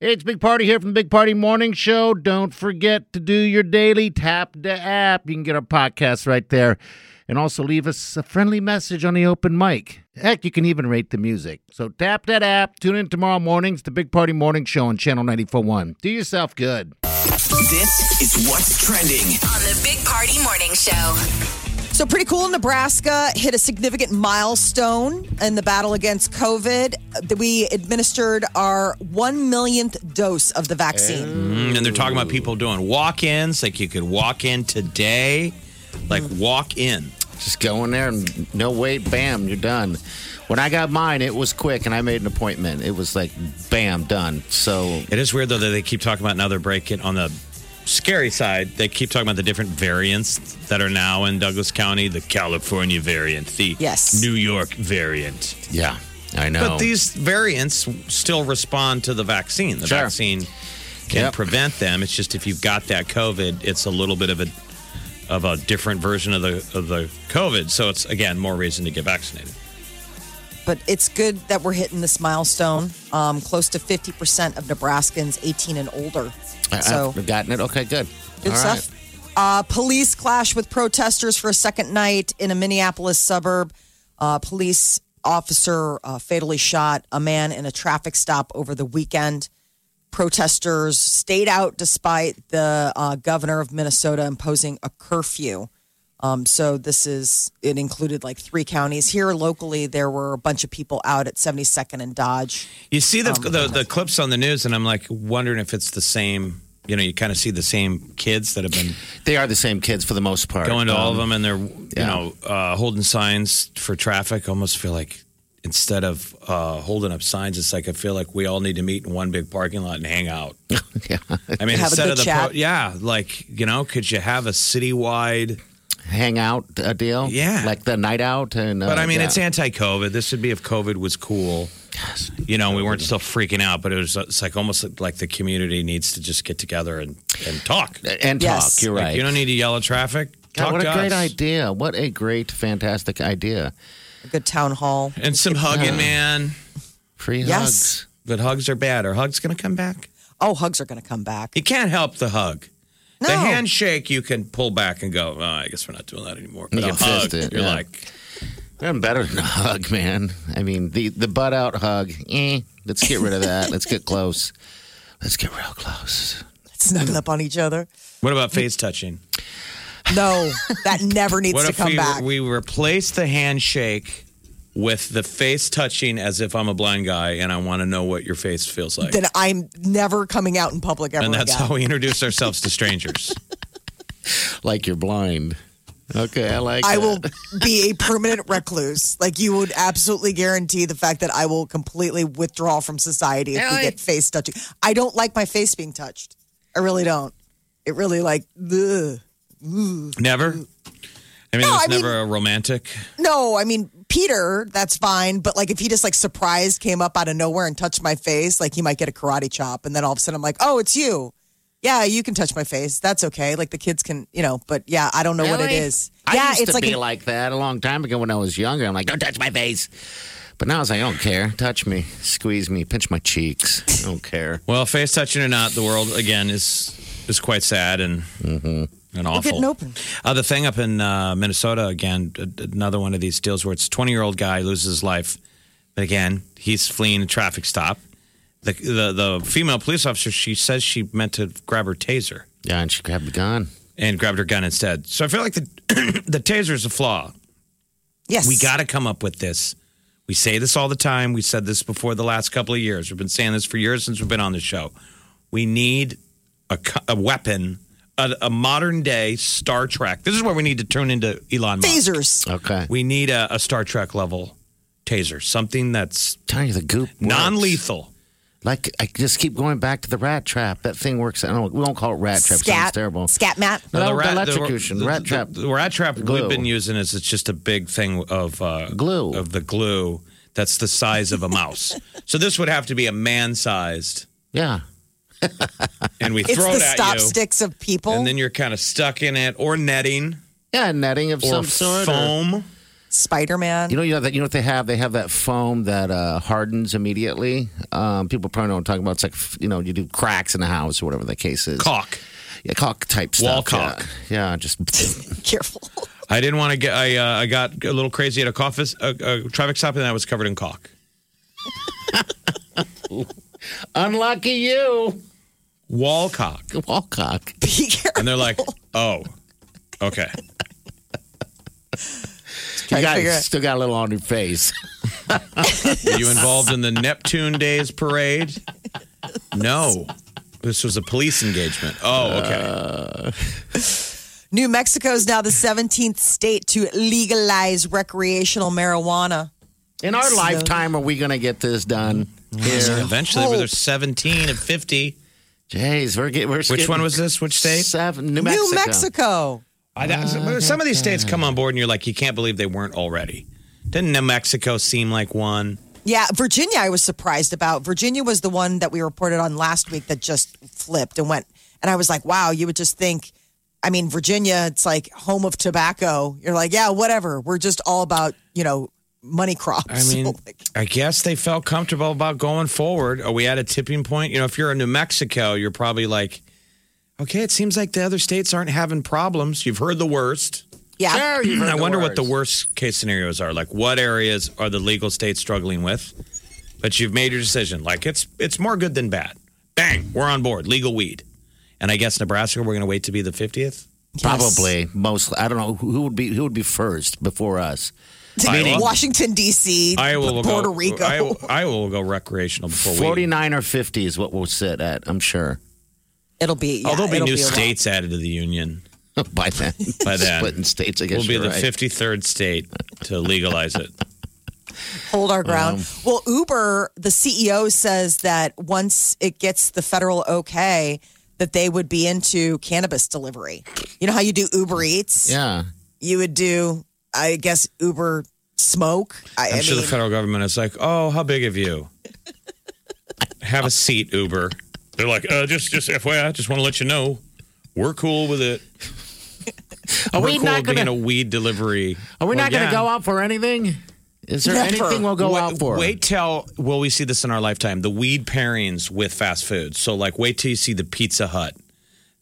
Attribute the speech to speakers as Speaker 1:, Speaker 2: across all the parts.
Speaker 1: Hey, it's Big Party here from the Big Party Morning Show. Don't forget to do your daily tap the app. You can get our podcast right there. And also leave us a friendly message on the open mic. Heck, you can even rate the music. So tap that app. Tune in tomorrow mornings to Big Party Morning Show on Channel 941. Do yourself good.
Speaker 2: This is what's trending.
Speaker 3: on the Big Party Morning Show.
Speaker 4: So, pretty cool. Nebraska hit a significant milestone in the battle against COVID. We administered our one millionth dose of the vaccine.
Speaker 5: Mm, and they're talking about people doing walk-ins. Like you could walk in today, like walk in.
Speaker 1: Just go in there and no wait, bam, you're done. When I got mine, it was quick and I made an appointment. It was like, bam, done. So
Speaker 5: It is weird though that they keep talking about now they're breaking on the scary side. They keep talking about the different variants that are now in Douglas County: the California variant, the
Speaker 4: Yes.
Speaker 5: New York variant.
Speaker 1: yeah, I know.
Speaker 5: But these variants still respond to the vaccine. The
Speaker 1: Sure.
Speaker 5: vaccine can
Speaker 1: Yep.
Speaker 5: prevent them. It's just if you've got that COVID, it's a little bit of a of a different version of the of the COVID. So it's again more reason to get vaccinated.
Speaker 4: But it's good that we're hitting this milestone. Um, close to 50% of Nebraskans 18 and older.
Speaker 1: I-
Speaker 4: So,
Speaker 1: I've gotten it. Okay, good.
Speaker 4: good
Speaker 1: All right.
Speaker 4: stuff. Uh, police clash with protesters for a second night in a Minneapolis suburb. Uh, police officer uh, fatally shot a man in a traffic stop over the weekend. protesters stayed out despite the uh, governor of Minnesota imposing a curfew. Um, so this is it included like three counties here locally. There were a bunch of people out at 72nd and Dodge.
Speaker 5: You see
Speaker 4: Oh,
Speaker 5: the, the the clips on the news, and I'm like wondering if it's the same. You know, you kind of see the same kids that have been
Speaker 1: They are the same kids for the most part.
Speaker 5: going to all of
Speaker 1: Um,
Speaker 5: them, and they're you know uh, holding signs for traffic. I Almost feel like instead of uh, holding up signs, it's like I feel like we all need to meet in one big parking lot and hang out. I mean,
Speaker 4: Have a
Speaker 5: instead of
Speaker 4: good
Speaker 5: the pro-
Speaker 4: chat.
Speaker 5: yeah, like you know, could you have a citywide?
Speaker 1: hangout uh, deal.
Speaker 5: Yeah.
Speaker 1: like the night out and. Uh,
Speaker 5: But I mean,
Speaker 1: yeah.
Speaker 5: it's anti-COVID. This would be if COVID was cool. You know, we weren't still freaking out, but it was. It's like almost like the community needs to just get together and and talk.
Speaker 1: and talk.
Speaker 4: Yes.
Speaker 1: You're
Speaker 5: Like,
Speaker 1: right.
Speaker 5: you don't need to yell at traffic.
Speaker 1: God,
Speaker 5: Talk
Speaker 1: what a
Speaker 5: to
Speaker 1: great
Speaker 5: us.
Speaker 1: idea! What a great, fantastic idea!
Speaker 4: A good town hall.
Speaker 5: And some hugging, man.
Speaker 1: Free
Speaker 4: Yes.
Speaker 1: hugs.
Speaker 5: But hugs are bad. Are hugs going to come back?
Speaker 4: Oh, hugs are going to come back.
Speaker 5: You can't help the hug.
Speaker 4: No,
Speaker 5: The handshake, you can pull back and go, oh, I guess we're not doing that anymore. But
Speaker 1: You
Speaker 5: a
Speaker 1: can
Speaker 5: hug,
Speaker 1: fist it,
Speaker 5: you're
Speaker 1: yeah.
Speaker 5: like,
Speaker 1: Nothing better than a hug, man. I mean, the the butt out hug. Eh, let's get rid of that. let's get close. Let's get real close.
Speaker 4: snuggle up on each other.
Speaker 5: what about face touching?
Speaker 4: No, that never needs
Speaker 5: What
Speaker 4: to
Speaker 5: if
Speaker 4: come
Speaker 5: we,
Speaker 4: back.
Speaker 5: we replace the handshake with the face touching as if I'm a blind guy and I want to know what your face feels like?
Speaker 4: then I'm never coming out in public ever
Speaker 5: and that's
Speaker 4: again.
Speaker 5: how we introduce ourselves to strangers.
Speaker 1: Like you're blind. Okay, I like.
Speaker 4: I
Speaker 1: that.
Speaker 4: will be a permanent recluse. Like you would absolutely guarantee the fact that I will completely withdraw from society if we get face touching. I don't like my face being touched. I really don't. It really like ugh.
Speaker 5: never? I mean,
Speaker 4: No,
Speaker 5: there's
Speaker 4: I mean-
Speaker 5: never a romantic.
Speaker 4: no. I mean Peter, that's fine. But like if he just like surprised came up out of nowhere and touched my face, like he might get a karate chop, and then all of a sudden I'm like, oh, it's you. Yeah, you can touch my face. That's okay. Like the kids can, you know. But yeah, I don't know what it
Speaker 1: Really?
Speaker 4: is.
Speaker 1: I
Speaker 4: yeah,
Speaker 1: used
Speaker 4: it's
Speaker 1: to
Speaker 4: like
Speaker 1: be
Speaker 4: an-
Speaker 1: like that a long time ago when I was younger. I'm like, don't touch my face. But now I was like, I don't care. Touch me, squeeze me, pinch my cheeks. I don't care.
Speaker 5: Well, face touching or not, the world, again, is is quite sad and, and awful.
Speaker 4: we're getting open.
Speaker 5: Uh, the thing up in uh, Minnesota again, a- another one of these deals where it's twenty year old guy loses his life, but again he's fleeing a traffic stop. The, the the female police officer she says she meant to grab her taser
Speaker 1: Yeah, and she grabbed the gun.
Speaker 5: and grabbed her gun instead. So I feel like the the taser is a flaw.
Speaker 4: Yes,
Speaker 5: We got to come up with this. We say this all the time. We said this before the last couple of years. We've been saying this for years since we've been on the show. We need a, co- a weapon, a, a modern day Star Trek. This is where we need to turn into Elon Musk.
Speaker 4: tasers.
Speaker 1: Okay.
Speaker 5: We need a, a Star Trek level taser, something that's
Speaker 1: Tell you the goop. works.
Speaker 5: non lethal.
Speaker 1: Like I just keep going back to the rat trap. That thing works. I don't. We don't call it rat trap. Sounds
Speaker 4: scat,
Speaker 1: terrible.
Speaker 4: scat mat.
Speaker 1: No,
Speaker 5: the rat- the-
Speaker 1: electrocution.
Speaker 5: the-
Speaker 1: rat
Speaker 5: the-
Speaker 1: trap.
Speaker 5: The rat trap
Speaker 1: glue.
Speaker 5: we've been using is it's just a big thing of uh,
Speaker 1: Glue.
Speaker 5: of the glue that's the size of a mouse. so this would have to be a man sized,
Speaker 1: yeah.
Speaker 5: and we
Speaker 4: It's
Speaker 5: throw
Speaker 4: the
Speaker 5: it at
Speaker 4: stop
Speaker 5: you,
Speaker 4: sticks of people.
Speaker 5: and then you're kind of stuck in it, or netting,
Speaker 1: Yeah, netting of
Speaker 5: or
Speaker 1: some sort. or-
Speaker 5: foam.
Speaker 4: Spider Man.
Speaker 1: You know, you know that you know what they have. They have that foam that uh, hardens immediately. Um, people probably know what I'm talking about. It's like you know, you do cracks in the house or whatever the case is.
Speaker 5: Caulk.
Speaker 1: yeah, caulk type stuff.
Speaker 5: Wall
Speaker 1: yeah.
Speaker 5: caulk.
Speaker 1: Yeah, just
Speaker 4: Careful.
Speaker 5: I didn't want to get. I uh, I got a little crazy at a coffee a, a traffic stop, and I was covered in caulk.
Speaker 1: unlucky you.
Speaker 5: Wall cock.
Speaker 1: Wall caulk.
Speaker 4: Be careful.
Speaker 5: And they're like, oh, okay.
Speaker 1: You
Speaker 4: to
Speaker 1: got,
Speaker 4: figure it-
Speaker 1: still got a little on your face.
Speaker 5: Were you involved in the Neptune Days parade? No. This was a police engagement. Oh,
Speaker 4: Uh,
Speaker 5: okay.
Speaker 4: New Mexico is now the 17th state to legalize recreational marijuana.
Speaker 1: In our
Speaker 4: So-
Speaker 1: lifetime, are we going to get this done? Here,
Speaker 5: Eventually, where there's 17 and 50.
Speaker 1: jeez, we're getting. We're
Speaker 5: Which
Speaker 1: getting
Speaker 5: one was this? Which state?
Speaker 1: Seven, New Mexico.
Speaker 4: New Mexico.
Speaker 5: I, some of these states come on board, and you're like, you can't believe they weren't already. Didn't New Mexico seem like one?
Speaker 4: Yeah, Virginia, I was surprised about. Virginia was the one that we reported on last week that just flipped and went. And I was like, wow, you would just think, I mean, Virginia, it's like home of tobacco. You're like, yeah, whatever. We're just all about, you know, money crops.
Speaker 5: I mean,
Speaker 4: So, like,
Speaker 5: I guess they felt comfortable about going forward. Are we at a tipping point? You know, if you're in New Mexico, you're probably like, okay, it seems like the other states aren't having problems. You've heard the worst.
Speaker 4: yeah.
Speaker 1: Sure, you've heard
Speaker 5: I
Speaker 1: the
Speaker 5: wonder what the
Speaker 1: words.
Speaker 5: worst case scenarios are. Like, what areas are the legal states struggling with? But you've made your decision. Like, it's it's more good than bad. Bang, we're on board. Legal weed, and I guess Nebraska, we're going to wait to be the fiftieth.
Speaker 1: Probably mostly. I don't know who who would be who would be first before us.
Speaker 5: Iowa?
Speaker 4: Washington, D.C.,
Speaker 5: Iowa will
Speaker 4: Puerto
Speaker 5: go,
Speaker 4: Rico.
Speaker 5: Iowa, Iowa will go recreational before
Speaker 1: Forty
Speaker 5: we.
Speaker 1: nine or fifty is what we'll sit at. I'm sure.
Speaker 4: It'll be, yeah,
Speaker 5: Oh, there'll be
Speaker 4: it'll
Speaker 5: new
Speaker 4: a while.
Speaker 5: states added to the union.
Speaker 1: By then,
Speaker 5: By then.
Speaker 1: splitting states. I guess
Speaker 5: We'll be
Speaker 1: you're
Speaker 5: the
Speaker 1: right.
Speaker 5: fifty third state to legalize it.
Speaker 4: hold our ground. well, Uber, the CEO says that once it gets the federal okay, that they would be into cannabis delivery. You know how you do Uber Eats?
Speaker 1: Yeah.
Speaker 4: You would do, I guess, Uber Smoke. I,
Speaker 5: I'm
Speaker 4: I
Speaker 5: sure the
Speaker 4: mean,
Speaker 5: federal government is like, oh, how big of you? Have a seat, Uber. They're like, uh, just just FYI, just want to let you know, we're cool with it.
Speaker 1: Are
Speaker 5: we're
Speaker 1: we
Speaker 5: cool
Speaker 1: not
Speaker 5: with being
Speaker 1: gonna?
Speaker 5: a weed delivery.
Speaker 1: Are we
Speaker 5: Well,
Speaker 1: not going to
Speaker 5: yeah.
Speaker 1: go out for anything? Is there
Speaker 4: Never.
Speaker 1: anything we'll go
Speaker 5: wait,
Speaker 1: out for?
Speaker 5: Wait till will we see this in our lifetime? The weed pairings with fast food. So like, wait till you see the Pizza Hut.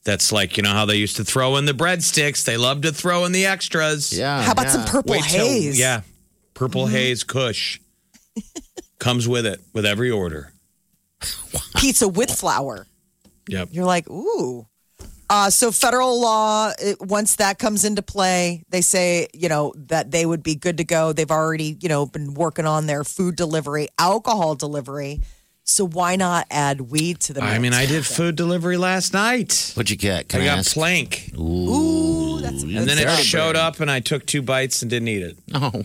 Speaker 5: That's like you know how they used to throw in the breadsticks. They love to throw in the extras.
Speaker 1: Yeah.
Speaker 4: how about
Speaker 1: yeah.
Speaker 4: some purple
Speaker 5: Wait till-
Speaker 4: haze? Mm-hmm.
Speaker 5: yeah, purple haze Kush comes with it with every order.
Speaker 4: Pizza with flour.
Speaker 5: Yep.
Speaker 4: You're like, ooh. Uh, so federal law, it, once that comes into play, they say you know that they would be good to go. They've already you know been working on their food delivery, alcohol delivery. So why not add weed to the?
Speaker 5: I
Speaker 4: mix?
Speaker 5: mean, I did food delivery last night.
Speaker 1: What'd you get? Can
Speaker 5: I
Speaker 1: I,
Speaker 5: got
Speaker 1: ask?
Speaker 5: plank,
Speaker 4: Ooh, that's
Speaker 5: and then it
Speaker 1: Terrible.
Speaker 5: showed up, and I took two bites and didn't eat it.
Speaker 1: Oh,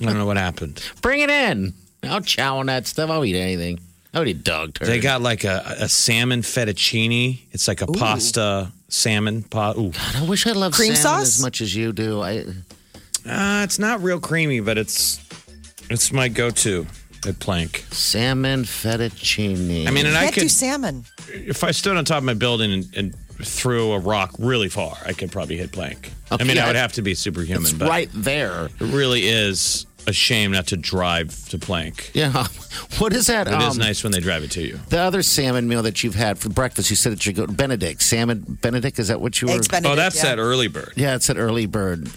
Speaker 5: I don't know what happened.
Speaker 1: bring it in. I'll chow on that stuff. I'll eat anything. I would eat dog turd.
Speaker 5: They got like a, a salmon fettuccine. It's like a pasta salmon pot. Ooh,
Speaker 1: I wish I loved
Speaker 4: Cream
Speaker 1: salmon
Speaker 4: sauce?
Speaker 1: as much as you do. I
Speaker 5: uh, it's not real creamy, but it's it's my go-to at plank.
Speaker 1: salmon fettuccine.
Speaker 5: I mean, and I
Speaker 4: can't do
Speaker 5: could
Speaker 4: salmon.
Speaker 5: if I stood on top of my building and, and threw a rock really far, I could probably hit plank. I
Speaker 1: Okay,
Speaker 5: mean, I
Speaker 1: yeah.
Speaker 5: would have to be superhuman,
Speaker 1: it's
Speaker 5: but
Speaker 1: right there.
Speaker 5: it really is a shame not to drive to plank.
Speaker 1: Yeah. What is that? um,
Speaker 5: It is nice when they drive it to you.
Speaker 1: The other salmon meal that you've had for breakfast, you said it should go Benedict. Salmon Benedict, is that what you were?
Speaker 4: Eggs Benedict.
Speaker 5: Oh, that's
Speaker 4: yeah.
Speaker 5: that early bird.
Speaker 1: yeah, it's an early bird.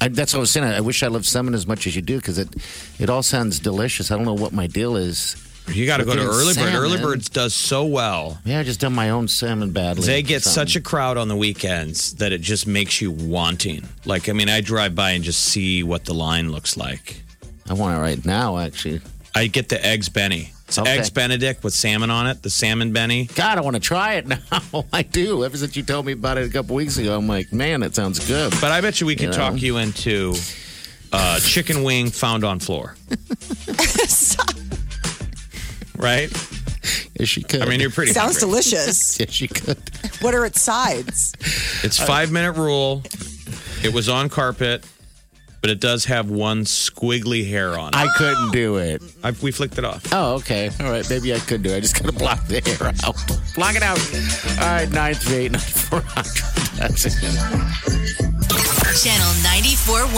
Speaker 1: I, that's what I was saying. I, I wish I loved salmon as much as you do because it, it all sounds delicious. I don't know what my deal is.
Speaker 5: You got to go
Speaker 1: But
Speaker 5: to
Speaker 1: then
Speaker 5: early bird. Early
Speaker 1: salmon-
Speaker 5: birds does so well.
Speaker 1: Yeah, I just done my own salmon badly.
Speaker 5: They get such a crowd on the weekends that it just makes you wanting. Like, I mean, I drive by and just see what the line looks like.
Speaker 1: I want it right now, actually.
Speaker 5: I get the eggs Benny. It's
Speaker 1: Okay.
Speaker 5: eggs Benedict with salmon on it. The salmon Benny.
Speaker 1: God, I want to try it now. I do. Ever since you told me about it a couple weeks ago, I'm like, man, it sounds good.
Speaker 5: But I bet you we could
Speaker 1: You know.
Speaker 5: talk you into uh, chicken wing found on floor. right?
Speaker 1: Yes, she could.
Speaker 5: I mean, you're pretty.
Speaker 4: Sounds
Speaker 5: hungry.
Speaker 4: delicious.
Speaker 1: yes, she could.
Speaker 4: what are its sides?
Speaker 5: It's five minute rule. It was on carpet, but it does have one squiggly hair on it.
Speaker 1: I couldn't do it.
Speaker 5: I, we flicked it off.
Speaker 1: Oh, okay. All right. Maybe I could do it. I just got to block the hair out. Block it out. All right. 938 9400. That's it.
Speaker 3: Channel 94.1.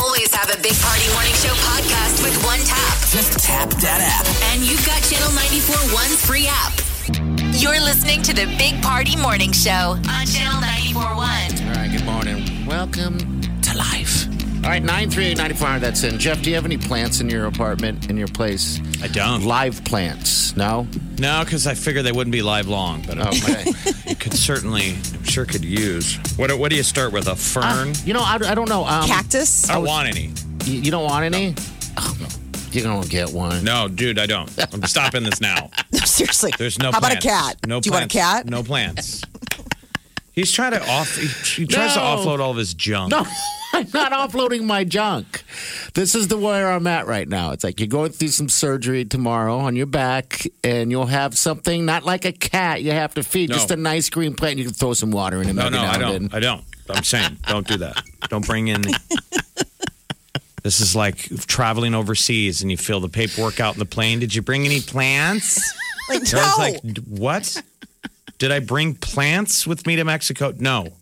Speaker 3: Always have a Big Party Morning Show podcast with one tap.
Speaker 2: Just tap that app.
Speaker 3: And you've got Channel 94.1's free app. You're listening to the Big Party Morning Show on Channel 94.1.
Speaker 1: All right. Good morning. Welcome to life. All right. 938 9400. That's in. Jeff, do you have any plants in your apartment, in your place?
Speaker 5: I don't.
Speaker 1: Live plants? No? Oh,
Speaker 5: No, because I figured they wouldn't be live long, but I
Speaker 1: Okay.
Speaker 5: could certainly, I'm sure could use. What, what do you start with? A fern?
Speaker 1: you know, I, I don't know. Um,
Speaker 4: Cactus?
Speaker 5: I don't want any.
Speaker 1: you, you don't want any? Oh, no. You're going to get one.
Speaker 5: No, dude, I don't. I'm stopping this now.
Speaker 4: No, seriously.
Speaker 5: There's no.
Speaker 4: How
Speaker 5: plants.
Speaker 4: about a cat?
Speaker 5: No.
Speaker 4: Do you want a
Speaker 5: plants.
Speaker 4: cat?
Speaker 5: No plants. He's trying to off. He, he tries
Speaker 1: No.
Speaker 5: to offload all of his junk.
Speaker 1: No, I'm not offloading my junk. This is the where I'm at right now. It's like you're going through some surgery tomorrow on your back, and you'll have something not like a cat you have to feed,
Speaker 5: No.
Speaker 1: just a nice green plant. You can throw some water in it.
Speaker 5: no,
Speaker 1: every
Speaker 5: no,
Speaker 1: now
Speaker 5: I
Speaker 1: and
Speaker 5: don't.
Speaker 1: then.
Speaker 5: I don't. I'm saying, don't do that. Don't bring in. This is like traveling overseas, and you fill the paperwork out in the plane. Did you bring any plants?
Speaker 4: Like,
Speaker 5: And I was
Speaker 4: no.
Speaker 5: like, "D- what? Did I bring plants with me to Mexico? No.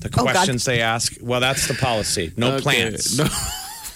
Speaker 5: The
Speaker 4: Oh, God.
Speaker 5: questions they ask. Well, that's the policy. No
Speaker 1: Okay,
Speaker 5: plants.
Speaker 1: no.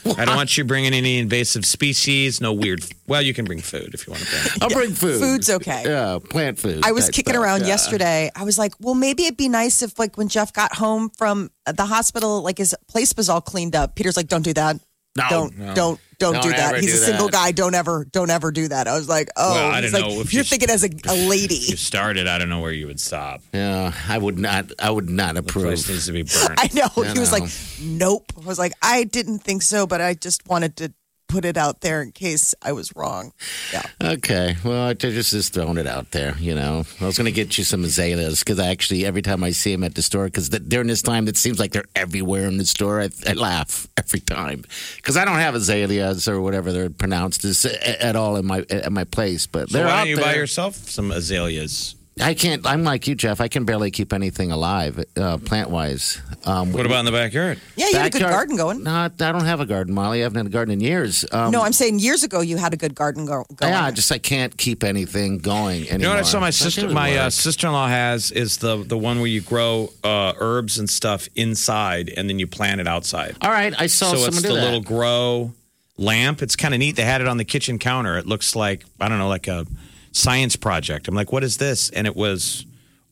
Speaker 5: I don't want you bringing any invasive species. No weird. Well, you can bring food if you want to bring.
Speaker 1: I'll bring food.
Speaker 4: Food's okay.
Speaker 1: Yeah, plant food.
Speaker 4: I was
Speaker 1: type
Speaker 4: kicking
Speaker 1: stuff.
Speaker 4: around
Speaker 1: Yeah.
Speaker 4: yesterday. I was like, well, maybe it'd be nice if, like, when Jeff got home from the hospital, like his place was all cleaned up. Peter's like, don't do that.
Speaker 1: No,
Speaker 4: don't, don't, don't,
Speaker 1: Don't
Speaker 4: do that.
Speaker 1: ever
Speaker 4: He's
Speaker 1: do
Speaker 4: a single
Speaker 1: that.
Speaker 4: guy. Don't ever, don't ever do that. I was like, oh,
Speaker 5: Well, I
Speaker 4: He's
Speaker 5: don't
Speaker 4: like,
Speaker 5: know if
Speaker 4: you're
Speaker 5: you-
Speaker 4: thinking as a, a
Speaker 5: If you
Speaker 4: lady.
Speaker 5: started, I don't know where you would stop.
Speaker 1: Yeah, I would not. I would not
Speaker 5: The place
Speaker 1: approve.
Speaker 5: needs to be burnt.
Speaker 4: I know. he was like, nope. I was like, I didn't think so, but I just wanted to put it out there in case I was wrong. Yeah.
Speaker 1: Okay. Well, I ju- just just throwing it out there. You know, I was going to get you some azaleas because I actually every time I see them at the store because th- during this time it seems like they're everywhere in the store. I, I laugh every time because I don't have azaleas or whatever they're pronounced as, a- at all in my uh, at my place. But
Speaker 5: So
Speaker 1: they're
Speaker 5: why
Speaker 1: out
Speaker 5: don't you
Speaker 1: there.
Speaker 5: buy yourself some azaleas?
Speaker 1: I can't. I'm like you, Jeff. I can barely keep anything alive uh, plant wise. Um,
Speaker 5: What about in the backyard?
Speaker 4: Yeah, you had a good
Speaker 1: backyard-
Speaker 4: garden going.
Speaker 1: No, I don't have a garden, Molly. I haven't had a garden in years. Um,
Speaker 4: No, I'm saying years ago you had a good garden go- going.
Speaker 1: yeah, I just I can't keep anything going anymore.
Speaker 5: You know what I saw my
Speaker 1: So it
Speaker 5: sister
Speaker 1: would
Speaker 5: my uh,
Speaker 1: work.
Speaker 5: sister in law has is the the one where you grow uh, herbs and stuff inside and then you plant it outside.
Speaker 1: All right, I saw
Speaker 5: so
Speaker 1: someone
Speaker 5: it's
Speaker 1: do
Speaker 5: the
Speaker 1: that.
Speaker 5: little grow lamp. It's kind of neat. They had it on the kitchen counter. It looks like I don't know, like a science project. I'm like, what is this? And it was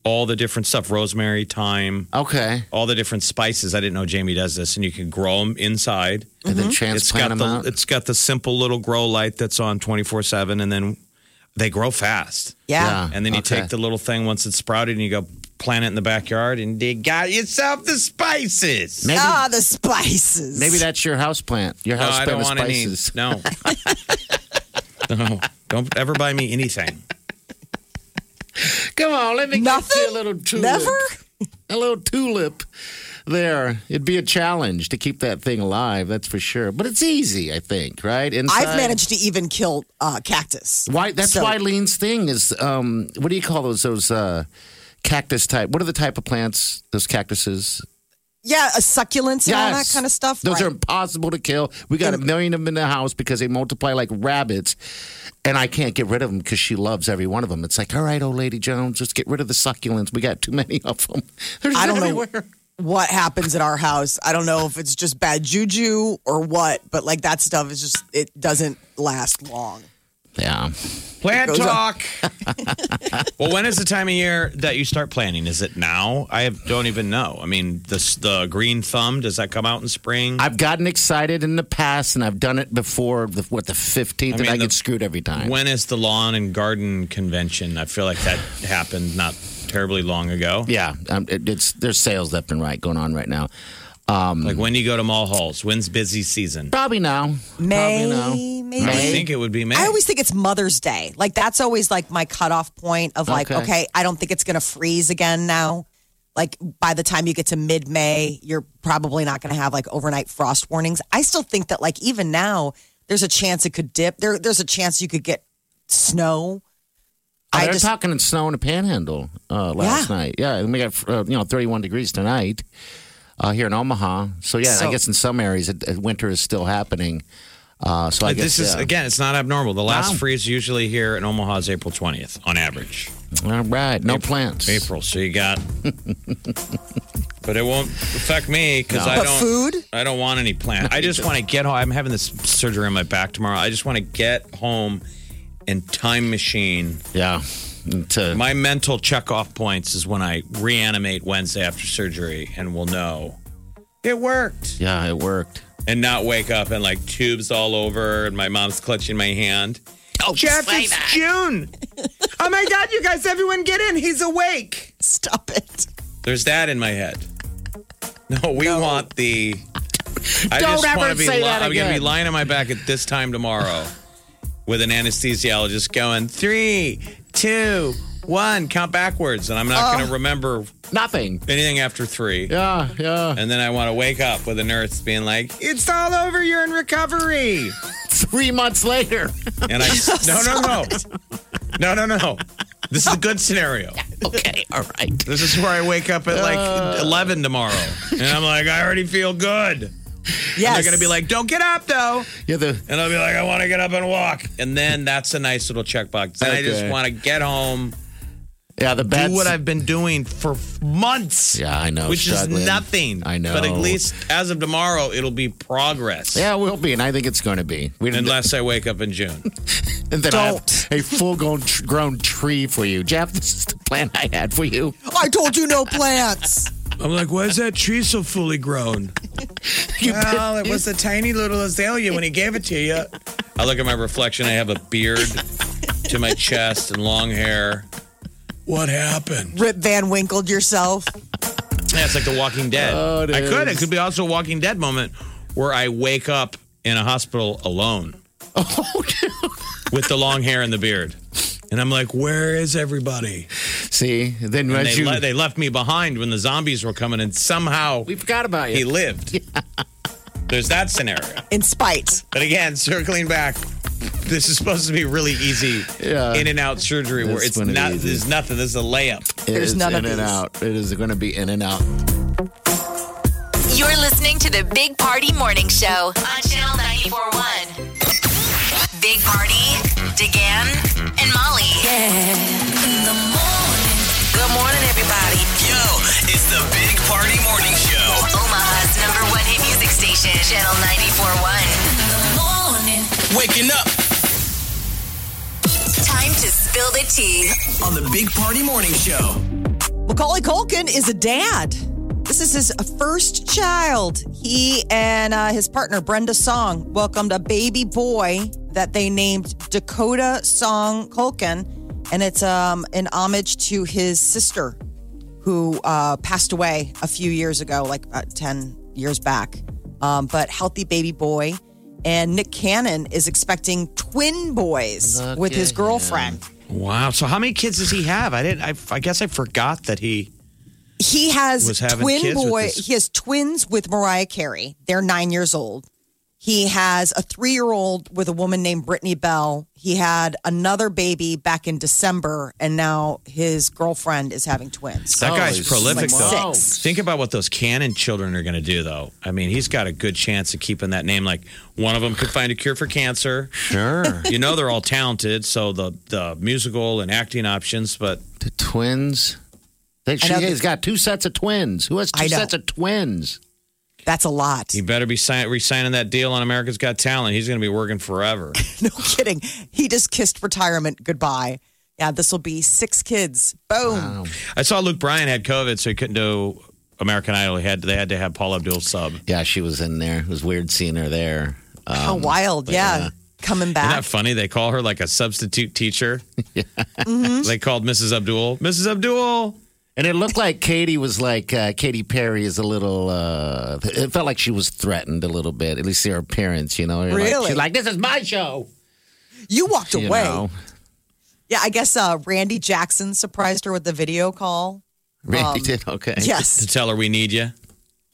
Speaker 5: all the different stuff: rosemary, thyme,
Speaker 1: Okay.
Speaker 5: all the different spices. I didn't know Jamie does this, and you can grow them inside.
Speaker 1: And
Speaker 4: Mm-hmm.
Speaker 1: then
Speaker 5: It's got
Speaker 1: transplant them
Speaker 5: the
Speaker 1: out.
Speaker 5: it's got the simple little grow light that's on 24 seven, and then they grow fast.
Speaker 4: yeah.
Speaker 5: And then you
Speaker 1: Okay.
Speaker 5: take the little thing once it's sprouted, and you go plant it in the backyard, and you got yourself the spices.
Speaker 1: Maybe,
Speaker 4: Ah, the spices.
Speaker 1: maybe that's your house plant. Your
Speaker 5: No,
Speaker 1: house
Speaker 5: I
Speaker 1: plant
Speaker 5: don't
Speaker 1: of
Speaker 5: want any.
Speaker 1: spices.
Speaker 5: No. no. Don't ever buy me anything.
Speaker 1: Come on, let me
Speaker 4: Nothing?
Speaker 1: get you a little tulip.
Speaker 4: Never?
Speaker 1: A little tulip there. It'd be a challenge to keep that thing alive, that's for sure. But it's easy, I think, right? Inside-
Speaker 4: I've managed to even kill uh, cactus.
Speaker 1: Why that's
Speaker 4: So-
Speaker 1: why Lean's thing is um what do you call those those uh cactus type what are the type of plants those cactuses
Speaker 4: Yeah, a succulents and all that kind of stuff.
Speaker 1: Those are
Speaker 4: right.
Speaker 1: impossible to kill. We got a million of them in the house because they multiply like rabbits, and I can't get rid of them because she loves every one of them. It's like, all right, old lady Jones, let's get rid of the succulents. We got too many of them. They're just
Speaker 4: I don't know
Speaker 1: everywhere.
Speaker 4: what happens at our house. I don't know if it's just bad juju or what, but like that stuff is just it doesn't last long.
Speaker 1: Yeah,
Speaker 5: Plant
Speaker 4: It goes
Speaker 5: talk. well, when is the time of year that you start planting? Is it now? I have- don't even know. I mean, this, the green thumb, does that come out in spring?
Speaker 1: I've gotten excited in the past, and I've done it before. The, what the fifteenth,
Speaker 5: I mean,
Speaker 1: and I
Speaker 5: the-
Speaker 1: get screwed every time.
Speaker 5: when is the lawn and garden convention? I feel like that happened not terribly long ago.
Speaker 1: yeah, um, it, it's there's sales left and right going on right now.
Speaker 5: Like when do you go to mall halls? When's busy season?
Speaker 1: Probably now,
Speaker 4: May,
Speaker 1: Probably
Speaker 4: maybe.
Speaker 5: I would think it would be May.
Speaker 4: I always think it's Mother's Day. Like that's always like my cutoff point of like,
Speaker 1: Okay.
Speaker 4: okay, I don't think it's gonna freeze again now. Like by the time you get to mid May, you're probably not gonna have like overnight frost warnings. I still think that like even now, there's a chance it could dip. There there's a chance you could get snow.
Speaker 1: Oh,
Speaker 4: I
Speaker 1: they're
Speaker 4: just
Speaker 1: talking in snow in the Panhandle uh, last
Speaker 4: Yeah.
Speaker 1: night. Yeah, and we got uh, you know 31 degrees tonight uh, here in Omaha. So yeah, I
Speaker 4: So-
Speaker 1: guess in some areas it, uh, winter is still happening. Uh, so I
Speaker 5: But
Speaker 1: guess
Speaker 5: this is
Speaker 1: yeah.
Speaker 5: again, it's not abnormal. The last
Speaker 1: No.
Speaker 5: freeze usually here in Omaha is April twentieth on average.
Speaker 1: all right. No plants.
Speaker 5: April, so you got. but it won't affect me because I
Speaker 4: But
Speaker 5: don't.
Speaker 4: food?
Speaker 5: I don't want any plant. I just want to get home. I'm having this surgery on my back tomorrow. I just want to get home and time machine.
Speaker 1: Yeah. uh, To,
Speaker 5: My mental checkoff points is when I reanimate Wednesday after surgery and will know it worked
Speaker 1: yeah, it worked.
Speaker 5: and not wake up and like tubes all over and my mom's clutching my hand.
Speaker 1: Oh,
Speaker 5: Jeff, it's June. oh my God, you guys, everyone get in. He's awake.
Speaker 4: stop it.
Speaker 5: There's that in my head. No, we want the. I
Speaker 1: Don't
Speaker 5: just want
Speaker 1: ever
Speaker 5: to be.
Speaker 1: say
Speaker 5: li-
Speaker 1: that
Speaker 5: I'm going to
Speaker 1: again.
Speaker 5: be lying on my back at this time tomorrow, with an anesthesiologist going three, two, one, count backwards, and I'm not going to remember
Speaker 1: nothing.
Speaker 5: anything after three.
Speaker 1: Oh. Yeah, yeah.
Speaker 5: And then I want to wake up with a nurse being like, "It's all over. You're in recovery."
Speaker 1: Three months later.
Speaker 5: And I no no no no no no. This is a good scenario.
Speaker 1: okay, all right.
Speaker 5: This is where I wake up at like
Speaker 1: Uh.
Speaker 5: 11 tomorrow. And I'm like, I already feel good.
Speaker 4: Yes,
Speaker 5: They're going to be like, don't get up though.
Speaker 1: Yeah, the
Speaker 5: And I'll be like, I want to get up and walk. And then that's a nice little checkbox. And I just
Speaker 1: Okay.
Speaker 5: want to get home,
Speaker 1: yeah the bad.
Speaker 5: do what I've been doing for f- months.
Speaker 1: Yeah, I know.
Speaker 5: Which
Speaker 1: struggling.
Speaker 5: is nothing.
Speaker 1: I know.
Speaker 5: But at least as of tomorrow, it'll be progress.
Speaker 1: Yeah, it will be, and I think it's going to be. We didn't.
Speaker 5: Unless I wake up in June.
Speaker 1: And then I have
Speaker 4: Don't.
Speaker 1: a full grown, grown tree for you. Jeff, this is the plan I had for you.
Speaker 4: I told you no plants.
Speaker 5: I'm like, why is that tree so fully grown? well, it was a tiny little azalea when he gave it to you. I look at my reflection. I have a beard to my chest and long hair. What happened?
Speaker 4: Rip Van Winkled yourself.
Speaker 5: Yeah, it's like The Walking Dead.
Speaker 1: Oh, it
Speaker 5: I could.
Speaker 1: is.
Speaker 5: It could be also a Walking Dead moment where I wake up in a hospital alone
Speaker 1: Oh, dude.
Speaker 5: with the long hair and the beard. And I'm like, where is everybody?
Speaker 1: See, then
Speaker 5: And
Speaker 1: as
Speaker 5: they,
Speaker 1: you.
Speaker 5: le- they left me behind when the zombies were coming, and somehow
Speaker 1: we forgot about
Speaker 5: he
Speaker 1: you.
Speaker 5: lived. There's that scenario.
Speaker 4: In spite,
Speaker 5: But again, circling back, this is supposed to be really easy
Speaker 1: Yeah.
Speaker 5: in and out surgery where
Speaker 1: That's
Speaker 5: it's
Speaker 1: gonna be
Speaker 5: not
Speaker 1: easy.
Speaker 5: there's nothing. This is a layup.
Speaker 1: It
Speaker 4: There's
Speaker 1: is
Speaker 4: none
Speaker 1: in
Speaker 4: of
Speaker 1: and
Speaker 4: these.
Speaker 1: out. It is going to be in and out.
Speaker 3: You're listening to the Big Party Morning Show on Channel 941. Big Party, DeGan, and Molly. In the morning.
Speaker 2: Good morning, everybody. Yo, it's the Big Party Morning Show.
Speaker 3: Omaha's number one hit music station, Channel 941. In the morning.
Speaker 2: Waking up
Speaker 3: Time to spill the tea.
Speaker 2: on the Big Party Morning Show.
Speaker 4: Macaulay Culkin is a dad. This is his first child. He and uh, his partner Brenda Song welcomed a baby boy that they named Dakota Song Culkin, and it's um, an homage to his sister, who uh, passed away a few years ago, like uh, ten years back. Um, but healthy baby boy, and Nick Cannon is expecting twin boys
Speaker 1: Look
Speaker 4: with his
Speaker 1: at
Speaker 4: girlfriend.
Speaker 5: Wow. So how many kids does he have? I didn't. I, I guess I forgot that he.
Speaker 4: He has
Speaker 5: Was having
Speaker 4: twin
Speaker 5: kids with
Speaker 4: boy.
Speaker 5: this-
Speaker 4: He has twins with Mariah Carey. They're nine years old. He has a three year old with a woman named Brittany Bell. He had another baby back in December, and now his girlfriend is having twins.
Speaker 5: That guy's
Speaker 1: Holy
Speaker 5: prolific though.
Speaker 1: smokes.
Speaker 5: Think about what those Cannon children are going to do though. I mean, he's got a good chance of keeping that name. Like one of them could find a cure for cancer.
Speaker 1: Sure.
Speaker 5: You know they're all talented, so the the musical and acting options. But
Speaker 1: the twins. They, she
Speaker 4: know
Speaker 1: has
Speaker 4: that-
Speaker 1: got two sets of twins. Who has two
Speaker 4: I know.
Speaker 1: sets of twins?
Speaker 4: That's a lot.
Speaker 5: he better be sign, re-signing that deal on America's Got Talent. He's going to be working forever.
Speaker 4: No kidding. He just kissed retirement goodbye. Yeah, this will be six kids. Boom.
Speaker 5: I saw Luke Bryan had COVID, so he couldn't do American Idol. He had they had to have Paul Abdul sub. Isn't
Speaker 1: Yeah, she was in there. It was weird seeing her there.
Speaker 4: How wild. Yeah. Coming back.
Speaker 5: that funny? They call her like a substitute teacher.
Speaker 1: Mm-hmm.
Speaker 5: They called Mrs. Abdul, Mrs. Abdul.
Speaker 1: And it looked like Katie was like uh, Katy Perry is a little. Uh, it felt like she was threatened a little bit. At least her appearance, you know. You're like-
Speaker 4: Really?
Speaker 1: she's like, "This is my show."
Speaker 4: you walked
Speaker 1: You
Speaker 4: away.
Speaker 1: know?
Speaker 4: Yeah, I guess uh, Randy Jackson surprised her with the video call. Um,
Speaker 1: Randy did okay.
Speaker 4: Yes.
Speaker 5: To tell her we need you.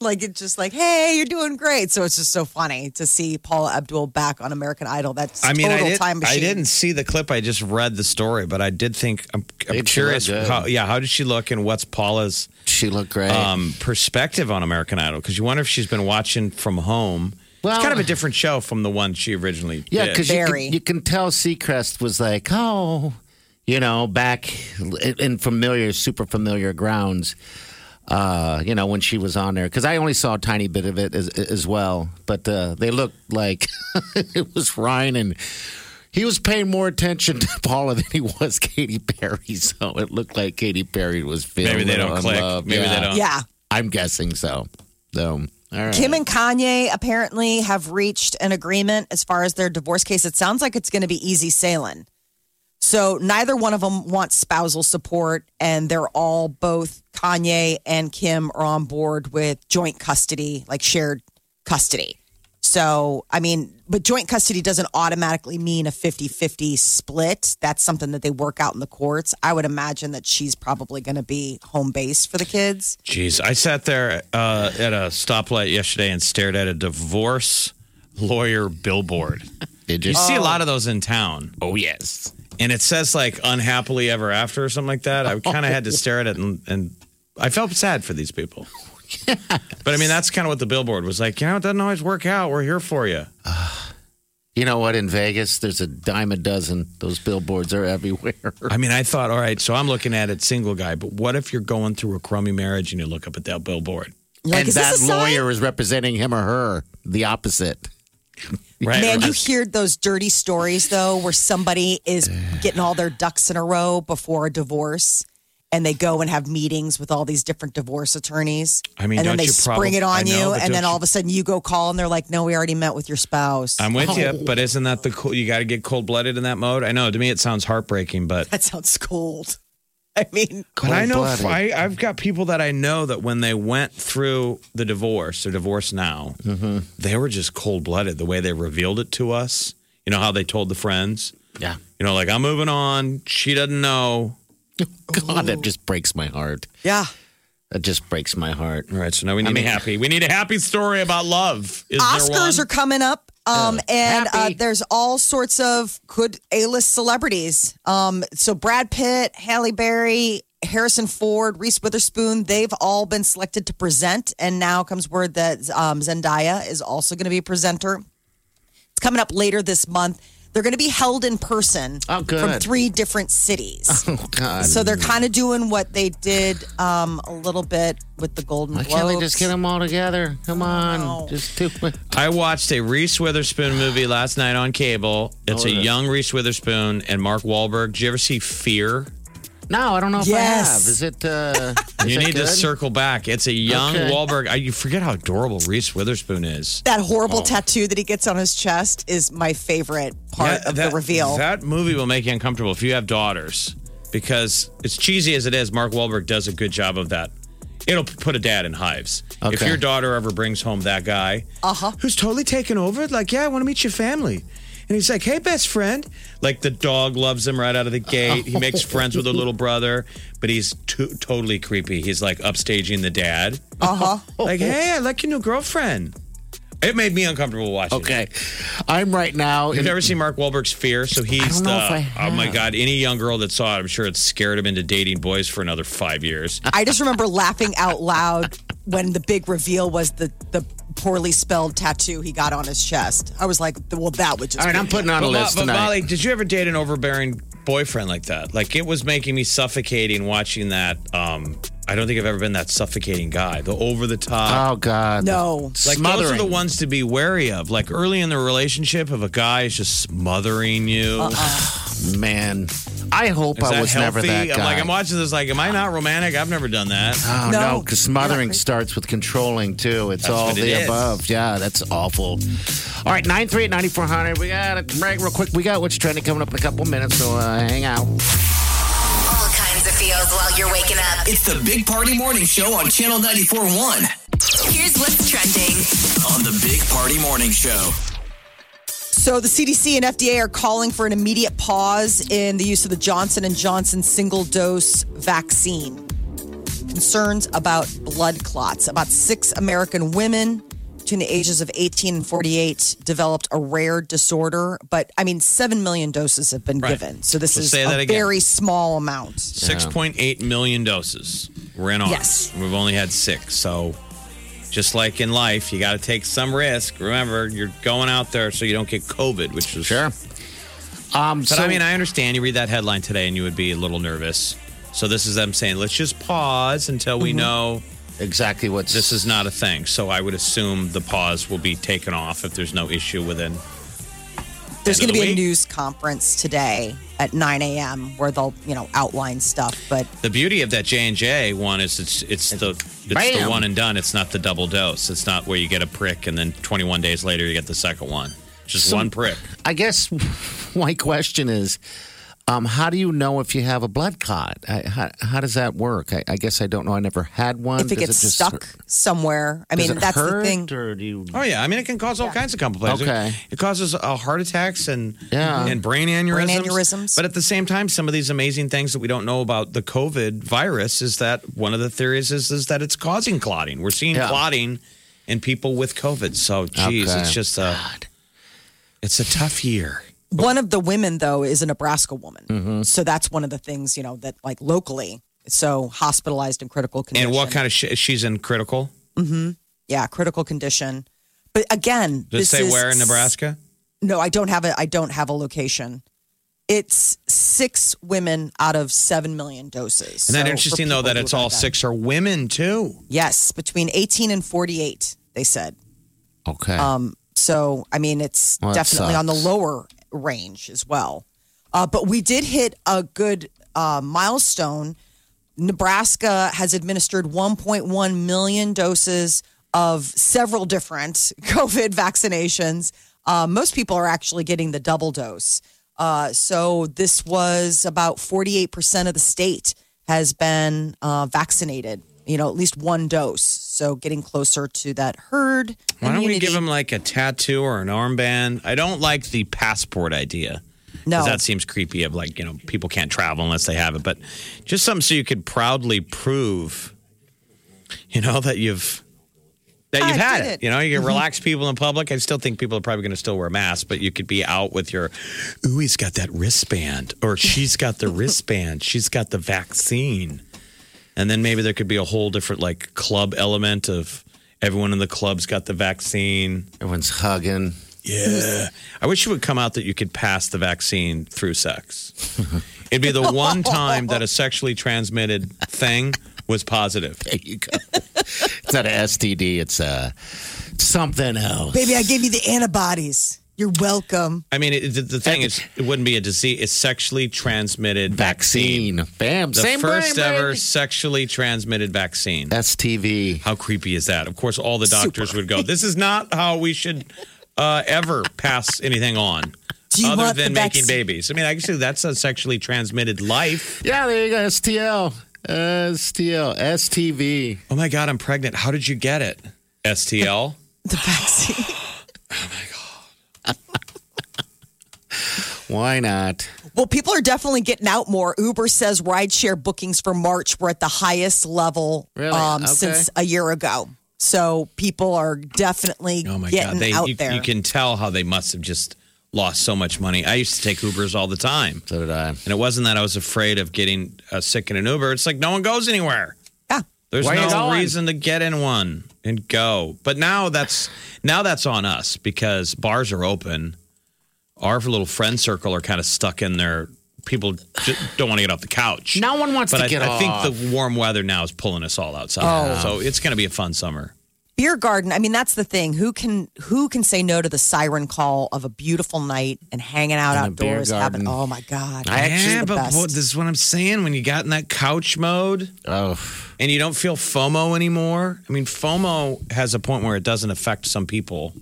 Speaker 4: Like it's just like, hey, you're doing great. So it's just so funny to see Paula Abdul back on American Idol. That's
Speaker 5: I mean, I,
Speaker 4: total
Speaker 5: did,
Speaker 4: time machine.
Speaker 5: I didn't see the clip. I just read the story, but I did think I'm, I'm
Speaker 1: It sure
Speaker 5: curious.
Speaker 1: did.
Speaker 5: How, yeah, how did she look, and what's Paula's
Speaker 1: She looked great.
Speaker 5: um, perspective on American Idol? Because you wonder if she's been watching from home.
Speaker 1: Well-
Speaker 5: it's kind of a different show from the one she originally.
Speaker 1: yeah,
Speaker 5: did.
Speaker 1: because you,
Speaker 4: Very.
Speaker 1: can- you can tell Seacrest was like, oh, you know, back in- in familiar, super familiar grounds. Uh, you know, when she was on there, because I only saw a tiny bit of it as, as well, but uh, they looked like it was Ryan, and he was paying more attention to Paula than he was Katy Perry. So it looked like Katy Perry was feeling
Speaker 5: Maybe they
Speaker 1: a little
Speaker 5: don't click.
Speaker 1: unloved.
Speaker 5: Maybe
Speaker 1: Yeah.
Speaker 5: they don't.
Speaker 4: yeah.
Speaker 1: I'm guessing so. So, all right.
Speaker 4: Kim and Kanye apparently have reached an agreement as far as their divorce case. It sounds like it's going to be easy sailing. So neither one of them wants spousal support, and they're all both Kanye and Kim are on board with joint custody, like shared custody. So, I mean, but joint custody doesn't automatically mean a 50 50 split. That's something that they work out in the courts. I would imagine that she's probably going to be home base for the kids.
Speaker 5: Jeez, I sat there uh, at a stoplight yesterday and stared at a divorce lawyer billboard.
Speaker 1: Did
Speaker 5: You
Speaker 1: you
Speaker 5: see a lot of those in town,
Speaker 1: Oh, yes.
Speaker 5: and it says like "unhappily ever after" or something like that. I kind of had to stare at it, and, and I felt sad for these people. But I mean, that's kind of what the billboard was like. You know, it doesn't always work out. We're here for you.
Speaker 1: You know what? In Vegas, there's a dime a dozen. Those billboards are everywhere.
Speaker 5: I mean, I thought, all right, so I'm looking at it single guy, but what if you're going through a crummy marriage and you look up at that billboard?
Speaker 4: You're like,
Speaker 1: and
Speaker 4: "Is this
Speaker 1: that
Speaker 4: a sign?"
Speaker 1: lawyer is representing him or her, the opposite.
Speaker 5: Right?
Speaker 4: Man,
Speaker 5: Or
Speaker 4: you
Speaker 5: just-
Speaker 4: hear those dirty stories though, where somebody is getting all their ducks in a row before a divorce, and they go and have meetings with all these different divorce attornees.
Speaker 5: I mean,
Speaker 4: and then
Speaker 5: don't
Speaker 4: they
Speaker 5: you
Speaker 4: spring
Speaker 5: probab-
Speaker 4: it on
Speaker 5: I know,
Speaker 4: you,
Speaker 5: but
Speaker 4: and then
Speaker 5: don't
Speaker 4: all
Speaker 5: you-
Speaker 4: of a sudden you go call, and they're like, "No, we already met with your spouse."
Speaker 5: I'm with you, but isn't that the cool? You got to get cold blooded in that mode. I know. To me, it sounds heartbreaking, but
Speaker 4: that sounds cold. I mean,
Speaker 5: but I know
Speaker 1: Cold-blooded.
Speaker 5: I, I've got people that I know that when they went through the divorce, they're divorced now.
Speaker 1: Mm-hmm.
Speaker 5: They were just cold blooded the way they revealed it to us. You know how they told the friends.
Speaker 1: Yeah.
Speaker 5: You know, like I'm moving on. She doesn't know.
Speaker 1: God, that just breaks my heart.
Speaker 4: yeah.
Speaker 1: That just breaks my heart.
Speaker 5: All right, so now we need
Speaker 1: mean-
Speaker 5: a happy. We need a happy story about love. Is there one?
Speaker 4: Oscars are coming up. Um, and uh,
Speaker 1: Happy.
Speaker 4: there's all sorts of good A-list celebrities. Um, so Brad Pitt, Halle Berry, Harrison Ford, Reese Witherspoon, they've all been selected to present. And now comes word that um, Zendaya is also going to be a presenter. It's coming up later this month. They're going to be held in person
Speaker 1: Oh, good.
Speaker 4: from three different cities.
Speaker 1: Oh, God.
Speaker 4: so they're kind of doing what they did um, a little bit with the Golden
Speaker 1: Why
Speaker 4: Globes.
Speaker 1: can't they just get them all together?
Speaker 4: Oh,
Speaker 1: Come on. Just do it.
Speaker 5: I watched a Reese Witherspoon movie last night on cable.
Speaker 1: Oh,
Speaker 5: It's a young Reese Witherspoon and Mark Wahlberg. Did you ever see Fear?
Speaker 1: No, I don't know if I have.
Speaker 4: Yes.
Speaker 1: Is it. Uh, is
Speaker 5: You
Speaker 1: it
Speaker 5: need to
Speaker 1: good?
Speaker 5: circle back. It's a young
Speaker 1: Okay.
Speaker 5: Wahlberg. I, you forget how adorable Reese Witherspoon is.
Speaker 4: that horrible
Speaker 5: Oh.
Speaker 4: tattoo that he gets on his chest is my favorite part
Speaker 5: That-
Speaker 4: of
Speaker 5: that-
Speaker 4: the reveal.
Speaker 5: That movie will make you uncomfortable if you have daughters because as cheesy as it is, Mark Wahlberg does a good job of that. It'll put a dad in hives. If
Speaker 1: Okay.
Speaker 5: your daughter ever brings home that guy uh-huh. who's totally taken over, like, yeah, I want to meet your family. And he's like, hey, best friend. Like the dog loves him right out of the gate. He makes friends with her little brother, but he's to- totally creepy. He's like upstaging the dad. Uh
Speaker 4: Uh-huh.
Speaker 5: huh. Like, hey, I like your new girlfriend. It made me uncomfortable watching. it.
Speaker 1: Okay. I'm right now.
Speaker 5: You've
Speaker 1: in-
Speaker 5: never seen Mark Wahlberg's Fear, so he's
Speaker 1: don't know
Speaker 5: the.
Speaker 1: if I
Speaker 5: Oh my
Speaker 1: have.
Speaker 5: God! Any young girl that saw it, I'm sure it scared him into dating boys for another five years.
Speaker 4: I just remember laughing out loud when the big reveal was the the poorly spelled tattoo he got on his chest. I was like, well, that would just.
Speaker 1: all right,
Speaker 4: be-
Speaker 1: I'm putting on a
Speaker 5: But, Mo-
Speaker 1: list
Speaker 5: but
Speaker 1: tonight.
Speaker 5: Molly, did you ever date an overbearing boyfriend like that? Like it was making me suffocating watching that. Um, I don't think I've ever been that suffocating guy. The over the top.
Speaker 1: oh, God.
Speaker 4: no.
Speaker 5: like
Speaker 1: smothering.
Speaker 5: those are the ones to be wary of. Like early in the relationship, if a guy is just smothering you,
Speaker 1: Man, I hope
Speaker 5: is
Speaker 1: Uh-uh. I
Speaker 5: that
Speaker 1: was
Speaker 5: healthy?
Speaker 1: never that guy.
Speaker 5: I'm like I'm watching this. Like, am I not romantic? I've never done that.
Speaker 1: Oh no,
Speaker 4: No.
Speaker 1: because smothering starts with controlling too. It's
Speaker 5: That's
Speaker 1: all
Speaker 5: what it
Speaker 1: the
Speaker 5: is.
Speaker 1: above. Yeah, that's awful. All right, nine three eight ninety four hundred. We got it break real quick. We got what's trending coming up in a couple minutes, so uh, hang out.
Speaker 3: All kinds of feels while you're waking up.
Speaker 2: It's the Big Party Morning Show on Channel 94.1.
Speaker 3: Here's what's trending.
Speaker 2: On the Big Party Morning Show.
Speaker 4: So the CDC and FDA are calling for an immediate pause in the use of the Johnson and Johnson single dose vaccine. concerns about blood clots. About six American women between the ages of 18 and 48 developed a rare disorder, but I mean, 7 million doses have been
Speaker 5: Right.
Speaker 4: given. So this
Speaker 5: So
Speaker 4: is
Speaker 5: say that
Speaker 4: a
Speaker 5: again.
Speaker 4: very small amount.
Speaker 5: Six point eight million doses. We're in August.
Speaker 4: Yes.
Speaker 5: We've only had six, so just like in life, you got to take some risk. Remember, you're going out there so you don't get COVID, which is
Speaker 1: Sure. Um,
Speaker 5: But I mean, I understand. You read that headline today, and you would be a little nervous. So this is them saying, let's just pause until we know
Speaker 1: exactly what's
Speaker 5: this is not a thing. So I would assume the pause will be taken off if there's no issue within. End of
Speaker 4: There's going to
Speaker 5: the
Speaker 4: be a
Speaker 5: week.
Speaker 4: news conference today at 9 a.m. where they'll, you know, outline stuff. But
Speaker 5: The beauty of that J and J one is it's it's the it's the
Speaker 1: Bam.
Speaker 5: one and done. It's not the double dose. It's not where you get a prick and then 21 days later you get the second one. It's Just
Speaker 1: So-
Speaker 5: one prick.
Speaker 1: I guess my question is, um, how do you know if you have a blood clot? I, how, how does that work? I, I guess I don't know. I never had one.
Speaker 4: if it
Speaker 1: Um, Does
Speaker 4: gets
Speaker 1: just-
Speaker 4: stuck somewhere, I
Speaker 1: does
Speaker 4: mean,
Speaker 1: it
Speaker 4: that's
Speaker 1: hurt,
Speaker 4: the thing.
Speaker 1: Or do you?
Speaker 5: Oh yeah, I mean it can cause all kinds of complications.
Speaker 1: Okay.
Speaker 5: It causes uh, heart attacks and
Speaker 1: Yeah.
Speaker 5: and brain aneurysms.
Speaker 4: aneurysms.
Speaker 5: But at the same time, some of these amazing things that we don't know about the COVID virus is that one of the theories is is that it's causing clotting. We're seeing
Speaker 1: Yeah.
Speaker 5: clotting in people with COVID. So geez,
Speaker 1: Okay.
Speaker 5: it's just a it's a tough year.
Speaker 4: One of the women, though, is a Nebraska woman.
Speaker 5: Mm-hmm.
Speaker 4: So that's one of the things, you know, that like locally. So hospitalized in critical condition.
Speaker 5: And what kind of sh- she's in critical?
Speaker 4: Yeah, critical condition. But again,
Speaker 5: Did it
Speaker 4: this
Speaker 5: say
Speaker 4: is
Speaker 5: where in Nebraska?
Speaker 4: No, I don't have a. I don't have a location. It's six women out of seven million doses.
Speaker 5: Isn't that
Speaker 4: So
Speaker 5: interesting
Speaker 4: for
Speaker 5: though
Speaker 4: people
Speaker 5: that
Speaker 4: who
Speaker 5: it's
Speaker 4: have
Speaker 5: all
Speaker 4: that-
Speaker 5: six are women too?
Speaker 4: Yes, between eighteen and forty-eight, they said.
Speaker 1: Okay.
Speaker 4: Um, so, I mean, it's
Speaker 1: Well, that
Speaker 4: definitely on the
Speaker 1: sucks.
Speaker 4: lower range as well. Uh, but we did hit a good uh, milestone. Nebraska has administered 1.1 million doses of several different COVID vaccinations. Uh, most people are actually getting the double dose. Uh, so this was about 48% of the state has been uh, vaccinated, you know, at least one dose. So getting closer to that herd.
Speaker 5: Why don't we give
Speaker 4: immunity.
Speaker 5: them like a tattoo or an armband? I don't like the passport idea. 'Cause
Speaker 4: No.
Speaker 5: That seems creepy of like, you know, people can't travel unless they have it. But just something so you could proudly prove, you know, that you've that
Speaker 4: I
Speaker 5: you've had
Speaker 4: did
Speaker 5: it.
Speaker 4: it. Mm-hmm.
Speaker 5: You know, you can relax people in public. I still think people are probably gonna still wear masks, but you could be out with your ooh, he's got that wristband, or she's got the wristband, she's got the vaccine. And then maybe there could be a whole different like club element of everyone in the club's got the vaccine.
Speaker 1: Everyone's hugging.
Speaker 5: Yeah. I wish it would come out that you could pass the vaccine through sex. It'd be the one time that a sexually transmitted thing was positive.
Speaker 1: There you go. it's not an STD. It's uh, something else.
Speaker 4: Baby, I gave you the antibodies. You're welcome.
Speaker 5: I mean, it, the- the thing is, it wouldn't be a disease. It's sexually transmitted vaccine.
Speaker 1: vaccine. Bam.
Speaker 5: The
Speaker 1: Same
Speaker 5: first
Speaker 1: brain,
Speaker 5: ever
Speaker 1: baby.
Speaker 5: sexually transmitted vaccine.
Speaker 1: STV.
Speaker 5: How creepy is that? Of course, all the doctors would go, this is not how we should uh, ever pass anything on.
Speaker 4: Do you
Speaker 5: other
Speaker 4: want
Speaker 5: than
Speaker 4: the
Speaker 5: making
Speaker 4: vaccine?
Speaker 5: babies. I mean, actually, that's a sexually transmitted life.
Speaker 1: Yeah, there you go. STL. STL. STV.
Speaker 5: Oh my God, I'm pregnant. How did you get it? STL.
Speaker 4: The vaccine.
Speaker 1: Why not?
Speaker 4: well, people are definitely getting out more. Uber says rideshare bookings for March were at the highest level
Speaker 1: Really?
Speaker 4: um,
Speaker 1: Okay.
Speaker 4: since a year ago. So people are definitely
Speaker 5: Oh my
Speaker 4: getting
Speaker 5: God. They,
Speaker 4: out
Speaker 5: you,
Speaker 4: there.
Speaker 5: you can tell how they must have just lost so much money. I used to take Ubers all the time.
Speaker 1: So did I.
Speaker 5: And it wasn't that I was afraid of getting uh, sick in an Uber. It's like no one goes anywhere.
Speaker 4: yeah.
Speaker 5: There's
Speaker 1: Where you
Speaker 5: no
Speaker 1: going?
Speaker 5: reason to get in one and go. But now that's now that's on us because bars are open. Our little friend circle are kind of stuck in their people ju- don't want to get off the couch.
Speaker 1: No one wants
Speaker 5: But
Speaker 1: to
Speaker 5: I,
Speaker 1: get
Speaker 5: I
Speaker 1: off. Oh.
Speaker 5: think the warm weather now is pulling us all outside. So it's going to be a fun summer.
Speaker 4: Beer garden. I mean, that's the thing. Who can who can say no to the siren call of a beautiful night and hanging out
Speaker 1: And a beer
Speaker 4: outdoors? Having,
Speaker 1: garden.
Speaker 4: oh my God!
Speaker 5: yeah,
Speaker 4: the
Speaker 5: but
Speaker 4: best.
Speaker 5: what- this is what I'm saying. When you got in that couch mode
Speaker 1: Oh,
Speaker 5: and you don't feel FOMO anymore, I mean, FOMO has a point where it doesn't affect some people.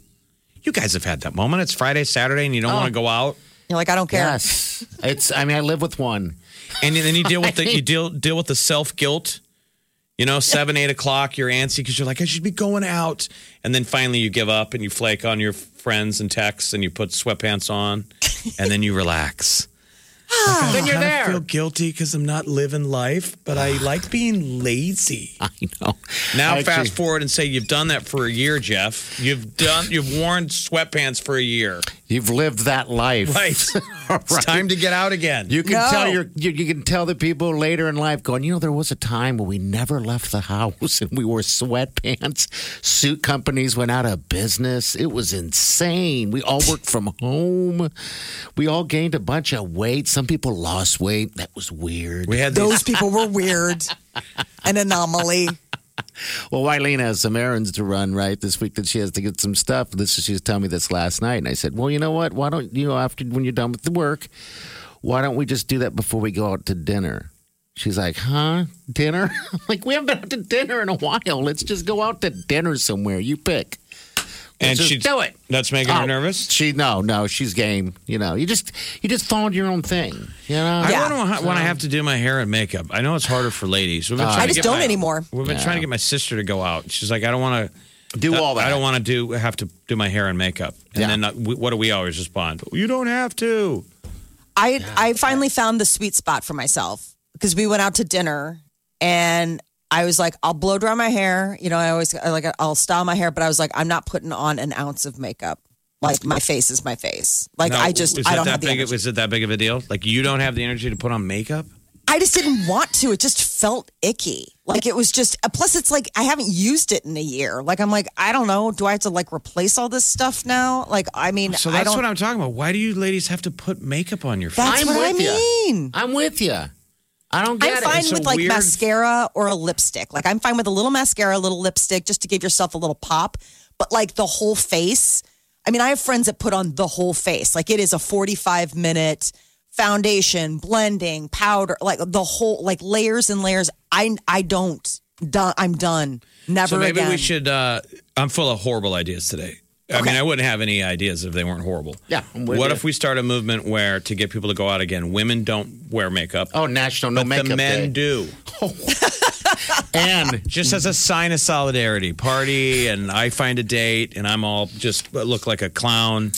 Speaker 5: You guys have had that moment. It's Friday, Saturday, and you
Speaker 1: Oh.
Speaker 5: don't want to go out,
Speaker 4: You're like, I don't care.
Speaker 1: yes. It's. I mean, I live with one.
Speaker 5: and then you deal with the you deal deal with the self guilt. You know, seven eight o'clock, you're antsy because you're like, I should be going out, and then finally you give up and you flake on your friends and texts, and you put sweatpants on, and then you relax. then
Speaker 1: Ah, you're there.
Speaker 5: feel guilty because I'm not living life, but I like being lazy.
Speaker 1: I know.
Speaker 5: Now,
Speaker 1: Actually-
Speaker 5: fast forward and say you've done that for a year, Jeff. You've done. You've worn sweatpants for a year.
Speaker 1: You've lived that life.
Speaker 5: Right. It's
Speaker 1: Right.
Speaker 5: time to get out again.
Speaker 1: You can
Speaker 4: No.
Speaker 1: tell your you, you can tell the people later in life going, you know, there was a time when we never left the house and we wore sweatpants. Suit companies went out of business. It was insane. We all worked from home. We all gained a bunch of weight. Some people lost weight. That was weird.
Speaker 5: we had these
Speaker 4: Those people were weird, an anomaly.
Speaker 1: Well, Wileen has some errands to run right this week that she has to get some stuff. This is she was telling me this last night, and I said, "Well, you know what? Why don't you after when you're done with the work, why don't we just do that before we go out to dinner?" She's like, "Huh? Dinner? I'm like we haven't been out to dinner in a while. Let's just go out to dinner somewhere. You pick."
Speaker 5: and
Speaker 1: just
Speaker 5: she
Speaker 1: do it.
Speaker 5: That's making her
Speaker 1: Oh,
Speaker 5: nervous.
Speaker 1: She no, no, she's game. You know, you just you just fall into your own thing. You know,
Speaker 5: I don't want to when I have to do my hair and makeup. I know it's harder for ladies. We've been trying
Speaker 4: Uh, I
Speaker 5: to
Speaker 4: just
Speaker 5: get
Speaker 4: don't
Speaker 5: my-
Speaker 4: anymore.
Speaker 5: We've been trying to get my sister to go out. She's like, I don't want to.
Speaker 1: do all that.
Speaker 5: I don't want to do have to do my hair and makeup. And
Speaker 1: Yeah.
Speaker 5: then uh, we, what do we always respond? You don't have to.
Speaker 4: I I finally found the sweet spot for myself because we went out to dinner and I was like, I'll blow dry my hair. You know, I always I like I'll style my hair, but I was like, I'm not putting on an ounce of makeup. Like my face is my face. Like
Speaker 5: No,
Speaker 4: I just
Speaker 5: is
Speaker 4: I
Speaker 5: it
Speaker 4: don't
Speaker 5: that
Speaker 4: have the
Speaker 5: big,
Speaker 4: energy.
Speaker 5: Is it that big of a deal? Like you don't have the energy to put on makeup?
Speaker 4: I just didn't want to. It just felt icky. Like it was just. uh, Plus, it's like I haven't used it in a year. Like I'm like I don't know. Do I have to like replace all this stuff now? Like I mean,
Speaker 5: So
Speaker 4: I
Speaker 5: that's
Speaker 4: don't.
Speaker 5: what I'm talking about. Why do you ladies have to put makeup on your face?
Speaker 4: that's
Speaker 1: I'm
Speaker 4: what I
Speaker 1: with ya.
Speaker 4: mean.
Speaker 1: I'm with you. I don't get
Speaker 4: I'm
Speaker 1: it.
Speaker 4: fine
Speaker 5: It's a
Speaker 4: with like
Speaker 5: weird-
Speaker 4: mascara or a lipstick. Like I'm fine with a little mascara, a little lipstick, just to give yourself a little pop. But like the whole face, I mean, I have friends that put on the whole face. Like it is a 45 minute foundation, blending, powder, like the whole, like layers and layers. I I don't. Done. I'm done. Never
Speaker 5: so maybe
Speaker 4: again.
Speaker 5: we should. Uh, I'm full of horrible ideas today. I mean, I wouldn't have any ideas if they weren't horrible.
Speaker 1: Yeah, I'm with
Speaker 5: What
Speaker 1: you.
Speaker 5: if we start a movement where to get people to go out again, women don't wear makeup,
Speaker 1: Oh, National No
Speaker 5: but
Speaker 1: Makeup
Speaker 5: the
Speaker 1: Day.
Speaker 5: men do,
Speaker 1: and
Speaker 5: just as a sign of solidarity. Party, and I find a date, and I'm all just uh, look like a clown.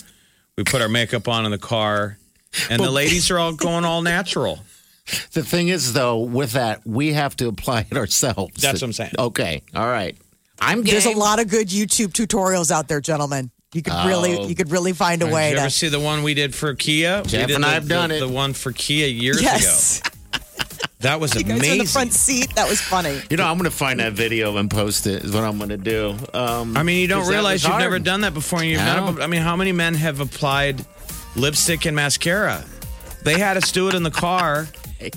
Speaker 5: We put our makeup on in the car, and the ladies are all going all natural.
Speaker 1: The thing is, though, with that, we have to apply it ourselves.
Speaker 5: That's what I'm saying.
Speaker 1: Okay. All right. I'm game.
Speaker 4: There's a lot of good YouTube tutorials out there, gentlemen. You could really, you could really find a
Speaker 5: Oh. Did
Speaker 4: way
Speaker 5: you
Speaker 4: to.
Speaker 5: ever see the one we did for Kia?
Speaker 1: Jeff
Speaker 5: we did
Speaker 1: and
Speaker 5: the,
Speaker 1: I have done
Speaker 5: the-
Speaker 1: it.
Speaker 5: The one for Kia years ago.
Speaker 4: yes,
Speaker 5: That was
Speaker 4: you guys were in the
Speaker 5: amazing.
Speaker 4: front seat. That was funny.
Speaker 1: You know, I'm going to find that video and post it, is what I'm going to do. Um,
Speaker 5: I mean, you don't
Speaker 1: 'cause that
Speaker 5: realize
Speaker 1: was
Speaker 5: you've
Speaker 1: hard.
Speaker 5: never done that before. And you've
Speaker 1: No.
Speaker 5: not, I mean, how many men have applied lipstick and mascara? They had us do it in the car,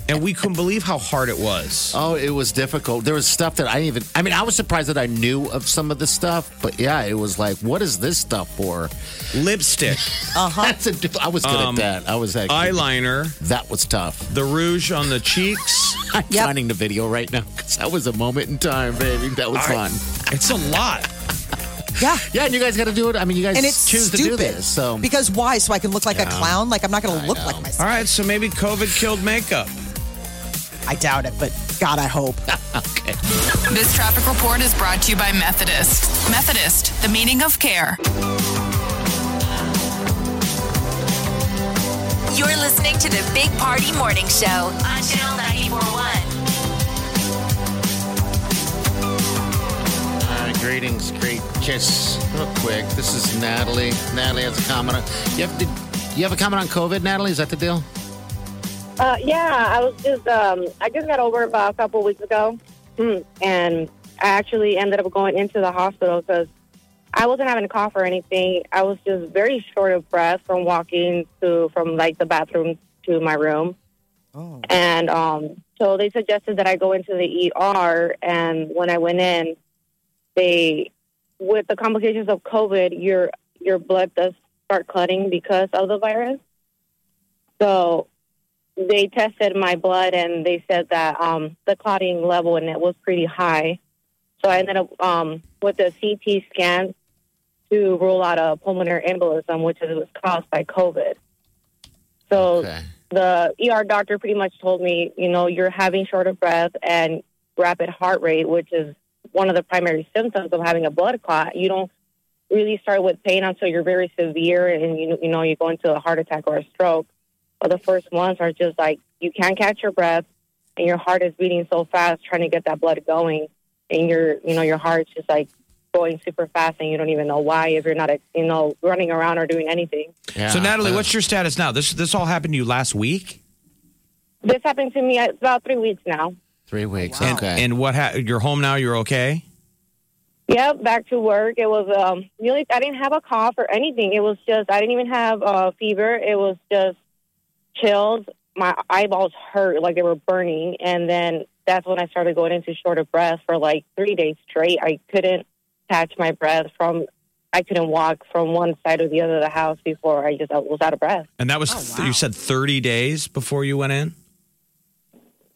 Speaker 5: and we couldn't believe how hard it was.
Speaker 1: Oh, it was difficult. There was stuff that I didn't even. I mean, I was surprised that I knew of some of the stuff, but yeah, it was like, what is this stuff for?
Speaker 5: Lipstick,
Speaker 1: Oh.
Speaker 4: Uh-huh.
Speaker 1: That's a diff- I was good
Speaker 5: Um,
Speaker 1: at that. I was that.
Speaker 5: eyeliner,
Speaker 1: That was tough.
Speaker 5: the rouge on the cheeks.
Speaker 1: I'm
Speaker 4: Yep.
Speaker 1: finding the video right now because that was a moment in time, baby. That was
Speaker 5: I-
Speaker 1: fun.
Speaker 5: It's a lot.
Speaker 4: Yeah.
Speaker 1: Yeah, and you guys got to do it. I mean, you guys
Speaker 4: and it's
Speaker 1: choose
Speaker 4: stupid.
Speaker 1: to do this. So
Speaker 4: because why? So I can look like a clown? Like I'm not going to look like
Speaker 5: All
Speaker 4: myself.
Speaker 5: right, so maybe COVID killed makeup.
Speaker 4: I doubt it, but God, I hope.
Speaker 6: This traffic report is brought to you by Methodist. Methodist, the meaning of care.
Speaker 3: You're listening to the Big Party Morning Show on Channel 941.
Speaker 1: Uh, greetings, great kiss. Real quick, this is Natalie. Natalie has a comment. On, you have to. You have a comment on COVID, Natalie? Is that the deal?
Speaker 7: Uh, yeah, I was just um, I just got over it about a couple weeks ago, Hmm. and I actually ended up going into the hospital because I wasn't having a cough or anything. I was just very short of breath from walking to from like the bathroom to my room,
Speaker 4: Oh.
Speaker 7: and um, so they suggested that I go into the ER. And when I went in, they with the complications of COVID, your your blood does start clotting because of the virus. So they tested my blood and they said that um, the clotting level and it was pretty high. So I ended up um, with a CT scan to rule out a pulmonary embolism, which is, was caused by COVID.
Speaker 4: Oh.
Speaker 7: So
Speaker 1: Okay.
Speaker 7: the ER doctor pretty much told me, you know, you're having short of breath and rapid heart rate, which is one of the primary symptoms of having a blood clot. You don't really start with pain until you're very severe and you you know you go into a heart attack or a stroke. But the first ones are just like you can't catch your breath, and your heart is beating so fast trying to get that blood going, and your you know your heart's just like going super fast, and you don't even know why if you're not you know running around or doing anything.
Speaker 5: So
Speaker 1: uh,
Speaker 5: Natalie, what's your status now? This this all happened to you last week,
Speaker 7: This happened to me at about three weeks now.
Speaker 1: Three weeks.
Speaker 5: and
Speaker 1: Okay.
Speaker 5: and what ha- you're home now. You're okay.
Speaker 7: Yeah, back to work. It was um really I didn't have a cough or anything. It was just I didn't even have uh fever. It was just chills. My eyeballs hurt like they were burning and then that's when I started going into short of breath for like 3 days straight. I couldn't catch my breath from I couldn't walk from one side or the other of the house before I just I was out of breath.
Speaker 5: And that was th- you said 30 days before you went in.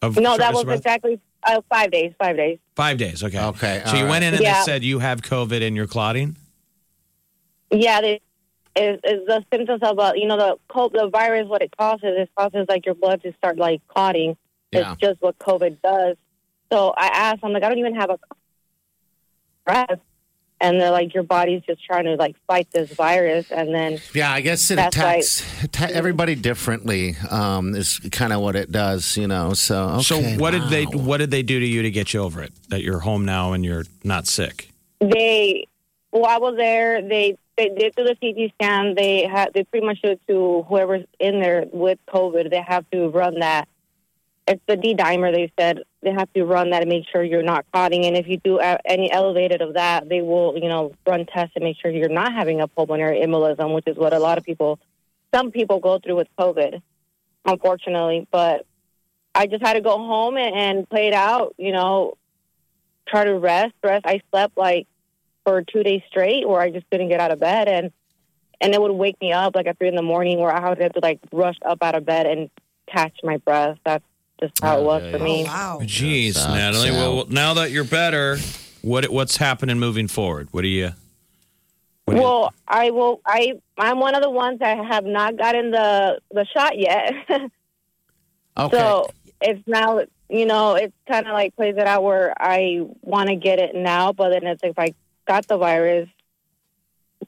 Speaker 5: Of
Speaker 7: No,
Speaker 5: shortness
Speaker 7: that was
Speaker 5: of breath?
Speaker 7: exactly uh, 5 days, 5 days.
Speaker 5: five days. Okay.
Speaker 1: Okay,
Speaker 5: So you
Speaker 1: all
Speaker 5: went in and
Speaker 7: Yeah.
Speaker 5: they said you have COVID and you're clotting.
Speaker 7: Yeah, they, it's, it's the symptoms of uh, you know the cold, the virus. What it causes it causes like your blood to start like clotting.
Speaker 1: Yeah.
Speaker 7: It's just what COVID does. So I asked, I'm like, I don't even have a breath, and they're like, your body's just trying to like fight this virus, and then
Speaker 1: Yeah, I guess it
Speaker 7: That's
Speaker 1: attacks atta- everybody differently. Um, is kind of what it does, you know. So, okay,
Speaker 5: so what
Speaker 1: wow.
Speaker 5: did they what did they do to you to get you over it? That you're home now and you're not sick.
Speaker 7: they while I was there, they they did do the CT scan. They had they pretty much do it to whoever's in there with COVID. They have to run that. It's the D dimer. They said they have to run that and make sure you're not clotting. And if you do uh, any elevated of that, they will you know run tests and make sure you're not having a pulmonary embolism, which is what a lot of people, some people go through with COVID, unfortunately. But I just had to go home and, and play it out. You know, try to rest, rest. I slept like for two days straight where I just couldn't get out of bed and and it would wake me up like at three in the morning where I would have to like rush up out of bed and catch my breath. That's just how it was for me.
Speaker 4: Oh,
Speaker 5: Oh,
Speaker 4: Wow.
Speaker 5: Jeez,
Speaker 1: sucks.
Speaker 5: Natalie.
Speaker 1: Yeah.
Speaker 5: Well, now that you're better, what what's happening moving forward? What do you? What do you-
Speaker 7: Well, I will. I I'm one of the ones that have not gotten the the shot yet.
Speaker 1: Okay,
Speaker 7: so it's now you know it's kind of like plays it out where I want to get it now, but then it's like if I got the virus,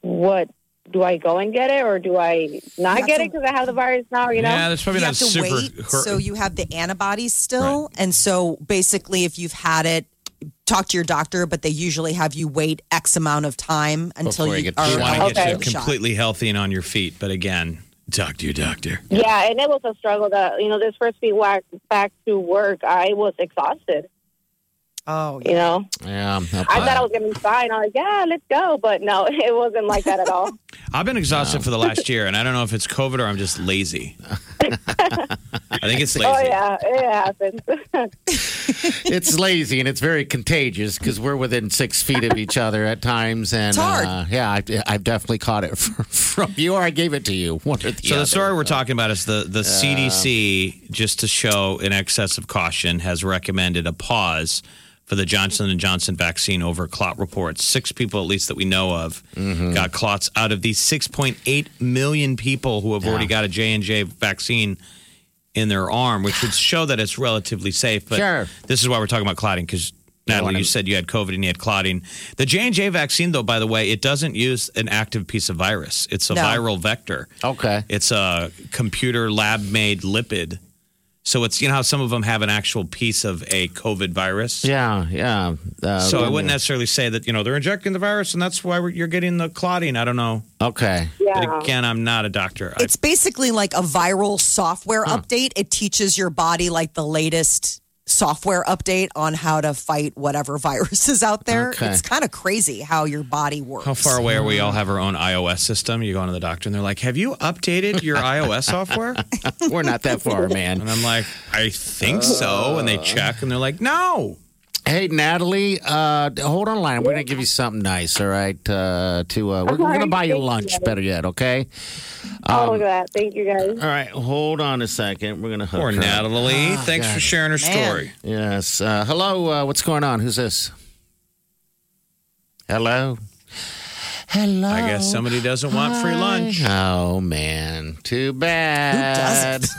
Speaker 7: what do I go and get it or do I not
Speaker 4: have
Speaker 7: get
Speaker 4: to-
Speaker 7: it because I have the virus now? You know.
Speaker 5: yeah, that's probably
Speaker 4: you
Speaker 5: not
Speaker 4: have to
Speaker 5: super.
Speaker 4: wait,
Speaker 5: hurt-
Speaker 4: so you have the antibodies still, and so basically, if you've had it, talk to your doctor, but they usually have you wait X amount of time until
Speaker 1: Before
Speaker 4: you,
Speaker 1: you get the
Speaker 4: are
Speaker 5: you want to
Speaker 7: Okay.
Speaker 5: get you completely healthy and on your feet, but again, talk to your doctor.
Speaker 7: Yeah, and it was a struggle. That you know, this first week back back to work, I was exhausted.
Speaker 4: Oh,
Speaker 7: You know,
Speaker 1: yeah,
Speaker 7: I thought I was gonna be fine. I was like, yeah, let's go, but no, it wasn't like that at all.
Speaker 5: I've been exhausted for the last year, and I don't know if it's COVID or I'm just lazy. I think it's lazy.
Speaker 7: oh yeah, it happens.
Speaker 1: it's lazy and it's very contagious because we're within six feet of each other at times. And
Speaker 4: It's hard.
Speaker 1: Uh, yeah, I, I've definitely caught it from, from you, or I gave it to you. One or the
Speaker 5: So
Speaker 1: other.
Speaker 5: the story we're talking about is the the CDC, just to show an excess of caution, has recommended a pause for the Johnson and Johnson vaccine over clot reports. Six people, at least that we know of,
Speaker 1: Mm-hmm.
Speaker 5: got clots out of the 6.8 million people who have already got a J and J vaccine in their arm, which would show that it's relatively safe. But
Speaker 1: Sure.
Speaker 5: this is why we're talking about clotting because. Natalie, you said you had COVID and you had clotting. The J and J vaccine, though, by the way, it doesn't use an active piece of virus. It's a
Speaker 4: No.
Speaker 5: viral vector.
Speaker 1: Okay.
Speaker 5: It's a computer lab made lipid. So it's you know how some of them have an actual piece of a COVID virus.
Speaker 1: Yeah, yeah. Uh,
Speaker 5: So I wouldn't necessarily say that you know they're injecting the virus and that's why we're, you're getting the clotting. I don't know.
Speaker 1: Okay.
Speaker 7: Yeah,
Speaker 8: Uh-huh.
Speaker 5: But again, I'm not a doctor. I,
Speaker 4: It's basically like a viral software
Speaker 5: Hmm.
Speaker 4: update. It teaches your body like the latest software update on how to fight whatever virus is out there.
Speaker 1: Okay.
Speaker 4: It's kind of crazy how your body works.
Speaker 5: how far away are we? All have our own iOS system. You go into the doctor and they're like, "Have you updated your iOS software?"
Speaker 1: We're not that far, man.
Speaker 5: And I'm like, "I think
Speaker 1: Uh.
Speaker 5: so." And they check and they're like, "No."
Speaker 1: Hey, Natalie, uh, hold on a line. We're going to give you something nice, all right? Uh, to uh, We're, we're going to buy you lunch, better yet, okay?
Speaker 7: oh
Speaker 5: um,
Speaker 7: look at that. Thank you guys.
Speaker 1: All right, hold on a second. We're going to hook
Speaker 5: Poor
Speaker 1: her up.
Speaker 5: Natalie.
Speaker 1: Ah,
Speaker 5: Thanks for sharing her
Speaker 4: Man.
Speaker 5: story.
Speaker 1: Yes. Uh, hello. Uh, what's going on? Who's this? Hello. Hello.
Speaker 5: I guess somebody doesn't want free lunch.
Speaker 1: Oh man, too
Speaker 4: Who
Speaker 1: bad.
Speaker 4: doesn't?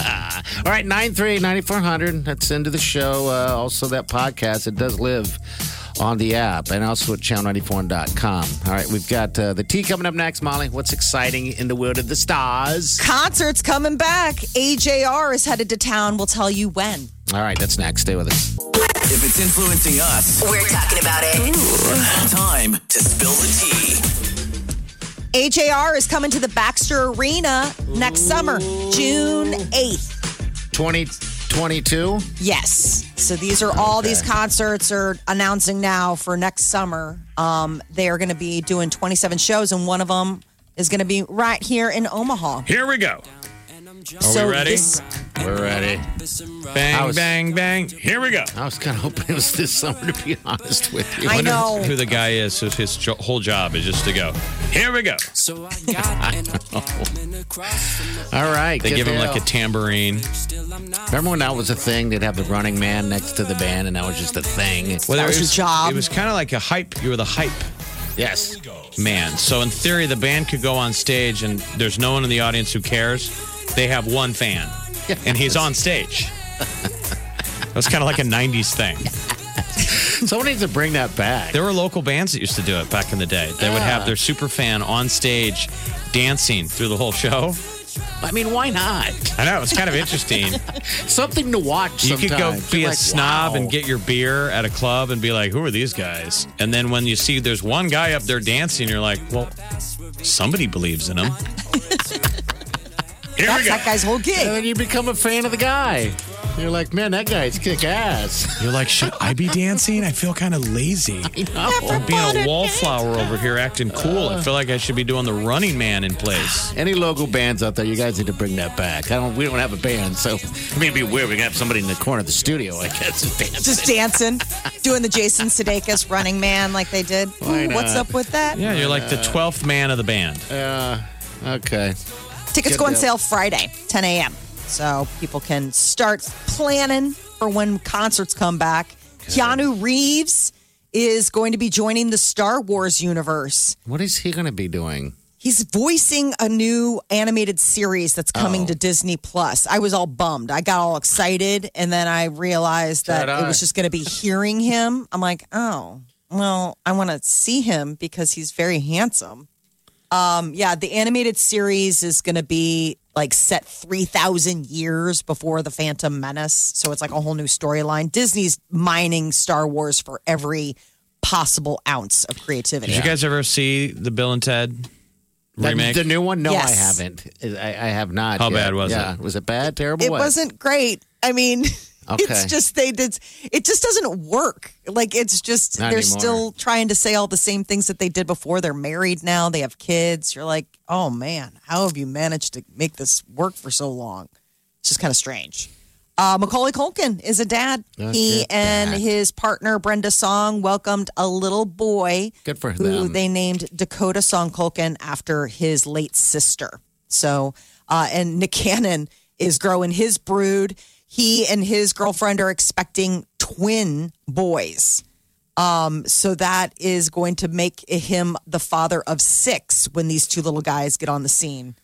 Speaker 1: All right, nine three ninety four hundred. That's into the show. Uh, also, that podcast it does live on the app and also at channel94.com. All right, we've got uh, the tea coming up next, Molly. What's exciting in the world of the stars?
Speaker 4: Concerts coming back. AJR is headed to town. We'll tell you when.
Speaker 1: All right, that's next. Stay with us.
Speaker 2: If it's influencing us,
Speaker 3: We're talking about it.
Speaker 2: time to spill the tea.
Speaker 4: AJR is coming to the Baxter Arena next summer, June 8th.
Speaker 1: 2022?
Speaker 4: Yes. So these are all these concerts are announcing now for next summer. Um, they are going to be doing 27 shows, and one of them is going to be right here in Omaha.
Speaker 5: Here we go.
Speaker 4: Are so
Speaker 5: we ready?
Speaker 4: This,
Speaker 1: We're ready. I
Speaker 5: Bang,
Speaker 1: was-
Speaker 5: bang, bang. Here we go.
Speaker 1: I was kind of hoping it was this summer, to be honest with you.
Speaker 4: I know.
Speaker 5: Who the guy is, so his jo- whole job is just to go, here we go.
Speaker 1: All right.
Speaker 5: They
Speaker 1: good
Speaker 5: give him like a
Speaker 1: deal.
Speaker 5: tambourine.
Speaker 1: Remember when that was a thing? They'd have the running man next to the band, and that was just a thing.
Speaker 5: Well,
Speaker 4: That was
Speaker 5: it
Speaker 4: your job.
Speaker 5: It was kind of like a hype. You were the hype
Speaker 1: Yes.
Speaker 5: man. So in theory, the band could go on stage and there's no one in the audience who cares. They have one fan, and he's on stage. That's kind of like a '90s thing.
Speaker 1: Someone needs to bring that back.
Speaker 5: There were local bands that used to do it back in the day. They would have their super fan on stage dancing through the whole show.
Speaker 1: I mean, why not?
Speaker 5: I know it's kind of interesting.
Speaker 1: Something to watch.
Speaker 5: you could go
Speaker 1: sometimes.
Speaker 5: be
Speaker 1: You're
Speaker 5: a
Speaker 1: like,
Speaker 5: snob
Speaker 1: wow.
Speaker 5: and get your beer at a club and be like, "Who are these guys?" And then when you see there's one guy up there dancing, you're like, "Well, somebody believes in him." Here we
Speaker 4: that's
Speaker 5: go.
Speaker 4: that guy's whole
Speaker 1: And
Speaker 4: gig.
Speaker 1: then you become a fan of the guy. You're like, man, that guy's kick ass.
Speaker 5: You're like, "Should I be dancing? I feel kind of lazy." I'm being a wallflower over here, acting cool. I feel like I should be doing the Running Man in place.
Speaker 1: Any local bands out there, you guys need to bring that back. I don't. We don't have a band, so I mean, it'd be weird. We can have somebody in the corner of the studio, I guess, just dancing.
Speaker 4: Just dancing, doing the Jason Sudeikis running man like they did.
Speaker 1: Why
Speaker 4: Ooh, what's
Speaker 1: not?
Speaker 4: up with that?
Speaker 5: Yeah, you're like the twelfth man of the band.
Speaker 1: Okay.
Speaker 4: Tickets
Speaker 1: Good
Speaker 4: go on
Speaker 1: deal.
Speaker 4: sale Friday, 10 a.m. So people can start planning for when concerts come back. Keanu Reeves is going to be joining the Star Wars universe.
Speaker 1: What is he going to be doing?
Speaker 4: He's voicing a new animated series that's coming
Speaker 1: Oh.
Speaker 4: to Disney Plus. I was all bummed. I got all excited and then I realized that
Speaker 1: Jedi.
Speaker 4: it was just going to be hearing him. I'm like, "Oh, well, I want to see him because he's very handsome." Um, yeah, the animated series is going to be like set 3000 years before the Phantom Menace, so it's like a whole new storyline. Disney's mining Star Wars for every possible ounce of creativity.
Speaker 5: Did you guys ever see the Bill and Ted
Speaker 1: That-
Speaker 5: remake?
Speaker 1: The new one? No,
Speaker 4: Yes.
Speaker 1: I haven't. I, I have not.
Speaker 5: How
Speaker 1: yet.
Speaker 5: bad was
Speaker 1: Yeah. Was it bad? Terrible?
Speaker 4: it
Speaker 1: What?
Speaker 4: wasn't great. I mean,
Speaker 1: Okay.
Speaker 4: it's just they did. It just doesn't work. Like it's just
Speaker 1: Not
Speaker 4: they're
Speaker 1: anymore.
Speaker 4: still trying to say all the same things that they did before. They're married now. They have kids. You're like, oh man, how have you managed to make this work for so long? It's just kind of strange. Uh, Macaulay Culkin is a dad.
Speaker 1: Look
Speaker 4: he
Speaker 1: at
Speaker 4: and
Speaker 1: that.
Speaker 4: his partner Brenda Song welcomed a little boy
Speaker 1: Good for
Speaker 4: who
Speaker 1: them.
Speaker 4: they named Dakota Song Culkin after his late sister. So, uh, and Nick Cannon is growing his brood. He and his girlfriend are expecting twin boys. Um, so that is going to make him the father of six when these two little guys get on the scene,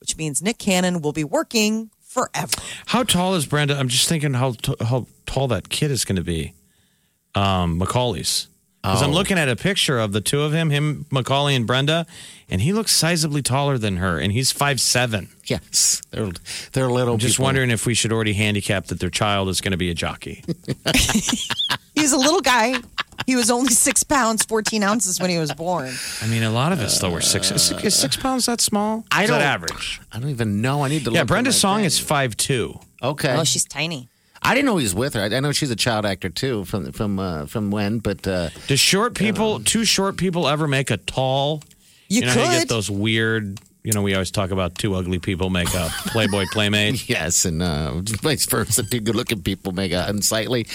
Speaker 4: which means Nick Cannon will be working forever.
Speaker 5: How tall is Brenda? I'm just thinking how t- how tall that kid is going to be. Um, Macaulay's. Because I'm looking at a picture of the two of him, him, Macaulay, and Brenda, and he looks sizably taller than her, and he's five seven.
Speaker 1: Yes. They're, they're little.
Speaker 5: Just
Speaker 1: people.
Speaker 5: wondering if we should already handicap that their child is going to be a jockey.
Speaker 4: He's a little guy. He was only six pounds, 14 ounces when he was born.
Speaker 5: I mean, a lot of us though were six. Is six, is six pounds that small?
Speaker 1: I
Speaker 5: Is that
Speaker 1: don't-
Speaker 5: average.
Speaker 1: I don't even know. I need to look.
Speaker 5: Yeah,
Speaker 1: at
Speaker 5: Brenda's
Speaker 1: that
Speaker 5: song
Speaker 1: thing.
Speaker 5: is five two.
Speaker 1: Okay.
Speaker 4: Oh, she's tiny.
Speaker 1: I didn't know he was with her. I, I know she's a child actor too from from uh, from when, but uh,
Speaker 5: Do short people, two short people, ever make a tall?
Speaker 4: You
Speaker 5: know,
Speaker 4: could.
Speaker 5: how you get those weird. You know, we always talk about two ugly people make a Playboy playmate.
Speaker 1: yes, and uh, vice versa. Two good looking people make it unsightly.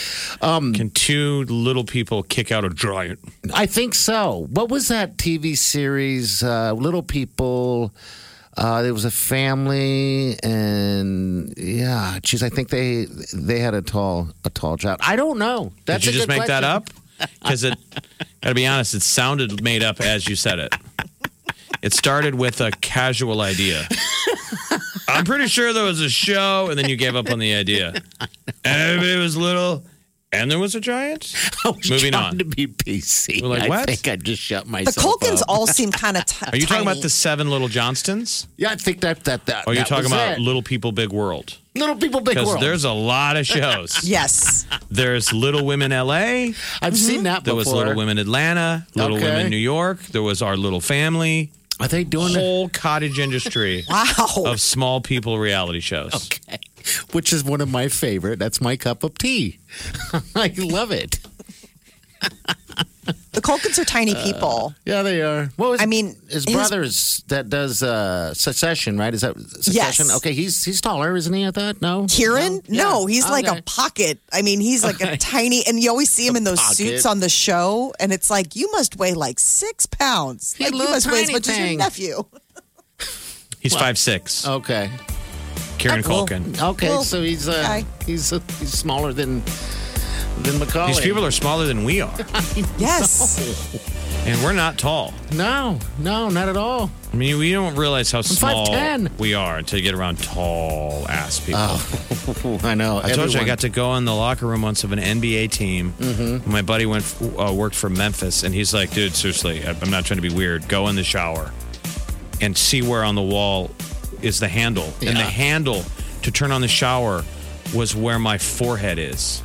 Speaker 1: Um,
Speaker 5: Can two little people kick out a giant?
Speaker 1: I think so. What was that TV series? Uh, Little People. Uh, there was a family, and yeah, geez, I think they they had a tall a tall child. I don't know. That's
Speaker 5: Did
Speaker 1: a
Speaker 5: you just
Speaker 1: good
Speaker 5: make that
Speaker 1: question.
Speaker 5: up? Because it, gotta be honest, it sounded made up as you said it. It started with a casual idea. I'm pretty sure there was a show, and then you gave up on the idea. Everybody was little. And there was a giant?
Speaker 1: I was
Speaker 5: Moving
Speaker 1: trying
Speaker 5: on.
Speaker 1: to be PC.
Speaker 5: We're like,
Speaker 1: I
Speaker 5: what?
Speaker 1: think I just shut
Speaker 4: The
Speaker 1: myself.
Speaker 4: Colkins
Speaker 1: up.
Speaker 4: all seem kind of t-
Speaker 5: Are you talking about the seven little Johnstons?
Speaker 1: Yeah, I think that that that.
Speaker 5: Or are you
Speaker 1: that
Speaker 5: Oh, talking
Speaker 1: was
Speaker 5: about
Speaker 1: it.
Speaker 5: Little People Big World?
Speaker 1: little people, big
Speaker 5: Because
Speaker 1: world?
Speaker 5: there's a lot of shows.
Speaker 4: Yes.
Speaker 5: There's Little Women LA.
Speaker 4: Mm-hmm.
Speaker 1: I've seen that
Speaker 5: There
Speaker 1: before.
Speaker 5: was Little Women Atlanta, Little
Speaker 1: Okay.
Speaker 5: Women New York. There was Our Little Family.
Speaker 1: Are they doing it?
Speaker 5: Whole cottage industry
Speaker 4: Wow.
Speaker 5: of small people reality shows.
Speaker 1: Okay.
Speaker 5: Oh.
Speaker 1: Which is one of my favorite. That's my cup of tea. I love it.
Speaker 4: The Colkins are tiny people.
Speaker 1: Yeah, they are. What was
Speaker 4: I mean,
Speaker 1: his,
Speaker 4: his-
Speaker 1: brother's that does uh secession, right? Is that secession?
Speaker 4: Yes.
Speaker 1: Okay, he's he's taller, isn't he? I thought no.
Speaker 4: Kieran? No,
Speaker 1: Yeah.
Speaker 4: he's like
Speaker 1: Okay.
Speaker 4: a pocket. I mean, he's like a tiny, and you always see him in those
Speaker 1: pocket.
Speaker 4: suits on the show, and it's like you must weigh like six pounds.
Speaker 1: He
Speaker 4: like you
Speaker 1: little
Speaker 4: must weigh as
Speaker 1: tiny
Speaker 4: much as your
Speaker 1: thing.
Speaker 4: nephew.
Speaker 5: He's five six.
Speaker 1: Okay.
Speaker 5: Kieran
Speaker 4: well,
Speaker 5: Culkin.
Speaker 1: Okay.
Speaker 4: Well,
Speaker 1: so he's uh,
Speaker 4: okay.
Speaker 1: he's uh, he's smaller than than Macaulay.
Speaker 5: These people are smaller than we are,
Speaker 4: Yes.
Speaker 5: and we're not tall.
Speaker 1: no, no, not at all.
Speaker 5: I mean, we don't realize how small
Speaker 1: 5'10".
Speaker 5: we are until you get around tall ass people.
Speaker 1: Oh. I know.
Speaker 5: I told you I got to go in the locker room once of an NBA team. Mm-hmm. My buddy went uh, worked for Memphis, and he's like, "Dude, seriously, I- I'm not trying to be weird. Go in the shower and see where on the wall is the handle, and the handle to turn on the shower was where my forehead is."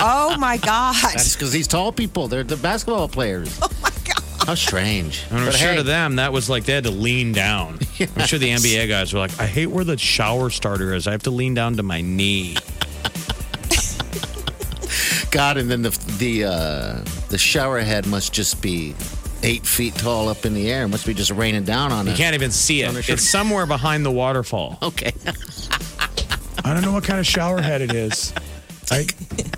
Speaker 4: oh my God.
Speaker 1: That's because these tall people. They're the basketball players. Oh my god. How strange.
Speaker 5: And I'm
Speaker 1: But
Speaker 5: sure
Speaker 1: hey,
Speaker 5: to them that was like they had to lean down. I'm sure the NBA guys were like, "I hate where the shower starter is. I have to lean down to my knee."
Speaker 1: God, and then the the uh, the shower head must just be eight feet tall up in the air. It must be just raining down on
Speaker 5: You
Speaker 1: us.
Speaker 5: can't even see it. It's somewhere behind the waterfall.
Speaker 1: Okay.
Speaker 5: I don't know what kind of shower head it is. I,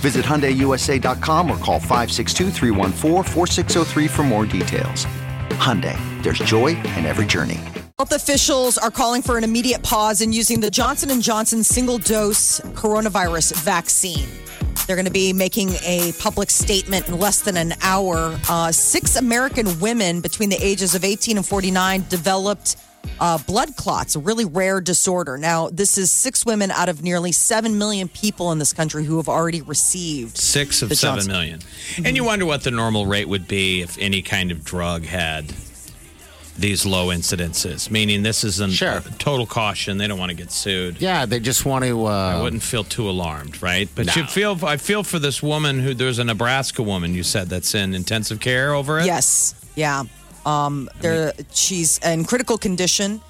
Speaker 9: Visit HyundaiUSA.com or call 562-314-4603 for more details. Hyundai, there's joy in every journey.
Speaker 4: Health officials are calling for an immediate pause in using the Johnson & Johnson single-dose coronavirus vaccine. They're going to be making a public statement in less than an hour. Uh, six American women between the ages of 18 and 49 developed uh, blood clots, a really rare disorder. Now, this is six women out of nearly 7 million people in this country who have already received.
Speaker 5: Six of
Speaker 4: The
Speaker 5: seven
Speaker 4: Johnson-
Speaker 5: million. And you wonder what the normal rate would be if any kind of drug had these low incidences, meaning this is a
Speaker 1: Sure.
Speaker 5: total caution. They don't want to get sued.
Speaker 1: Yeah, they just want to. Uh,
Speaker 5: I wouldn't feel too alarmed, right? But you
Speaker 1: No.
Speaker 5: feel I feel for this woman who there's a Nebraska woman you said that's in intensive care over it.
Speaker 4: Yes. Yeah. Um, there, she's in critical condition.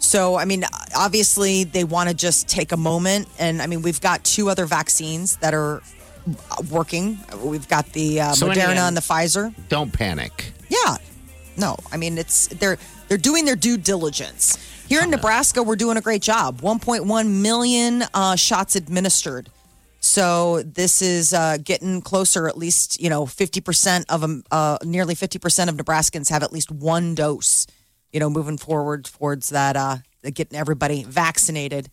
Speaker 4: So, I mean, obviously, they want to just take a moment. And I mean, we've got two other vaccines that are working. We've got the uh,
Speaker 1: So in the
Speaker 4: Moderna
Speaker 1: end-
Speaker 4: and the Pfizer.
Speaker 1: Don't panic.
Speaker 4: Yeah. No, I mean, it's they're they're doing their due diligence. Here in Nebraska, we're doing a great job. 1.1 million uh, shots administered. So this is uh, getting closer. At least you know 50 percent of them, uh, nearly 50 percent of Nebraskans have at least one dose. You know, moving forward towards that, uh, getting everybody vaccinated.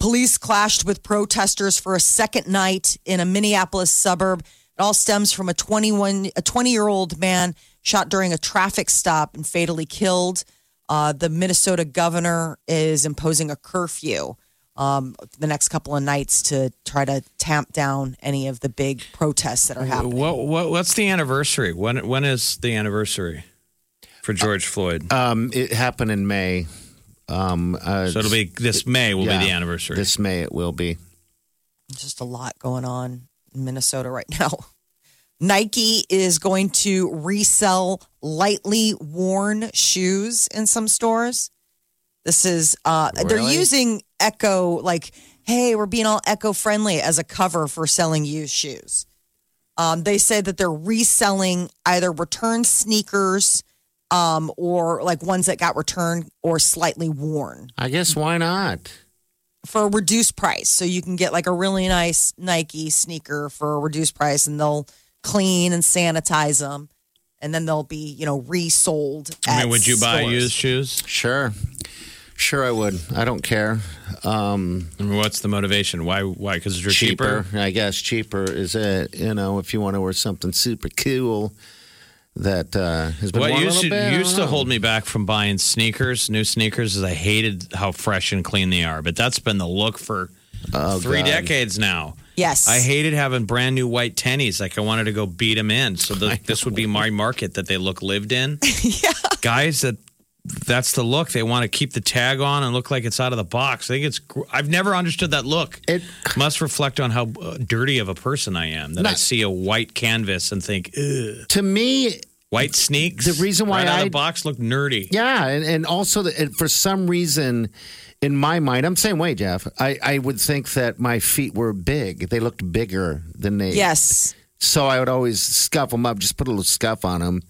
Speaker 4: Police clashed with protesters for a second night in a Minneapolis suburb. It all stems from a 21 a 20 year old man shot during a traffic stop and fatally killed. Uh, the Minnesota governor is imposing a curfew um, the next couple of nights to try to tamp down any of the big protests that are happening.
Speaker 5: What, what, what's the anniversary? When when is the anniversary for
Speaker 1: Uh,
Speaker 5: George Floyd?
Speaker 1: Um, it happened in May. Um, uh,
Speaker 5: So it'll be- this May will be the anniversary.
Speaker 1: This May it will be.
Speaker 4: just a lot going on in Minnesota right now. Nike is going to resell lightly worn shoes in some stores. This is uh they're
Speaker 8: Really?
Speaker 4: using eco like hey, we're being all eco friendly as a cover for selling used shoes. Um, they say that they're reselling either return sneakers um, or like ones that got returned or slightly worn
Speaker 1: I guess why not?
Speaker 4: for a reduced price. So you can get like a really nice Nike sneaker for a reduced price and they'll clean and sanitize them and then they'll be, you know, resold.
Speaker 5: I
Speaker 4: at
Speaker 5: mean, would you buy
Speaker 4: stores.
Speaker 5: used shoes?
Speaker 1: Sure, sure I would. I don't care. Um,
Speaker 5: I mean, what's the motivation? Why? Why? Because they're cheaper.
Speaker 1: I guess cheaper is it. You know, if you want to wear something super cool that uh, has been
Speaker 5: What
Speaker 1: worn a little
Speaker 5: used to
Speaker 1: bit, I don't
Speaker 5: used to
Speaker 1: know.
Speaker 5: hold me back from buying sneakers, new sneakers, is I hated how fresh and clean they are. But that's been the look for three
Speaker 1: Oh, God.
Speaker 5: decades now.
Speaker 4: Yes.
Speaker 5: I hated having brand new white tennies. Like I wanted to go beat them in. So the, this would be my market that they look lived in. Guys that that's the look they want to keep the tag on and look like it's out of the box. I think it's. gr- I've never understood that look.
Speaker 1: It
Speaker 5: must reflect on how uh, dirty of a person I am that I
Speaker 1: Not-
Speaker 5: see a white canvas and think, ugh.
Speaker 1: To me,
Speaker 5: White sneaks.
Speaker 1: The reason why
Speaker 5: right out of
Speaker 1: I-
Speaker 5: the box look nerdy.
Speaker 1: Yeah, and, and also the, and for some reason, in my mind, I'm same way, Jeff. I, I would think that my feet were big; they looked bigger than they.
Speaker 4: Yes.
Speaker 1: So I would always scuff them up, just put a little scuff on them.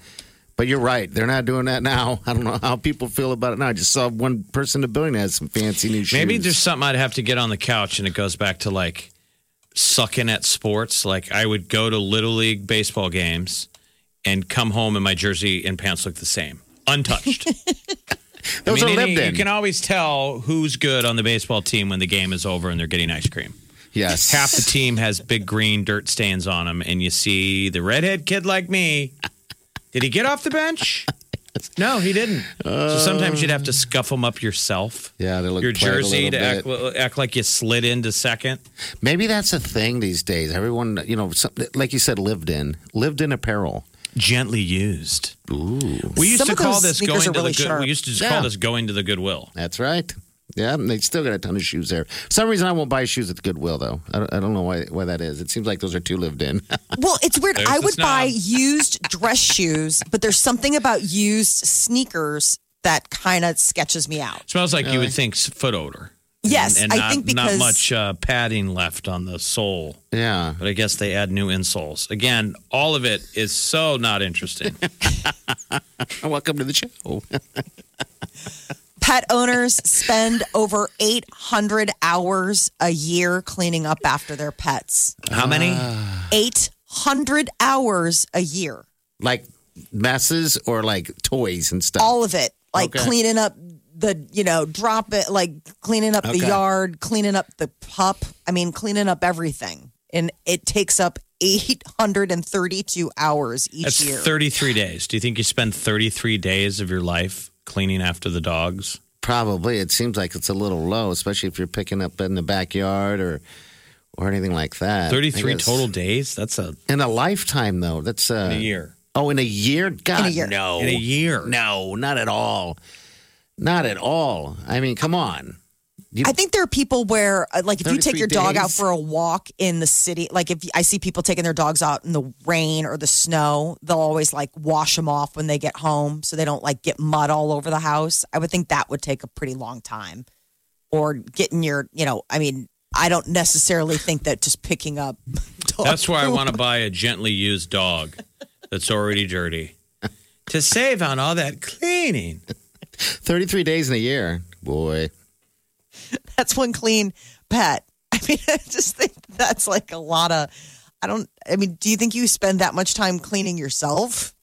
Speaker 1: But you're right; they're not doing that now. I don't know how people feel about it now. I just saw one person in the building that had some fancy new shoes.
Speaker 5: Maybe there's something I'd have to get on the couch, and it goes back to like sucking at sports. Like I would go to little league baseball games and come home, and my jersey and pants look the same, untouched.
Speaker 1: Those
Speaker 5: I mean,
Speaker 1: are
Speaker 5: any-
Speaker 1: lived
Speaker 5: You
Speaker 1: in.
Speaker 5: can always tell who's good on the baseball team when the game is over and they're getting ice cream.
Speaker 1: Yes.
Speaker 5: Half the team has big green dirt stains on them, and you see the redhead kid like me. Did he get off the bench? No, he didn't. so sometimes you'd have to scuff them up yourself.
Speaker 1: Yeah, they look
Speaker 5: Your
Speaker 1: played a
Speaker 5: jersey to
Speaker 1: little
Speaker 5: act,
Speaker 1: bit.
Speaker 5: act like you slid into second.
Speaker 1: Maybe that's a thing these days. Everyone, you know, some, like you said, lived in, lived in apparel,
Speaker 5: gently used.
Speaker 1: Ooh,
Speaker 5: We used
Speaker 1: Some
Speaker 5: to
Speaker 1: of
Speaker 5: call
Speaker 1: those
Speaker 5: this going
Speaker 1: sneakers
Speaker 5: to
Speaker 1: are really
Speaker 5: the good.
Speaker 1: sharp.
Speaker 5: We used to just
Speaker 1: Yeah.
Speaker 5: call this going to the Goodwill.
Speaker 1: That's right. Yeah, and they still got a ton of shoes there. For some reason, I won't buy shoes at the Goodwill though. I don't, I don't know why why that is. It seems like those are too lived in.
Speaker 4: Well, it's weird.
Speaker 1: There's
Speaker 4: I
Speaker 1: the
Speaker 4: would
Speaker 1: snob.
Speaker 4: buy used dress shoes, but there's something about used sneakers that kind of sketches me out.
Speaker 5: Smells like you would think s- foot odor.
Speaker 4: Yes,
Speaker 5: and, and
Speaker 4: I
Speaker 5: not,
Speaker 4: think
Speaker 5: not
Speaker 4: because-
Speaker 5: much uh, padding left on the sole.
Speaker 1: Yeah,
Speaker 5: but I guess they add new insoles. Again, all of it is so not interesting.
Speaker 1: Welcome to the show.
Speaker 4: Pet owners spend over 800 hours a year cleaning up after their pets.
Speaker 5: How many?
Speaker 1: Ah.
Speaker 4: 800 hours a year.
Speaker 1: like messes or like toys and stuff.
Speaker 4: All of it. Like
Speaker 1: Okay.
Speaker 4: cleaning up the, you know, drop it, like cleaning up the
Speaker 1: Okay.
Speaker 4: yard, cleaning up the pup. I mean, cleaning up everything. And it takes up 832 hours each
Speaker 5: That's
Speaker 4: year.
Speaker 5: 33 days. Do you think you spend 33 days of your life cleaning after the
Speaker 1: Uh,
Speaker 5: dogs?
Speaker 1: Probably. It seems like it's a little low, especially if you're picking up in the backyard or or anything like that.
Speaker 5: 33
Speaker 1: I guess.
Speaker 5: total days? That's a
Speaker 1: in a lifetime though. That's uh,
Speaker 5: In a year.
Speaker 1: Oh, in a year? God,
Speaker 5: year.
Speaker 1: no.
Speaker 5: In a year.
Speaker 1: No, not at all. Not at all. I mean, come on. You-
Speaker 4: I think there are people where, uh, like, if you take
Speaker 1: 33
Speaker 4: your dog out
Speaker 1: days?
Speaker 4: for a walk in the city, like, if I see people taking their dogs out in the rain or the snow, they'll always like wash them off when they get home so they don't like get mud all over the house. I would think that would take a pretty long time. Or getting your, you know, I mean, I don't necessarily think that just picking up. Dog
Speaker 5: That's why I
Speaker 4: poop-
Speaker 5: want to buy a gently used dog that's already dirty to save on all that cleaning.
Speaker 1: 33 days in a year. Boy.
Speaker 4: That's one clean pet. I mean, I just think that's like a lot of. I don't. I mean, do you think you spend that much time cleaning yourself?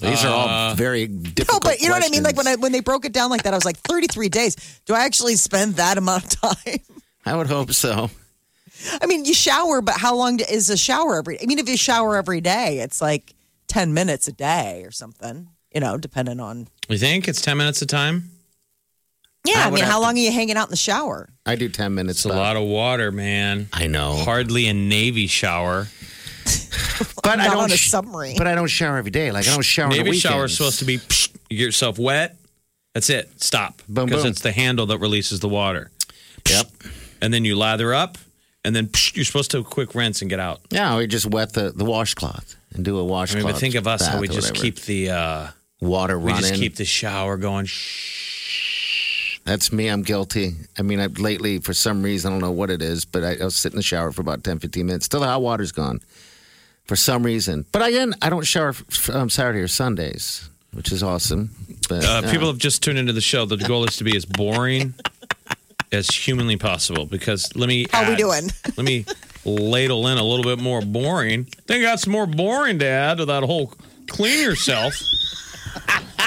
Speaker 1: These are all
Speaker 5: Uh,
Speaker 1: very
Speaker 4: No,
Speaker 1: difficult.
Speaker 4: but you know what I mean. Like when I
Speaker 1: questions.
Speaker 4: when they broke it down like that, I was like, thirty three days. Do I actually spend that amount of time?
Speaker 1: I would hope so.
Speaker 4: I mean, you shower, but how long is a shower every? I mean, if you shower every day, it's like ten minutes a day or something. You know, depending on.
Speaker 5: You think it's 10 minutes of time?
Speaker 4: Yeah, I,
Speaker 1: would
Speaker 4: mean,
Speaker 1: have
Speaker 4: how
Speaker 1: to-
Speaker 4: long are you hanging out in the shower?
Speaker 1: I do 10 minutes.
Speaker 5: It's a lot of water, man.
Speaker 1: I know.
Speaker 5: Hardly a Navy shower.
Speaker 1: But I
Speaker 4: Not
Speaker 1: don't
Speaker 4: on a
Speaker 1: sh-
Speaker 4: submarine.
Speaker 1: But I don't shower every day. Like I don't shower. on the
Speaker 5: Navy shower
Speaker 1: weekends.
Speaker 5: is supposed to be psh, you get yourself wet. That's it. Stop.
Speaker 1: Boom,
Speaker 5: Because
Speaker 1: boom.
Speaker 5: it's the handle that releases the water.
Speaker 1: Yep.
Speaker 5: And then you lather up, and then psh, you're supposed to quick rinse and get out.
Speaker 1: Yeah, we just wet the, the washcloth and do a
Speaker 5: I
Speaker 1: washcloth.
Speaker 5: mean, but think of us how
Speaker 1: bath
Speaker 5: we
Speaker 1: or
Speaker 5: just
Speaker 1: whatever.
Speaker 5: keep the uh,
Speaker 1: water
Speaker 5: we
Speaker 1: running.
Speaker 5: just keep the shower going. Shh.
Speaker 1: That's me. I'm guilty. I mean, I've lately, for some reason, I don't know what it is, but I, I was sitting in the shower for about 10, 15 minutes. Still, the hot water's gone for some reason. But again, I don't shower f- um, Saturday or Sundays, which is awesome. But,
Speaker 5: Uh, people have just tuned into the show. The goal is to be as boring as humanly possible. Because let me
Speaker 4: How we
Speaker 5: add-
Speaker 4: doing?
Speaker 5: Let me ladle in a little bit more boring. Think I got some more boring to add to that whole clean yourself.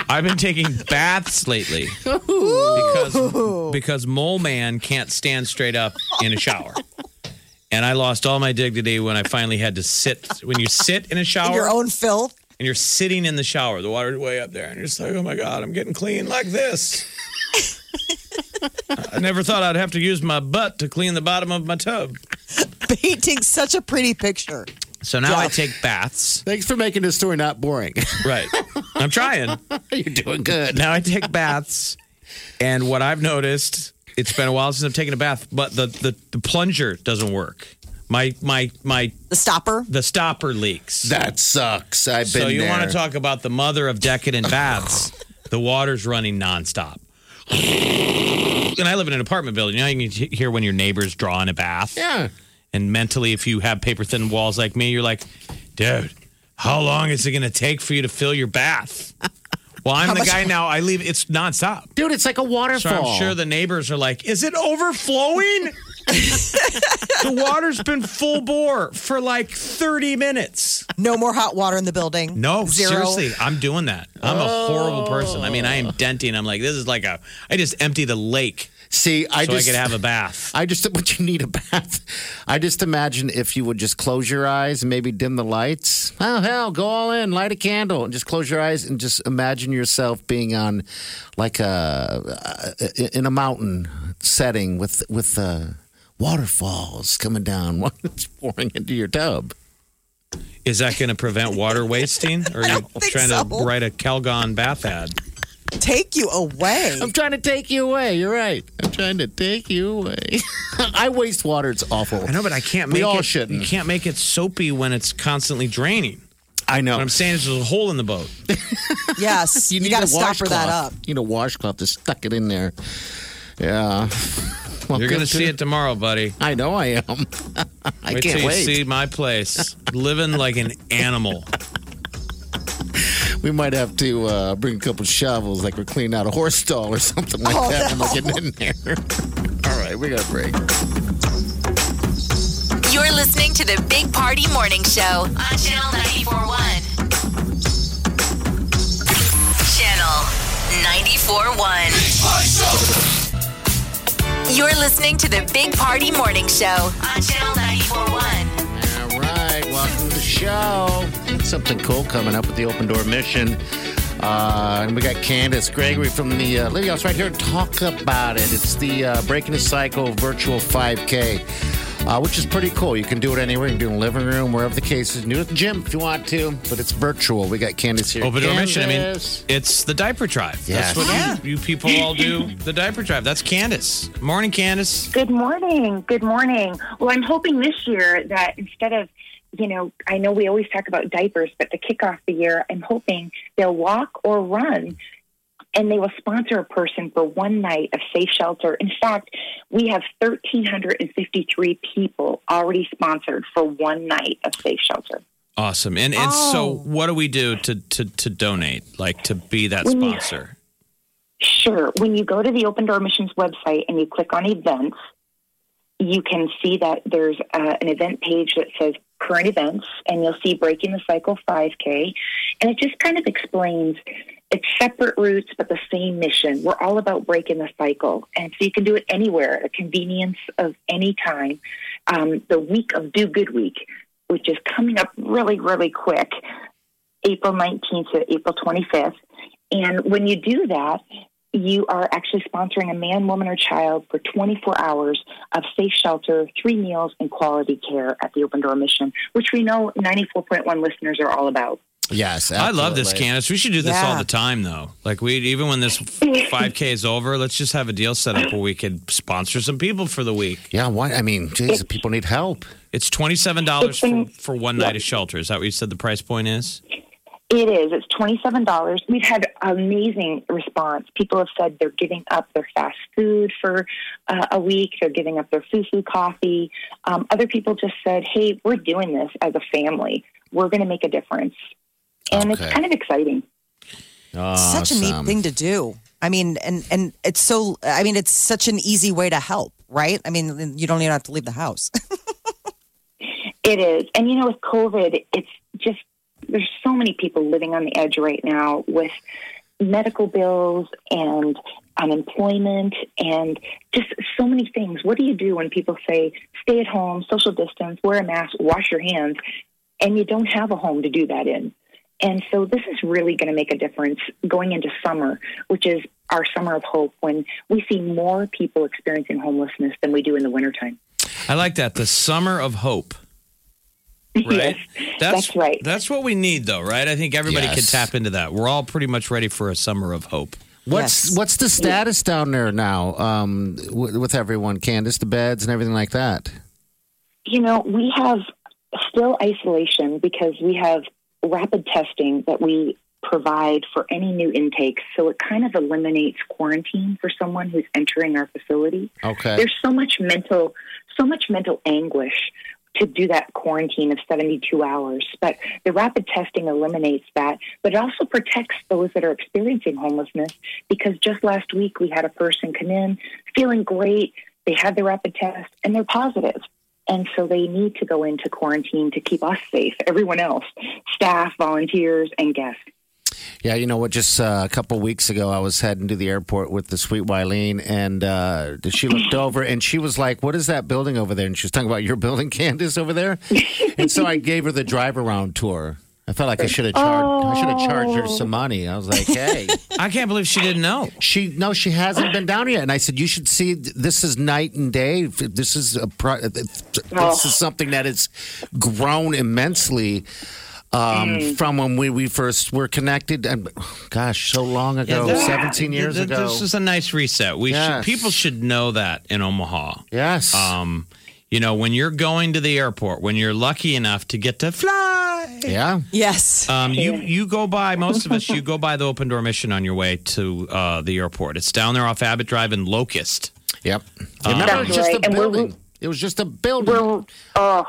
Speaker 5: I've been taking baths lately because because mole man can't stand straight up in a shower. And I lost all my dignity when I finally had to sit. When you sit in a shower,
Speaker 4: In your own filth?
Speaker 5: and you're sitting in the shower, the water's way up there, and you're just like, oh my God, I'm getting clean like this. I never thought I'd have to use my butt to clean the bottom of my tub.
Speaker 4: Painting such a pretty picture.
Speaker 5: So now I
Speaker 4: Yeah.
Speaker 5: take baths.
Speaker 1: Thanks for making this story not boring.
Speaker 5: Right. I'm trying.
Speaker 1: You're doing good.
Speaker 5: Now I take baths. And what I've noticed, it's been a while since I've taken a bath, but the, the, the plunger doesn't work. My my my
Speaker 4: The stopper?
Speaker 5: the stopper leaks.
Speaker 1: That sucks. I've been
Speaker 5: so you
Speaker 1: there.
Speaker 5: want to talk about the mother of decadent baths? the water's running nonstop. and I live in an apartment building. You know, how you can hear when your neighbor's drawing a bath.
Speaker 1: Yeah.
Speaker 5: And mentally, if you have paper thin walls like me, you're like, dude, how long is it going to take for you to fill your bath? Well, I'm the guy now. I leave. It's nonstop.
Speaker 1: Dude, it's like a
Speaker 5: So
Speaker 1: waterfall.
Speaker 5: I'm sure the neighbors are like, is it overflowing? the water's been full bore for like 30 minutes.
Speaker 4: No more hot water in the building.
Speaker 5: No,
Speaker 4: Zero.
Speaker 5: seriously, I'm doing that. I'm a
Speaker 1: Oh.
Speaker 5: horrible person. I mean, I am denting. I'm like, this is like a. I just empty the lake
Speaker 1: See, I
Speaker 5: so
Speaker 1: just
Speaker 5: I could have a bath.
Speaker 1: I just what you need a bath. I just imagine if you would just close your eyes and maybe dim the lights. Oh hell, go all in, light a candle, and just close your eyes and just imagine yourself being on like a in a mountain setting with with uh, waterfalls coming down, one that's pouring into your tub.
Speaker 5: Is that going to prevent water wasting? Or are you
Speaker 4: don't think
Speaker 5: trying to
Speaker 4: so.
Speaker 5: write a Calgon bath ad?
Speaker 4: Take you away.
Speaker 1: I'm trying to take you away. You're right. I'm trying to take you away. I waste water. It's awful.
Speaker 5: I know, but I can't
Speaker 1: We
Speaker 5: make
Speaker 1: all
Speaker 5: it.
Speaker 1: shouldn't.
Speaker 5: You can't make it soapy when it's constantly draining.
Speaker 1: I know.
Speaker 5: What I'm saying is, there's a hole in the boat.
Speaker 4: Yes. you
Speaker 1: need
Speaker 4: got
Speaker 1: a
Speaker 4: to stopper that up.
Speaker 1: washcloth. You need a washcloth to stuck it in there. Yeah. Well,
Speaker 5: You're going to
Speaker 1: good
Speaker 5: see it tomorrow, buddy.
Speaker 1: I know I am. I
Speaker 5: Wait
Speaker 1: can't
Speaker 5: till
Speaker 1: wait.
Speaker 5: you see my place. Living like an animal.
Speaker 1: We might have to uh, bring a couple shovels, like we're cleaning out a horse stall or something like
Speaker 4: Oh,
Speaker 1: that.
Speaker 4: no.
Speaker 1: When we're getting in there. All right, we got a break.
Speaker 3: You're listening to the Big Party Morning Show on Channel 941. Channel 941. You're listening to the Big Party Morning Show on Channel 941.
Speaker 1: All right, welcome to the show. Something cool coming up with the open door mission. Uh, and we got Candace Gregory from the uh, Living House right here to talk about it. It's the uh, Breaking the Cycle Virtual 5K, uh, which is pretty cool. You can do it anywhere. You can do it in the living room, wherever the case is. Do it at the gym if you want to, but it's virtual. We got Candace here.
Speaker 5: Open door mission. I mean,
Speaker 1: Candace.
Speaker 5: it's the diaper drive.
Speaker 1: Yes.
Speaker 5: That's what you, you people all do. The diaper drive. That's Candace. Morning, Candace.
Speaker 8: Good morning. Good morning. Well, I'm hoping this year that instead of, you know, I know we always talk about diapers, but to kick off the year, I'm hoping they'll walk or run and they will sponsor a person for one night of safe shelter. In fact, we have 1,353 people already sponsored for one night of safe shelter.
Speaker 5: Awesome. And and so,
Speaker 8: Oh.
Speaker 5: what do we do to to to donate? Like to be that
Speaker 8: When you-
Speaker 5: sponsor?
Speaker 8: Sure. When you go to the Open Door Missions website and you click on events, you can see that there's uh, an event page that says current events, and you'll see Breaking the Cycle 5K. And it just kind of explains it's separate routes, but the same mission. We're all about breaking the cycle. And so you can do it anywhere, at a convenience of any time. Um, the week of Do Good Week, which is coming up really, really quick. April 19th to April 25th. And when you do that, you are actually sponsoring a man, woman, or child for 24 hours of safe shelter, three meals, and quality care at the Open Door Mission, which we know 94.1 listeners are all about.
Speaker 1: Yes,
Speaker 5: I love this,
Speaker 1: absolutely.
Speaker 5: Candace. We should do this all
Speaker 8: Yeah.
Speaker 5: the time, though. Like we, even when this five k is over, let's just have a deal set up where we could sponsor some people for the week.
Speaker 1: Yeah, why? I mean, geez, people need help.
Speaker 5: It's twenty seven dollars for, for one night of shelter. Is that what you said the price point is?
Speaker 8: It is. It's $27. We've had amazing response. People have said they're giving up their fast food for uh, a week. They're giving up their fufu coffee. Um, other people just said, hey, we're doing this as a family. We're going to make a difference. And
Speaker 4: Okay.
Speaker 8: it's kind of exciting.
Speaker 4: such a neat
Speaker 8: Awesome.
Speaker 4: thing to do. I mean, and and it's so. I mean, it's such an easy way to help, right? I mean, you don't even have to leave the house.
Speaker 8: It is. And you know, with COVID, it's just there's so many people living on the edge right now with medical bills and unemployment and just so many things. What do you do when people say stay at home, social distance, wear a mask, wash your hands, and you don't have a home to do that in? And so this is really going to make a difference going into summer, which is our summer of hope when we see more people experiencing homelessness than we do in the wintertime.
Speaker 5: I like that. The summer of hope. Right. that's, right. That's what we need, though, right? I think everybody can tap into that. We're all pretty much ready for a summer of hope.
Speaker 1: What's what's the status down there now um, w- with everyone, Candace? The beds and everything like that.
Speaker 8: You know, we have still isolation because we have rapid testing that we provide for any new intakes. So it kind of eliminates quarantine for someone who's entering our facility.
Speaker 1: Okay.
Speaker 8: There's so much mental, so much mental anguish to do that quarantine of 72 hours. But the rapid testing eliminates that, but it also protects those that are experiencing homelessness because just last week we had a person come in feeling great. They had the rapid test and they're positive. And so they need to go into quarantine to keep us safe, everyone else, staff, volunteers, and guests.
Speaker 1: Yeah, you know what? Just uh, a couple weeks ago, I was heading to the airport with the sweet Wileen, and uh, she looked over and she was like, "What is that building over there?" And she was talking about your building, Candace, over there. and so I gave her the drive around tour. I felt like I should have charged. I should have charged her some money. I was like, "Hey,
Speaker 5: I can't believe she didn't know."
Speaker 1: She no, she hasn't been down yet." And I said, "You should see. th- This is night and day. F- This is a pro- th- th- this is something that has grown immensely." Um,
Speaker 5: Mm.
Speaker 1: From when we, we first were connected, and gosh, so long ago,
Speaker 5: Yeah, this-
Speaker 1: 17 years
Speaker 5: th- th-
Speaker 1: ago.
Speaker 5: This is a nice reset. We
Speaker 1: Yes.
Speaker 5: should, people should know that in Omaha.
Speaker 1: Yes.
Speaker 5: Um, you know, when you're going to the airport, when you're lucky enough to get to fly.
Speaker 1: Yeah.
Speaker 4: Yes.
Speaker 5: Um, you you go by most of us. You go by the open door mission on your way to uh, the airport. It's down there off Abbott Drive in Locust.
Speaker 1: Yep.
Speaker 5: um,
Speaker 1: Remember, it was just a building. It was just a building.
Speaker 8: oh,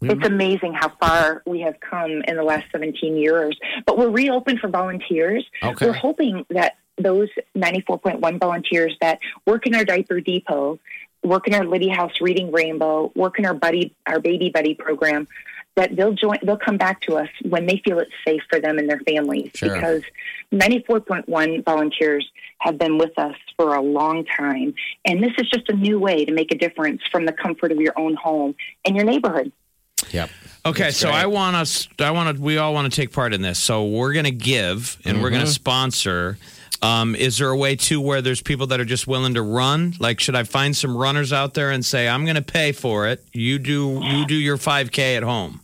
Speaker 8: it's amazing how far we have come in the last 17 years. But we're reopened for volunteers.
Speaker 10: Okay.
Speaker 8: We're hoping that those 94.1 volunteers that work in our diaper depot, work in our Liddy House Reading Rainbow, work in our buddy, our baby buddy program, that they'll join. They'll come back to us when they feel it's safe for them and their families.
Speaker 11: Sure.
Speaker 8: Because 94.1 volunteers have been with us for a long time. And this is just a new way to make a difference from the comfort of your own home and your neighborhood.
Speaker 1: Yep.
Speaker 5: Okay, so I want us. I want to. We all want to take part in this. So we're going to give and we're going to sponsor. Um, is there a way too where there's people that are just willing to run? Like, should I find some runners out there and say I'm going to pay for it? You do. You do your 5K at home.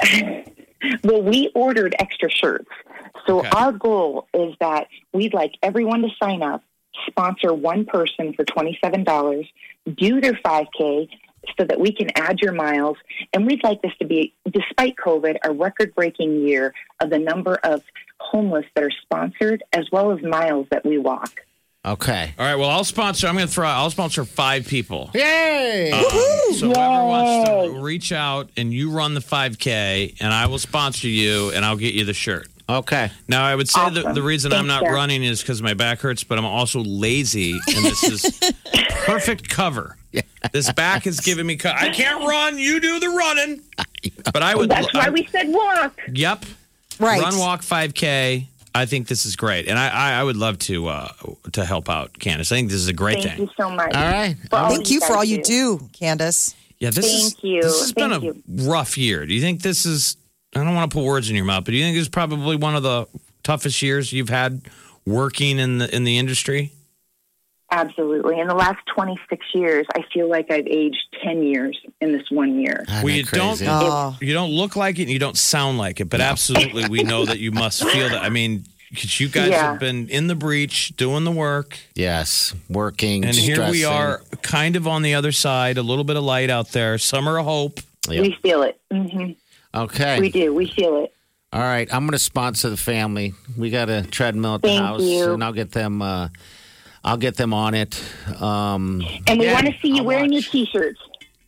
Speaker 8: Well, we ordered extra shirts. So
Speaker 5: Okay.
Speaker 8: our goal is that we'd like everyone to sign up, sponsor one person for $27, do their 5K so that we can add your miles. And we'd like this to be, despite COVID, a record breaking year of the number of homeless that are sponsored as well as miles that we walk.
Speaker 1: Okay.
Speaker 5: All right. Well, I'll sponsor. I'm going to throw. I'll sponsor five people.
Speaker 1: Yay!
Speaker 5: Um, so whoever wants to reach out and you run the 5K, and I will sponsor you, and I'll get you the shirt.
Speaker 1: Okay.
Speaker 5: Now I would say the,
Speaker 1: Awesome.
Speaker 5: the reason I'm
Speaker 1: Thanks,
Speaker 5: not
Speaker 1: Jeff.
Speaker 5: running is because my back hurts, but I'm also lazy, and this is perfect cover. This back is giving me. Co- I can't run. You do the running. But I would.
Speaker 8: That's why
Speaker 5: I-
Speaker 8: we said walk.
Speaker 5: Yep.
Speaker 8: Right.
Speaker 5: Run walk 5K. I think this is great, and I I, I would love to uh, to help out Candace. I think this is a great
Speaker 8: Thank
Speaker 5: thing.
Speaker 8: you so much.
Speaker 4: Thank you for all you do, Candace.
Speaker 5: Yeah, this is,
Speaker 4: Thank you.
Speaker 5: This has been a
Speaker 4: Thank
Speaker 5: rough year. Do you think this is? I don't want to put words in your mouth, but do you think this is probably one of the toughest years you've had working in the in the industry?
Speaker 8: Absolutely. In the last 26 years, I feel like I've aged 10 years in this one year.
Speaker 5: well, you don't
Speaker 4: Oh.
Speaker 5: look, you don't look like it, and you don't sound like it, but absolutely, we know that you must feel that. I mean, 'cause you guys
Speaker 8: Yeah.
Speaker 5: have been in the breach, doing the work.
Speaker 1: Yes, working.
Speaker 5: And here we
Speaker 1: stressing.
Speaker 5: are, kind of on the other side, a little bit of light out there, summer of hope.
Speaker 8: We feel it. hmm
Speaker 1: Okay.
Speaker 8: We do. We feel it.
Speaker 1: All right, I'm going to sponsor the family. We got a treadmill at the
Speaker 8: Thank
Speaker 1: house,
Speaker 8: you.
Speaker 1: and I'll get them. Uh, I'll get them on it. Um,
Speaker 8: And we
Speaker 1: yeah.
Speaker 8: want to see you wearing your t shirts.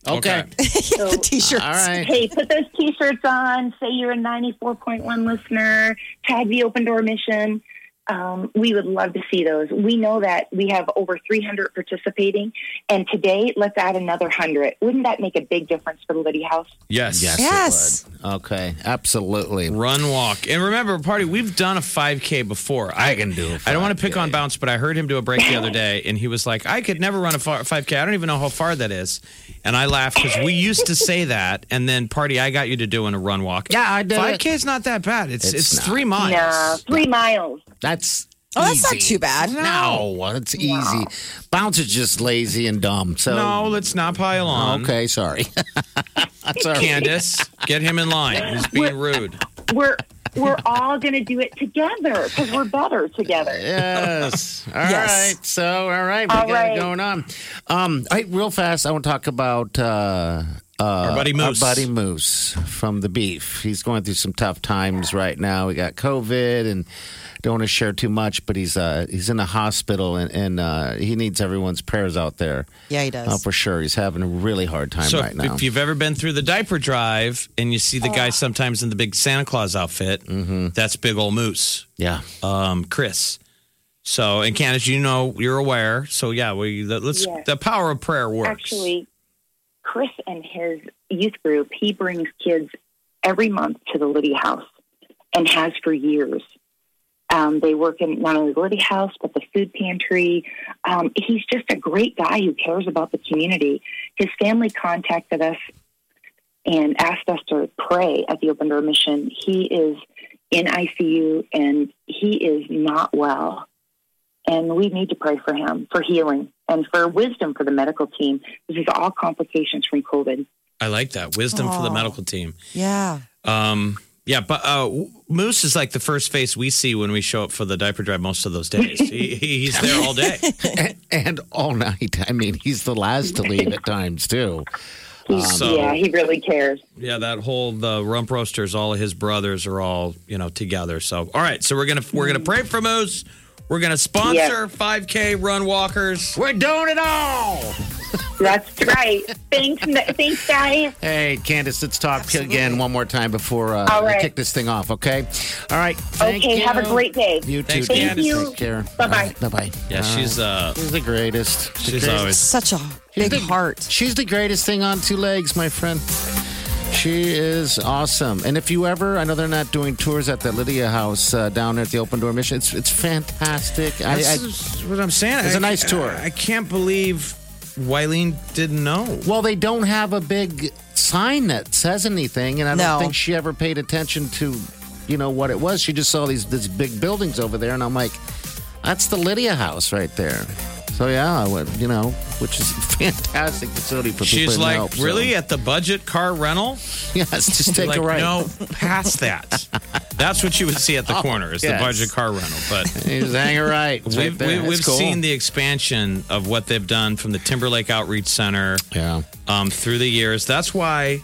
Speaker 1: Okay.
Speaker 4: the t shirts.
Speaker 1: All right.
Speaker 8: Hey, put those t shirts on. Say you're a 94.1 listener. Tag the open door mission. Um, we would love to see those. We know that we have over 300 participating. And today, let's add another 100. Wouldn't that make a big difference for the Liddy House?
Speaker 5: Yes.
Speaker 1: Yes. it
Speaker 8: Yes.
Speaker 1: would. Okay. Absolutely.
Speaker 5: Run, walk. And remember, party, we've done a 5K before. I, can do it. I don't want to pick on Bounce, but I heard him do a break the other day, and he was like, I could never run a far- 5K. I don't even know how far that is. And I laughed because we used to say that. And then, party, I got you to doing a run, walk.
Speaker 1: Yeah, I did.
Speaker 5: 5K is not that bad. It's,
Speaker 1: It's
Speaker 5: it's,
Speaker 1: not.
Speaker 5: three miles.
Speaker 8: No, three miles.
Speaker 1: That's.
Speaker 4: Oh, that's not
Speaker 1: easy.
Speaker 4: too bad.
Speaker 1: No, it's easy. Bounce is just lazy and dumb. So
Speaker 5: No, let's not pile on.
Speaker 1: Okay, sorry. that's all right.
Speaker 5: Candace, get him in line. He's being rude.
Speaker 8: We're. We're all going to do it together because we're better together.
Speaker 1: Yes. All right.
Speaker 8: Yes.
Speaker 1: So, all right, we
Speaker 8: All
Speaker 1: got
Speaker 8: right.
Speaker 1: it going on. Um, hey, real fast, I want to talk about uh, uh, our
Speaker 5: buddy Moose.
Speaker 1: buddy Moose from the Beef. He's going through some tough times right now. We got COVID, and don't want to share too much, but he's uh, he's in the hospital, and, and uh, he needs everyone's prayers out there.
Speaker 4: Yeah, he does.
Speaker 1: Uh, for sure, he's having a really hard time
Speaker 5: so
Speaker 1: right now.
Speaker 5: if you've ever been through the diaper drive and you see the guy sometimes in the big Santa Claus outfit, that's big old Moose,
Speaker 1: Mm-hmm. yeah.
Speaker 5: um, Chris. So, and Candace, you know, you're aware. So, yeah, we the, let's
Speaker 8: Yes.
Speaker 5: the power of prayer works.
Speaker 8: Actually, Chris and his youth group, he brings kids every month to the Liddy House and has for years. Um, they work in not only the Liddy House, but the food pantry. Um, he's just a great guy who cares about the community. His family contacted us and asked us to pray at the Open Door Mission. He is in ICU and he is not well and we need to pray for him for healing and for wisdom for the medical team. This is all complications from COVID.
Speaker 5: I like that wisdom for the
Speaker 4: Aw.
Speaker 5: medical team.
Speaker 4: Yeah.
Speaker 5: Um, yeah, but uh, Moose is like the first face we see when we show up for the diaper drive most of those days. he, he- he's there all day.
Speaker 1: and all night. I mean, he's the last to leave at times too.
Speaker 8: He,
Speaker 5: So-
Speaker 8: yeah, he really cares.
Speaker 5: Yeah, that whole the rump roasters, all of his brothers are all you know together. So all right, so we're gonna we're gonna pray for Moose. We're gonna sponsor 5K run walkers.
Speaker 1: We're doing it all.
Speaker 8: That's right. thanks, thanks, guys.
Speaker 1: Hey, Candace, let's talk again one more time before uh,
Speaker 8: All right.
Speaker 1: I kick this thing off, okay? All right. Thank
Speaker 8: okay, have a
Speaker 1: you.
Speaker 8: great day.
Speaker 1: You too.
Speaker 5: Thanks, Thank
Speaker 1: Candace.
Speaker 8: you.
Speaker 1: Take care.
Speaker 8: Bye-bye.
Speaker 1: Bye bye.
Speaker 5: Yeah, she's uh
Speaker 1: she's the greatest. The
Speaker 5: she's
Speaker 1: greatest.
Speaker 5: always
Speaker 4: Such a big
Speaker 1: the-
Speaker 4: heart.
Speaker 1: She's the greatest thing on two legs, my friend. She is awesome. And if you ever, I know they're not doing tours at the Lydia House uh, down there at the Open Door Mission. It's it's fantastic. I, I,
Speaker 5: This is what I'm saying.
Speaker 1: It's
Speaker 5: a
Speaker 1: a nice tour.
Speaker 5: I, can't believe Wileen didn't know.
Speaker 1: Well, they don't have a big sign that says anything, and I
Speaker 4: No.
Speaker 1: don't think she ever paid attention to, you know, what it was. She just saw these these big buildings over there, and I'm like, that's the Lydia House right there. So yeah, I would, you know, which is a fantastic facility for people.
Speaker 5: She's
Speaker 1: in
Speaker 5: like,
Speaker 1: help, so-
Speaker 5: really at the budget car rental?
Speaker 1: Yes, just take
Speaker 5: like,
Speaker 1: a right.
Speaker 5: No, past that. That's what you would see at the corner is
Speaker 1: Oh, yes.
Speaker 5: the budget car rental. But
Speaker 1: Just hang a right. It's right
Speaker 5: we've,
Speaker 1: there.
Speaker 5: we,
Speaker 1: It's
Speaker 5: we've
Speaker 1: cool.
Speaker 5: seen the expansion of what they've done from the Timberlake Outreach Center.
Speaker 1: yeah.
Speaker 5: um, through the years. That's why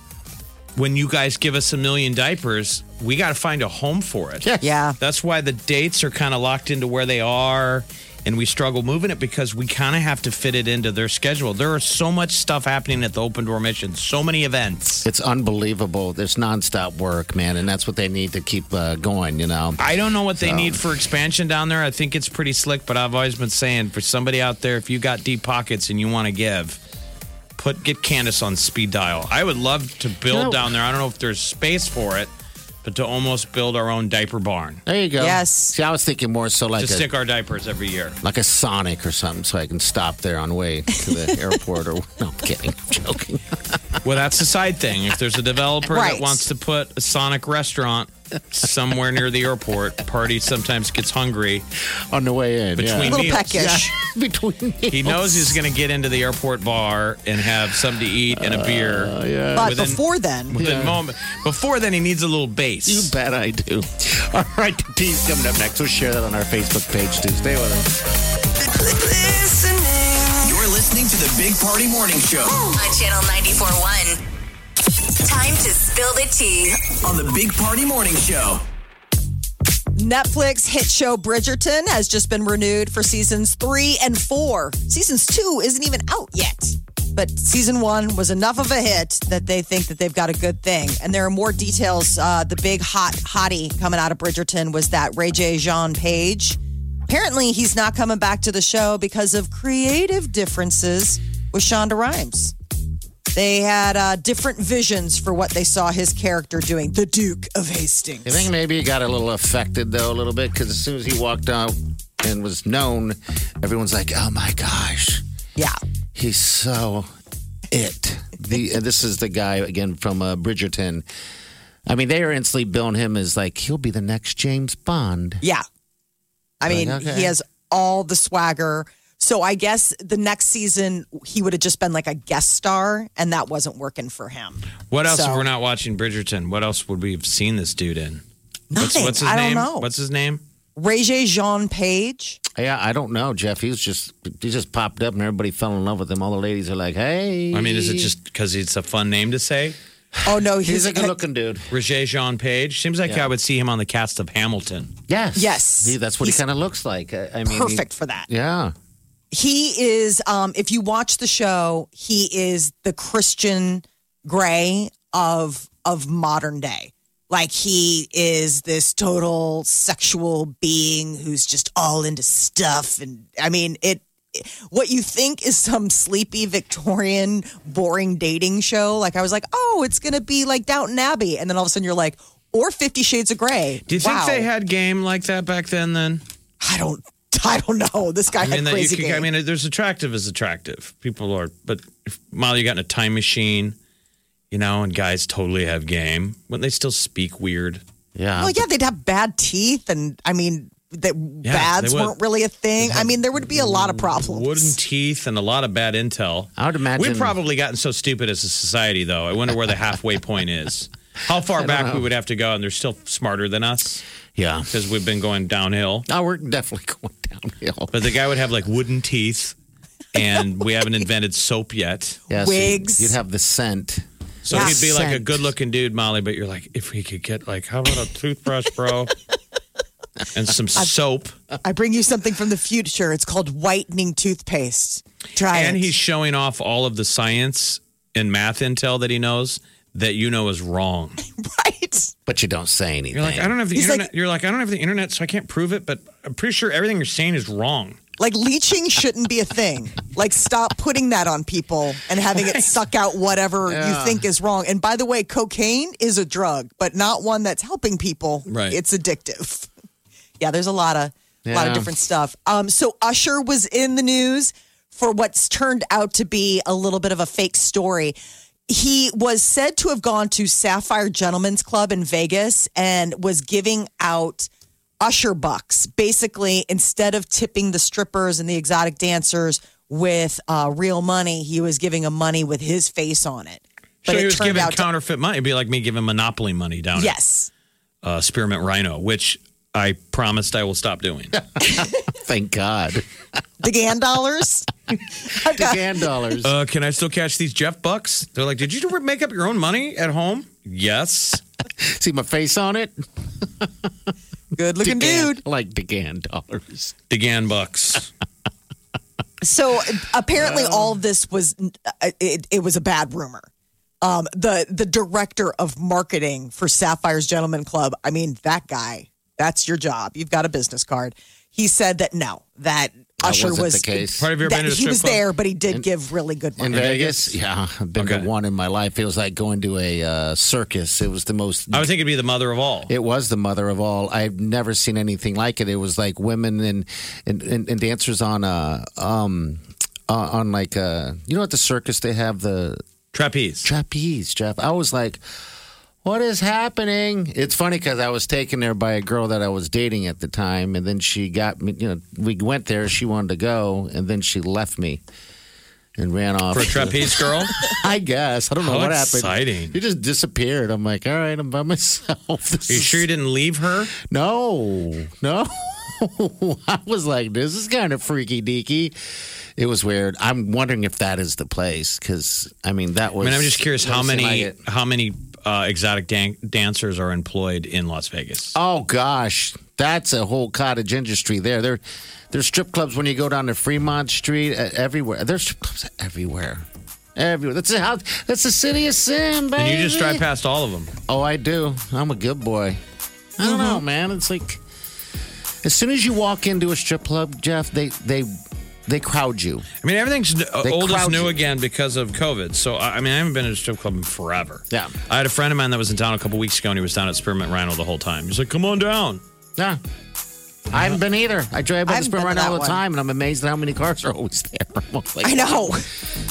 Speaker 5: when you guys give us a million diapers, we got to find a home for it.
Speaker 1: Yes.
Speaker 4: Yeah.
Speaker 5: That's why the dates are kind of locked into where they are, and we struggle moving it because we kind of have to fit it into their schedule. There is so much stuff happening at the Open Door Mission, so many events.
Speaker 1: It's unbelievable. There's nonstop work, man, and that's what they need to keep uh, going. You know.
Speaker 5: I don't know what they need for expansion down there. I think it's pretty slick, but I've always been saying for somebody out there, if you got deep pockets and you want to give, put get Candace on speed dial. I would love to build
Speaker 1: No.
Speaker 5: down there. I don't know if there's space for it, but to almost build our own diaper barn.
Speaker 1: There you go.
Speaker 4: Yes.
Speaker 1: See, I was thinking more so like a,
Speaker 5: to stick our diapers every year.
Speaker 1: like a Sonic or something, so I can stop there on the way to the airport. Or no, I'm kidding, I'm joking.
Speaker 5: Well, that's the side thing. If there's a developer
Speaker 4: Right.
Speaker 5: that wants to put a Sonic restaurant somewhere near the airport. Party sometimes gets hungry
Speaker 1: on the way in
Speaker 5: between
Speaker 4: A little
Speaker 5: meals.
Speaker 4: peckish.
Speaker 1: Between
Speaker 5: He knows he's going to get into the airport bar and have something to eat and a beer.
Speaker 4: Uh,
Speaker 1: Uh,
Speaker 5: Yeah.
Speaker 4: But before then,
Speaker 5: within moment, before then, he needs a little base.
Speaker 1: You bet I do. All right, the tea's coming up next. We'll share that on our Facebook page too. Stay with us.
Speaker 2: You're listening to the Big Party Morning Show
Speaker 3: On Channel 94.1. Time to spill the tea.
Speaker 2: on the Big Party Morning Show.
Speaker 4: Netflix hit show Bridgerton has just been renewed for seasons three and four. Seasons two isn't even out yet. But season one was enough of a hit that they think that they've got a good thing. And there are more details. Uh, the big hot hottie coming out of Bridgerton was that Ray J. Jean Page. Apparently, he's not coming back to the show because of creative differences with Shonda Rhimes. They had uh, different visions for what they saw his character doing, the Duke of Hastings.
Speaker 1: You think maybe he got a little affected though, a little bit, because as soon as he walked out and was known, everyone's like, "Oh my gosh,
Speaker 4: Yeah.
Speaker 1: he's so it." The and this is the guy again from uh, Bridgerton. I mean, they are instantly billing him as like he'll be the next James Bond.
Speaker 4: Yeah. I mean,
Speaker 1: Like, okay.
Speaker 4: he has all the swagger. So I guess the next season he would have just been like a guest star and that wasn't working for him.
Speaker 5: What else?
Speaker 4: So-
Speaker 5: if we're not watching Bridgerton, what else would we have seen this dude in? What's,
Speaker 4: Nothing.
Speaker 5: what's his
Speaker 4: I
Speaker 5: name?
Speaker 4: don't know.
Speaker 5: What's his name?
Speaker 4: Ray J. Jean Page.
Speaker 1: Yeah, I don't know, Jeff. He was just he just popped up and everybody fell in love with him. All the ladies are like, "Hey."
Speaker 5: I mean, is it just because it's a fun name to say?
Speaker 4: Oh no,
Speaker 1: He's
Speaker 4: he's,
Speaker 1: a good-looking dude.
Speaker 5: Roger Jean Page seems like I would see him on the cast of Hamilton.
Speaker 1: Yes.
Speaker 4: Yes.
Speaker 1: He, that's what
Speaker 4: He's
Speaker 1: he kind of looks like. I, I mean, he-
Speaker 4: perfect for that.
Speaker 1: yeah.
Speaker 4: He is um if you watch the show, he is the Christian Grey of of modern day. Like he is this total sexual being who's just all into stuff and I mean it what you think is some sleepy Victorian boring dating show. Like I was like, oh, it's gonna be like Downton Abbey, and then all of a sudden you're like, or Fifty Shades of Grey.
Speaker 5: Do you
Speaker 4: Wow.
Speaker 5: think they had game like that back then? Then
Speaker 4: I don't, I don't know. This guy
Speaker 5: I mean,
Speaker 4: had
Speaker 5: that you
Speaker 4: crazy.
Speaker 5: could,
Speaker 4: game.
Speaker 5: I mean, there's attractive as attractive. People are, but if Molly, you got in a time machine, you know, and guys totally have game. Wouldn't they still speak weird?
Speaker 1: Yeah.
Speaker 4: Well,
Speaker 5: Um,
Speaker 4: yeah, they'd have bad teeth, and I mean, that baths
Speaker 5: they would.
Speaker 4: weren't really a thing. I mean, there would be a lot of problems.
Speaker 5: Wooden teeth and a lot of bad intel.
Speaker 1: I would imagine-
Speaker 5: We've probably gotten so stupid as a society, though. I wonder where the halfway point is. How far back we would have to go, and they're still smarter than us
Speaker 1: Yeah.
Speaker 5: because we've been going downhill.
Speaker 1: Now we're definitely going downhill.
Speaker 5: But the guy would have like wooden teeth, and we haven't invented soap yet.
Speaker 1: Yeah, so
Speaker 4: Wigs.
Speaker 1: You'd have the scent.
Speaker 5: So
Speaker 4: Yeah.
Speaker 5: he'd be like a
Speaker 4: Scent.
Speaker 5: good looking dude, Molly, but you're like, if we could get like, how about a toothbrush, bro? and some soap.
Speaker 4: I bring you something from the future. It's called whitening toothpaste. Try
Speaker 5: And
Speaker 4: it.
Speaker 5: he's showing off all of the science and math intel that he knows that you know is wrong.
Speaker 4: right.
Speaker 1: But you don't say anything.
Speaker 5: You're like, I don't have the
Speaker 4: He's like-
Speaker 5: internet. you're like, I don't have the internet, so I can't prove it, but I'm pretty sure everything you're saying is wrong.
Speaker 4: Like leeching shouldn't be a thing. Like stop putting that on people and having it suck out whatever you think is wrong. And by the way, cocaine is a drug, but not one that's helping people.
Speaker 5: Right.
Speaker 4: It's addictive. Yeah, there's a lot of a lot of
Speaker 1: Yeah.
Speaker 4: different stuff. Um, so Usher was in the news for what's turned out to be a little bit of a fake story. He was said to have gone to Sapphire Gentlemen's Club in Vegas and was giving out Usher bucks. Basically, instead of tipping the strippers and the exotic dancers with uh, real money, he was giving them money with his face on it.
Speaker 5: so he
Speaker 4: it
Speaker 5: was giving
Speaker 4: to-
Speaker 5: counterfeit money. It'd be like me giving Monopoly money down at
Speaker 4: yes.
Speaker 5: uh, Spearmint Rhino, which I promised I will stop doing.
Speaker 1: Thank God.
Speaker 4: DeGan dollars. I've got-
Speaker 1: Gan dollars.
Speaker 5: Uh, can I still catch these Jeff Bucks? They're like, did you make up your own money at home? Yes.
Speaker 1: See my face on it?
Speaker 4: good looking
Speaker 1: Gan-
Speaker 4: dude.
Speaker 1: Like DeGan dollars.
Speaker 5: DeGan Bucks.
Speaker 4: So uh, apparently, all of this was uh, it, it was a bad rumor. Um, the the director of marketing for Sapphire's Gentlemen Club. I mean, that guy. That's your job. You've got a business card. He said that no, that, Usher
Speaker 1: wasn't the
Speaker 4: was
Speaker 1: case.
Speaker 5: Have you ever
Speaker 4: that
Speaker 5: been to a
Speaker 4: he
Speaker 5: strip
Speaker 4: was
Speaker 5: club?
Speaker 4: there, but he did give really good
Speaker 1: In
Speaker 4: money.
Speaker 1: Vegas? uh, Yeah. I've been
Speaker 5: Okay.
Speaker 1: to one in my life. It was like going to a uh, circus. It was the most.
Speaker 5: I would think it'd be the mother of all.
Speaker 1: It was the mother of all. I've never seen anything like it. It was like women and and, and, and dancers on uh um uh, on like uh you know at the circus they have the
Speaker 5: Trapeze.
Speaker 1: trapeze, Jeff. I was like, What is happening? It's funny because I was taken there by a girl that I was dating at the time, and then she got me. You know, we went there. She wanted to go, and then she left me and ran off
Speaker 5: For a trapeze girl?
Speaker 1: I guess I don't know
Speaker 5: How
Speaker 1: what
Speaker 5: exciting.
Speaker 1: happened. She just disappeared. I'm like, all right, I'm by myself. This
Speaker 5: Are you
Speaker 1: is-
Speaker 5: sure you didn't leave her?
Speaker 1: No, no. I was like, this is kind of freaky deaky. It was weird. I'm wondering if that is the place because I mean that
Speaker 5: I
Speaker 1: was.
Speaker 5: mean, I'm just curious how
Speaker 1: doesn't seem
Speaker 5: many
Speaker 1: like it.
Speaker 5: how many uh, exotic dan- dancers are employed in Las Vegas.
Speaker 1: Oh gosh, that's a whole cottage industry there. There, there's strip clubs when you go down to Fremont Street. Uh, everywhere there's strip clubs everywhere, everywhere. That's how. That's the city of sin, baby.
Speaker 5: And you just drive past Mm-hmm. all of them.
Speaker 1: Oh, I do. I'm a good boy. I don't know, man. It's like as soon as you walk into a strip club, Jeff, they they they crowd you.
Speaker 5: I mean, everything's n-
Speaker 1: They
Speaker 5: old is
Speaker 1: crowd
Speaker 5: new
Speaker 1: you.
Speaker 5: again because of COVID. So, I I mean, I haven't been in a strip club in forever.
Speaker 1: Yeah.
Speaker 5: I had a friend of mine that was in town a couple weeks ago, and he was down at Spearmint Rhino the whole time. He's like, "Come on down."
Speaker 1: Yeah. I haven't been either. I drive by
Speaker 4: I
Speaker 1: the
Speaker 4: haven't
Speaker 1: spring
Speaker 4: been
Speaker 1: right
Speaker 4: to
Speaker 1: now
Speaker 4: that
Speaker 1: all the
Speaker 4: one.
Speaker 1: time, and I'm amazed at how many cars are always there. I'm like,
Speaker 4: I know.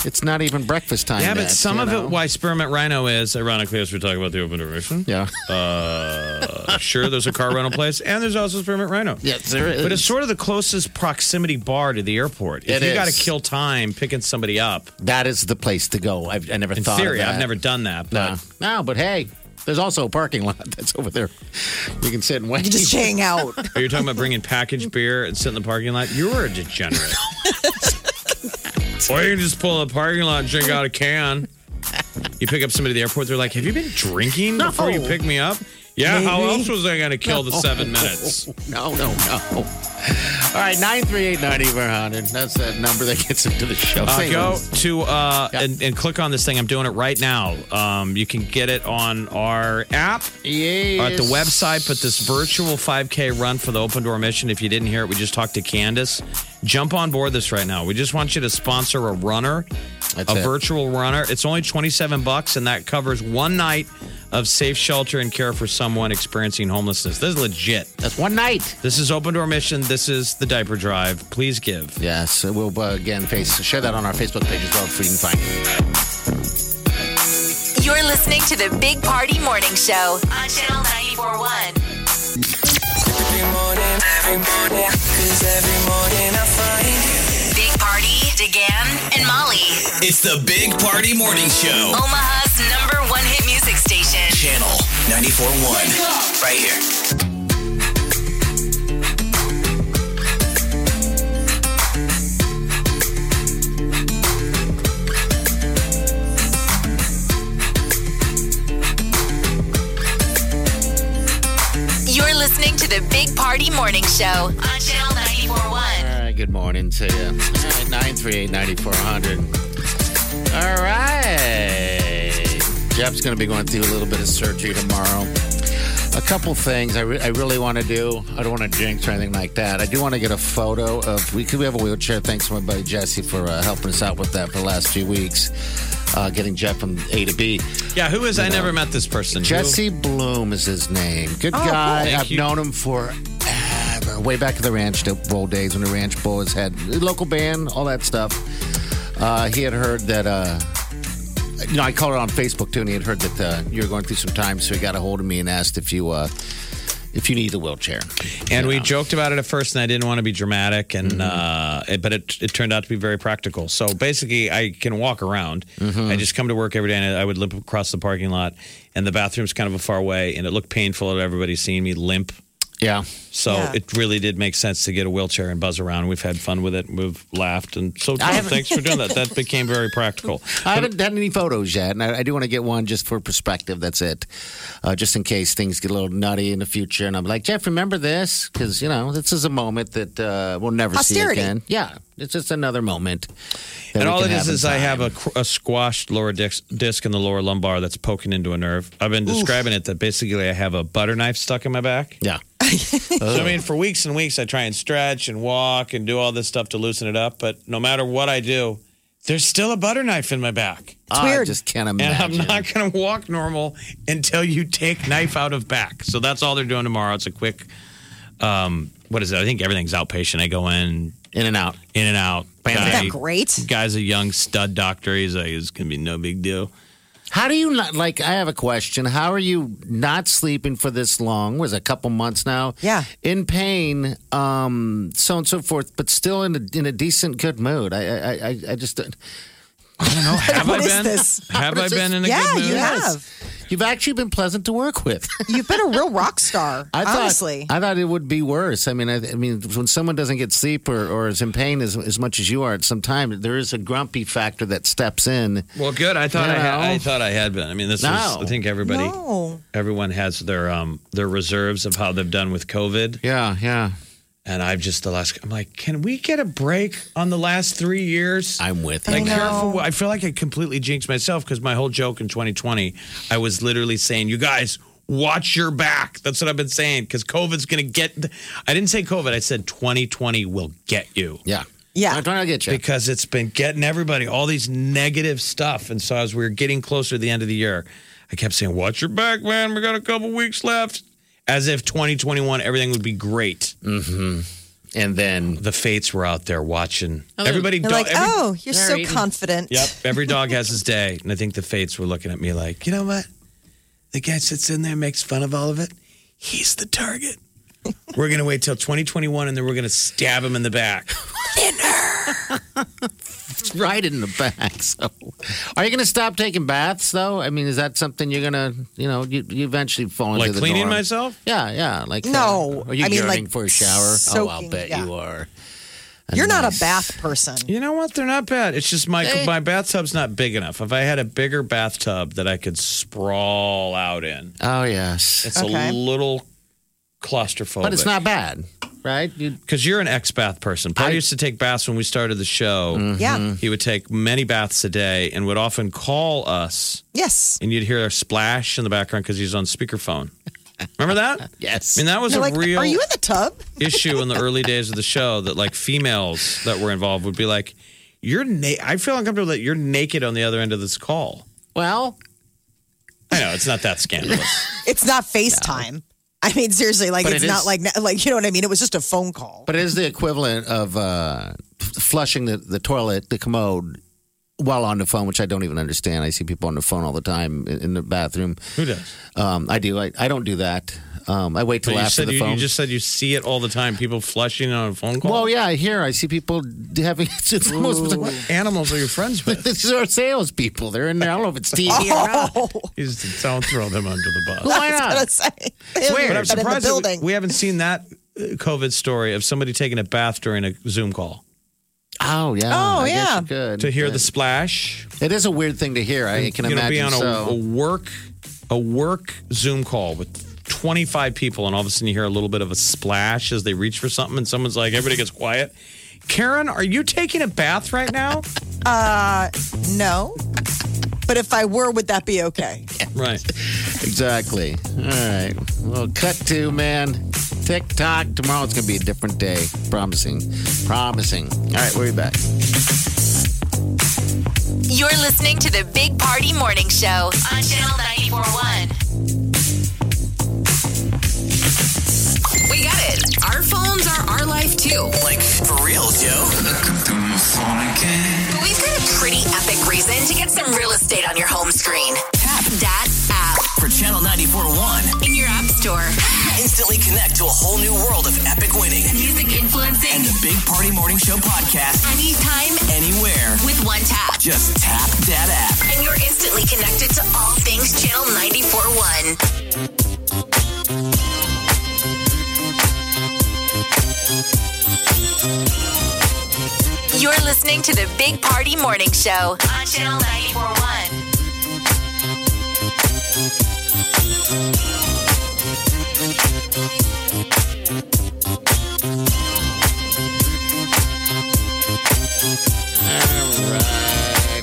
Speaker 1: It's not even breakfast time.
Speaker 5: yeah, but
Speaker 1: yet,
Speaker 5: some
Speaker 1: you
Speaker 5: of
Speaker 1: know?
Speaker 5: it, why Spearmint Rhino is, ironically, as we're talking about the open duration.
Speaker 1: Yeah.
Speaker 5: Uh, sure, there's a car rental place, and there's also Spearmint Rhino.
Speaker 1: Yes, there is.
Speaker 5: But it's sort of the closest proximity bar to the airport. If
Speaker 1: It
Speaker 5: you got to
Speaker 1: is.
Speaker 5: kill time picking somebody up,
Speaker 1: that is the place to go. I've, I never
Speaker 5: in
Speaker 1: thought
Speaker 5: theory,
Speaker 1: of that.
Speaker 5: I've never done that. But
Speaker 1: No. no, but hey, there's also a parking lot that's over there. You can sit and wait.
Speaker 4: You just hang out.
Speaker 5: Are you talking about bringing packaged beer and sit in the parking lot? You're a degenerate. or you can just pull in the parking lot and drink out a can. You pick up somebody at the airport, they're like, Have you been drinking before you
Speaker 1: No.
Speaker 5: pick me up? Yeah, how
Speaker 1: Maybe.
Speaker 5: else was I going to kill the
Speaker 1: No.
Speaker 5: seven minutes?
Speaker 1: No, no, no. All right, 938-9100. That's that number that gets into the show.
Speaker 5: Uh,
Speaker 1: Say
Speaker 5: go
Speaker 1: those.
Speaker 5: to uh, and, and click on this thing. I'm doing it right now. Um, you can get it on our app.
Speaker 1: Yes.
Speaker 5: or at the website, but this virtual 5K run for the Open Door Mission, if you didn't hear it, we just talked to Candace. Jump on board this right now. We just want you to sponsor a runner,
Speaker 1: That's
Speaker 5: a
Speaker 1: it.
Speaker 5: virtual runner. It's only 27 bucks, and that covers one night of safe shelter and care for someone experiencing homelessness. This is legit.
Speaker 1: That's one night.
Speaker 5: This is Open Door Mission. This is the diaper drive. Please give.
Speaker 1: Yes, we'll uh, again face share that on our Facebook page as well if we can find it.
Speaker 3: You're listening to the Big Party Morning Show on Channel 941.
Speaker 2: Every morning, every morning, 'cause every morning I find
Speaker 3: Big Party, DeGan, and Molly.
Speaker 2: it's the Big Party Morning Show.
Speaker 3: Omaha's number one hit music station.
Speaker 2: Channel 941. Right here.
Speaker 3: You're listening to the Big Party Morning Show on Channel 941.
Speaker 1: All right, good morning to you. All right, 938-9400. All right. Jeff's going to be going through a little bit of surgery tomorrow. A couple things I, re- I really want to do. I don't want to jinx or anything like that. I do want to get a photo of we could we have a wheelchair. Thanks to my buddy Jesse for uh, helping us out with that for the last few weeks, uh, getting Jeff from A to B.
Speaker 5: Yeah, who is? I never met this person. Who-
Speaker 1: Jesse Bloom is his name. Good
Speaker 4: cool.
Speaker 1: guy.
Speaker 5: Thank
Speaker 1: I've
Speaker 5: you.
Speaker 1: known him forever. Way back at the ranch bowl days when the ranch boys had local band, all that stuff. Uh, he had heard that, uh, you know, I called it on Facebook too, and he had heard that uh, you were going through some time, so he got a hold of me and asked if you uh, if you need a wheelchair.
Speaker 5: And we joked about it at first, and I didn't want to be dramatic, and
Speaker 1: Mm-hmm.
Speaker 5: uh, it, but it, it turned out to be very practical. So basically, I can walk around.
Speaker 1: Mm-hmm.
Speaker 5: I just come to work every day, and I would limp across the parking lot, and the bathroom's kind of a far away, and it looked painful at everybody seeing me limp.
Speaker 1: Yeah.
Speaker 5: So
Speaker 4: Yeah.
Speaker 5: it really did make sense to get a wheelchair and buzz around. We've had fun with it. and We've laughed, and so
Speaker 1: I haven't-
Speaker 5: thanks for doing that. That became very practical.
Speaker 1: I haven't done any photos yet, and I, I do want to get one just for perspective. That's it, uh, just in case things get a little nutty in the future. And I'm like, Jeff, remember this because you know this is a moment that uh, we'll never
Speaker 4: Posterity.
Speaker 1: see again. Yeah, it's just another moment. that
Speaker 5: and
Speaker 1: we
Speaker 5: all
Speaker 1: can
Speaker 5: it is
Speaker 1: in
Speaker 5: is I have
Speaker 1: time.
Speaker 5: a, cr- a squashed lower disc, disc in the lower lumbar that's poking into a nerve. I've been describing it that basically I have a butter knife stuck in my back.
Speaker 1: yeah. Oh.
Speaker 5: So, I mean, for weeks and weeks, I try and stretch and walk and do all this stuff to loosen it up. But no matter what I do, there's still a butter knife in my back.
Speaker 1: Ah, I
Speaker 4: weird.
Speaker 1: just can't
Speaker 5: And
Speaker 1: imagine.
Speaker 5: I'm not going to walk normal until you take knife out of back. So that's all they're doing tomorrow. It's a quick, um, what is it? I think everything's outpatient. I go in,
Speaker 1: in and out.
Speaker 5: in and out.
Speaker 1: Bam,
Speaker 4: Isn't
Speaker 5: Guy-
Speaker 4: that great?
Speaker 5: Guy's a young stud doctor. He's like, it's going to be no big deal.
Speaker 1: How do you not like? I have a question. How are you not sleeping for this long? Was it a couple months now.
Speaker 4: Yeah,
Speaker 1: in pain, um, so and so forth, but still in a in a decent good mood. I I I, I just don't. I don't know.
Speaker 5: Have I been? Have I been in a
Speaker 4: Yeah,
Speaker 5: good mood?
Speaker 4: you have.
Speaker 1: You've actually been pleasant to work with.
Speaker 4: You've been a real rock star.
Speaker 1: I thought,
Speaker 4: honestly,
Speaker 1: I thought it would be worse. I mean, I, I mean, when someone doesn't get sleep or, or is in pain as, as much as you are at some time, there is a grumpy factor that steps in.
Speaker 5: Well, good. I thought I, had,
Speaker 1: No.
Speaker 5: I thought I had been. I mean, this
Speaker 1: No.
Speaker 5: is. I think everybody,
Speaker 4: No.
Speaker 5: everyone has their um their reserves of how they've done with COVID.
Speaker 1: Yeah, yeah.
Speaker 5: And I've just the last. I'm like, can we get a break on the last three years?
Speaker 1: I'm with
Speaker 5: like,
Speaker 1: you.
Speaker 5: careful. I feel like I completely jinxed myself because my whole joke in 2020, I was literally saying, "You guys." Watch your back. That's what I've been saying because COVID's going to get. I didn't say COVID. I said 2020 will get you.
Speaker 1: Yeah.
Speaker 4: Yeah.
Speaker 1: I'm trying to get you.
Speaker 5: Because it's been getting everybody all these negative stuff. And so as we were getting closer to the end of the year, I kept saying, Watch your back, man. We got a couple weeks left. As if 2021, everything would be great.
Speaker 1: Mm-hmm. And then
Speaker 5: the fates were out there watching. Everybody,
Speaker 4: They're
Speaker 5: do-
Speaker 4: like,
Speaker 5: every-
Speaker 4: oh, you're so confident.
Speaker 5: Yep. Every dog has his day. And I think the fates were looking at me like, you know what? The guy sits in there, makes fun of all of it. He's the target. We're going to wait till 2021 and then we're going to stab him in the back.
Speaker 1: It's right in the back. So, are you going to stop taking baths though? I mean, is that something you're going to, you know, you, you eventually fall
Speaker 5: Like
Speaker 1: into the
Speaker 5: cleaning
Speaker 1: dorm?
Speaker 5: myself?
Speaker 1: Yeah, yeah. Like uh,
Speaker 4: No,
Speaker 1: are you
Speaker 4: I mean,
Speaker 1: yearning
Speaker 4: like,
Speaker 1: for a shower? oh, I'll
Speaker 4: soaking,
Speaker 1: bet
Speaker 4: yeah.
Speaker 1: you are.
Speaker 4: You're not a bath person.
Speaker 5: You know what? They're not bad. It's just my
Speaker 1: They-
Speaker 5: my bathtub's not big enough. If I had a bigger bathtub that I could sprawl out in,
Speaker 1: Oh yes,
Speaker 5: it's
Speaker 1: Okay.
Speaker 5: a little claustrophobic.
Speaker 1: but it's not bad, right? You,
Speaker 5: because you're an ex bath person. Paul used to take baths when we started the show.
Speaker 1: Mm-hmm.
Speaker 4: Yeah.
Speaker 5: he would take many baths a day and would often call us,
Speaker 4: Yes.
Speaker 5: and you'd hear a splash in the background because he's on speakerphone. Remember that?
Speaker 1: yes.
Speaker 5: I mean, that was
Speaker 4: You're
Speaker 5: a
Speaker 4: like,
Speaker 5: real
Speaker 4: are you in the tub?
Speaker 5: issue in the early days of the show that like females that were involved would be like, "You're na- I feel uncomfortable that you're naked on the other end of this call."
Speaker 1: Well,
Speaker 5: I know it's not that scandalous.
Speaker 4: It's not FaceTime. I mean, seriously, like
Speaker 1: But
Speaker 4: it's
Speaker 1: it
Speaker 4: not
Speaker 1: is-
Speaker 4: like like you know what I mean. It was just a phone call.
Speaker 1: but it is the equivalent of uh, f- flushing the, the toilet, the commode, while on the phone, which I don't even understand. I see people on the phone all the time in, in the bathroom.
Speaker 5: Who does?
Speaker 1: Um, I do. I, I don't do that. Um, I wait till
Speaker 5: But you
Speaker 1: after
Speaker 5: said
Speaker 1: the
Speaker 5: you,
Speaker 1: phone.
Speaker 5: you just said you see it all the time. People flushing on a phone call.
Speaker 1: Well, yeah, I hear. I see people having. It's, it's the most.
Speaker 5: what animals are you friends with?
Speaker 1: These are salespeople. They're in there. I don't know if it's TV
Speaker 4: Oh,
Speaker 1: or not.
Speaker 5: Just don't throw them under the bus.
Speaker 1: Why
Speaker 4: I
Speaker 1: not?
Speaker 4: was gonna say.
Speaker 5: But
Speaker 4: It's
Speaker 5: I'm
Speaker 4: But in the
Speaker 5: surprised that we-
Speaker 4: building,
Speaker 5: we haven't seen that uh, COVID story of somebody taking a bath during a Zoom call.
Speaker 1: Oh yeah.
Speaker 4: Oh,
Speaker 1: I guess
Speaker 4: yeah.
Speaker 1: you could.
Speaker 5: To hear the splash,
Speaker 1: It is a weird thing to hear. I can
Speaker 5: you know,
Speaker 1: imagine.
Speaker 5: be on a,
Speaker 1: so.
Speaker 5: a work a work Zoom call with. 25 people, and all of a sudden you hear a little bit of a splash as they reach for something, and someone's like, everybody gets quiet. Karen, are you taking a bath right now?
Speaker 4: no. But if I were, would that be okay?
Speaker 5: right.
Speaker 1: Exactly. All right. Well, cut to, man. TikTok. Tomorrow's going to be a different day. Promising. Promising. All right, we'll be back.
Speaker 3: You're listening to the Big Party Morning Show on Channel 941. We got it. Our phones are our life too.
Speaker 2: Like, for real, Joe. Looking through my phone again.
Speaker 3: We've got a pretty epic reason to get some real estate on your home screen. Tap that app
Speaker 2: For Channel 94.1,
Speaker 3: in your app store.
Speaker 2: instantly connect to a whole new world of epic winning.
Speaker 3: Music
Speaker 2: And
Speaker 3: influencing
Speaker 2: the Big Party Morning Show podcast,
Speaker 3: anytime
Speaker 2: anywhere.
Speaker 3: with one tap.
Speaker 2: Just tap that app.
Speaker 3: And you're instantly connected to all things Channel 941. You're listening to the Big Party Morning Show on Channel 941.
Speaker 1: All right.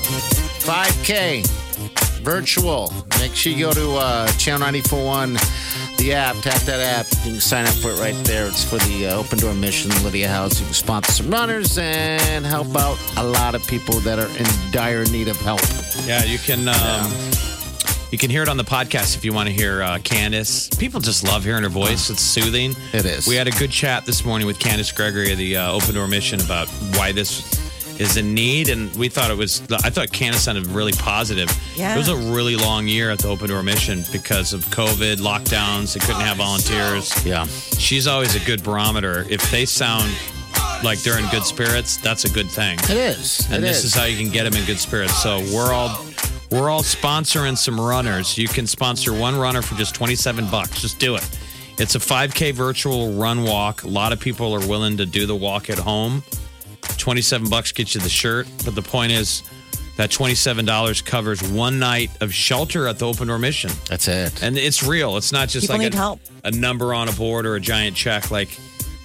Speaker 1: 5K virtual. Make sure you go to uh, Channel 941, the app. Tap that app. You can sign up for it right there. It's for the uh, Open Door Mission, Lydia House. You can sponsor some runners and help out a lot of people that are in dire need of help.
Speaker 5: Yeah, you can. Um, You can hear it on the podcast if you want to hear uh, Candace. People just love hearing her voice. It's soothing.
Speaker 1: It is.
Speaker 5: We had a good chat this morning with Candace Gregory of the uh, Open Door Mission about why this is in need. And we thought it was, I thought Candace sounded really positive.
Speaker 4: Yeah.
Speaker 5: It was a really long year at the Open Door Mission because of COVID, lockdowns, they couldn't have volunteers.
Speaker 1: Yeah.
Speaker 5: She's always a good barometer. If they sound like they're in good spirits, that's a good thing.
Speaker 1: It is.
Speaker 5: And
Speaker 1: It
Speaker 5: this is.
Speaker 1: is.
Speaker 5: how you can get them in good spirits. So we're all we're all sponsoring some runners. You can sponsor one runner for just 27 bucks. Just do it. It's a 5K virtual run walk. A lot of people are willing to do the walk at home. 27 bucks gets you the shirt, but the point is that $27 covers one night of shelter at the open door mission.
Speaker 1: That's it.
Speaker 5: And it's real. It's not just
Speaker 4: People
Speaker 5: like
Speaker 4: need
Speaker 5: a,
Speaker 4: help.
Speaker 5: a number on a board or a giant check like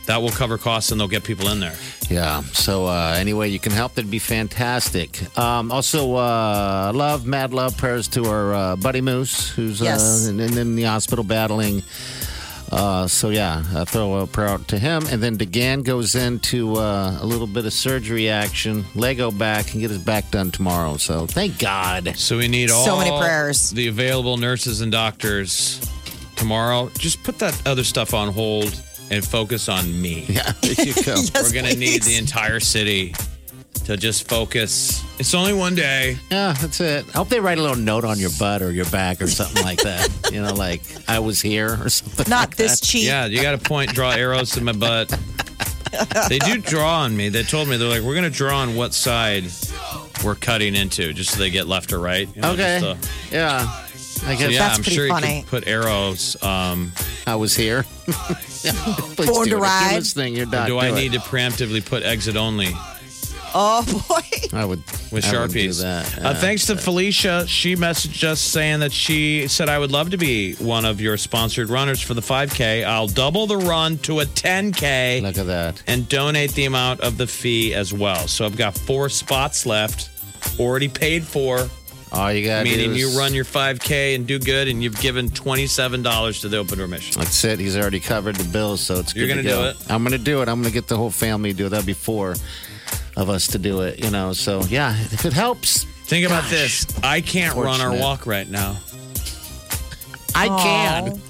Speaker 5: that will cover costs and they'll get people in there.
Speaker 1: Yeah. So uh, anyway, you can help. That'd be fantastic. Um, also, uh, love, mad love, prayers to our uh, buddy Moose, who's
Speaker 4: Yes.
Speaker 1: uh, in, in, in the hospital battling. Uh, so yeah, uh, throw a prayer out to him, and then DeGan goes into uh, a little bit of surgery action, Lego back, and get his back done tomorrow. So thank God.
Speaker 5: So we need all
Speaker 4: So many prayers.
Speaker 5: The available nurses and doctors tomorrow. Just put that other stuff on hold and focus on me.
Speaker 1: Yeah, there you go.
Speaker 5: We're gonna need the entire city to just focus. It's only one day.
Speaker 1: Yeah, that's it. I hope they write a little note on your butt or your back or something like that. you know, like I was here or something.
Speaker 4: Not this cheap.
Speaker 5: Yeah, you got to point, draw arrows to my butt. They do draw on me. They told me they're like, we're gonna draw on what side we're cutting into, just so they get left or right. You know,
Speaker 1: Okay.
Speaker 5: just, uh,
Speaker 1: yeah. I
Speaker 5: so
Speaker 1: guess
Speaker 5: yeah,
Speaker 4: That's
Speaker 5: I'm
Speaker 4: pretty
Speaker 5: sure you
Speaker 4: funny.
Speaker 5: can put arrows. Um,
Speaker 1: I was here. Please
Speaker 4: Born
Speaker 1: do
Speaker 4: to
Speaker 1: it. If
Speaker 4: ride.
Speaker 1: You're listening. You're not.
Speaker 5: do I
Speaker 1: it.
Speaker 5: need to preemptively put exit only?
Speaker 4: Oh boy.
Speaker 1: I would
Speaker 5: with
Speaker 1: I would do
Speaker 5: sharpies.
Speaker 1: that.
Speaker 5: uh,
Speaker 1: Yeah.
Speaker 5: thanks to Felicia, she messaged us saying that she said, "I would love to be one of your sponsored runners for the 5K. I'll double the run to a 10K
Speaker 1: Look at that.
Speaker 5: and donate the amount of the fee as well. So I've got four spots left, already paid for.
Speaker 1: All you got.
Speaker 5: Meaning
Speaker 1: do is,
Speaker 5: you run your 5K and do good, and you've given $27 to the open door mission.
Speaker 1: That's it. He's already covered the bills, so it's
Speaker 5: You're
Speaker 1: good
Speaker 5: gonna
Speaker 1: to go.
Speaker 5: do it?
Speaker 1: I'm gonna do it. I'm gonna get the whole family to do it. That'd be four of us to do it. You know. So yeah, if it helps,
Speaker 5: Think about this: I can't run or
Speaker 1: Fortunate.
Speaker 5: walk right now.
Speaker 1: I can.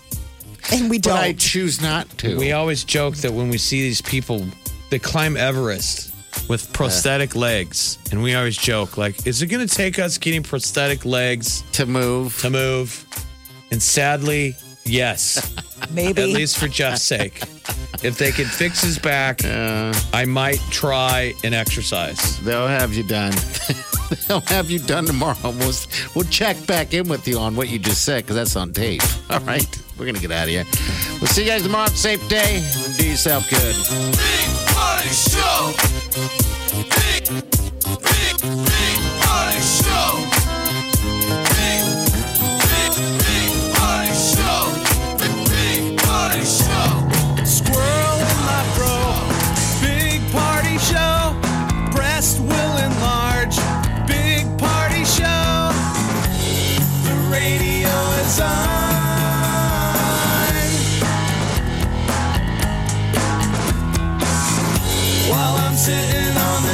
Speaker 4: And we
Speaker 1: But I
Speaker 4: don't.
Speaker 1: choose not to.
Speaker 5: We always joke that when we see these people, they climb Everest with prosthetic legs. And we always joke, like, is it going to take us getting prosthetic legs
Speaker 1: to move.
Speaker 5: to move? And sadly, yes,
Speaker 4: Maybe.
Speaker 5: at least for Jeff's sake. If they can fix his back, I might try an exercise.
Speaker 1: They'll have you done. They'll have you done tomorrow. We'll, we'll check back in with you on what you just said because that's on tape. All right. We're going to get out of here. We'll see you guys tomorrow. Have a Safe day. Do yourself good.
Speaker 2: Big Party Show. Big, big, big Party Show. Big, big, big Party Show. Big Party Show. Squirrel in my bro. Big Party Show. Breast will enlarge. Big Party Show. The radio is on. while I'm sitting on the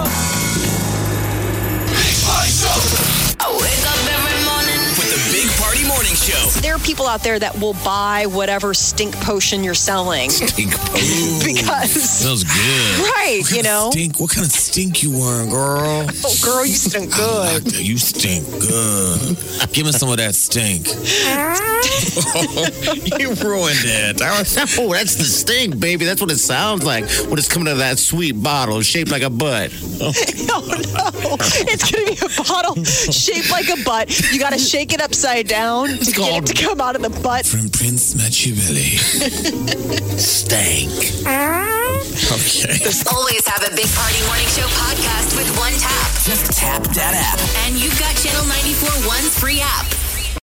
Speaker 3: I Oh, wake up every morning.
Speaker 10: With the Big Party Morning Show.
Speaker 4: There are people out there that will buy whatever stink potion you're selling because
Speaker 10: Smells good.
Speaker 4: right, you know.
Speaker 10: Stink. What kind of stink you wearing, girl?
Speaker 4: Oh, girl, you stink good.
Speaker 10: You stink good. Give me some of that stink. you ruined it. I was-
Speaker 1: Oh, that's the stink, baby. That's what it sounds like when it's coming out of that sweet bottle shaped like a butt.
Speaker 4: Oh no, it's gonna be a bottle shaped like a butt. You gotta shake it upside down to get it to come out of the butt.
Speaker 10: From Prince Machiavelli. Stank. Okay.
Speaker 3: Always have a Big Party Morning Show podcast with one tap. Just tap that app. And you've got Channel 94.1's free app.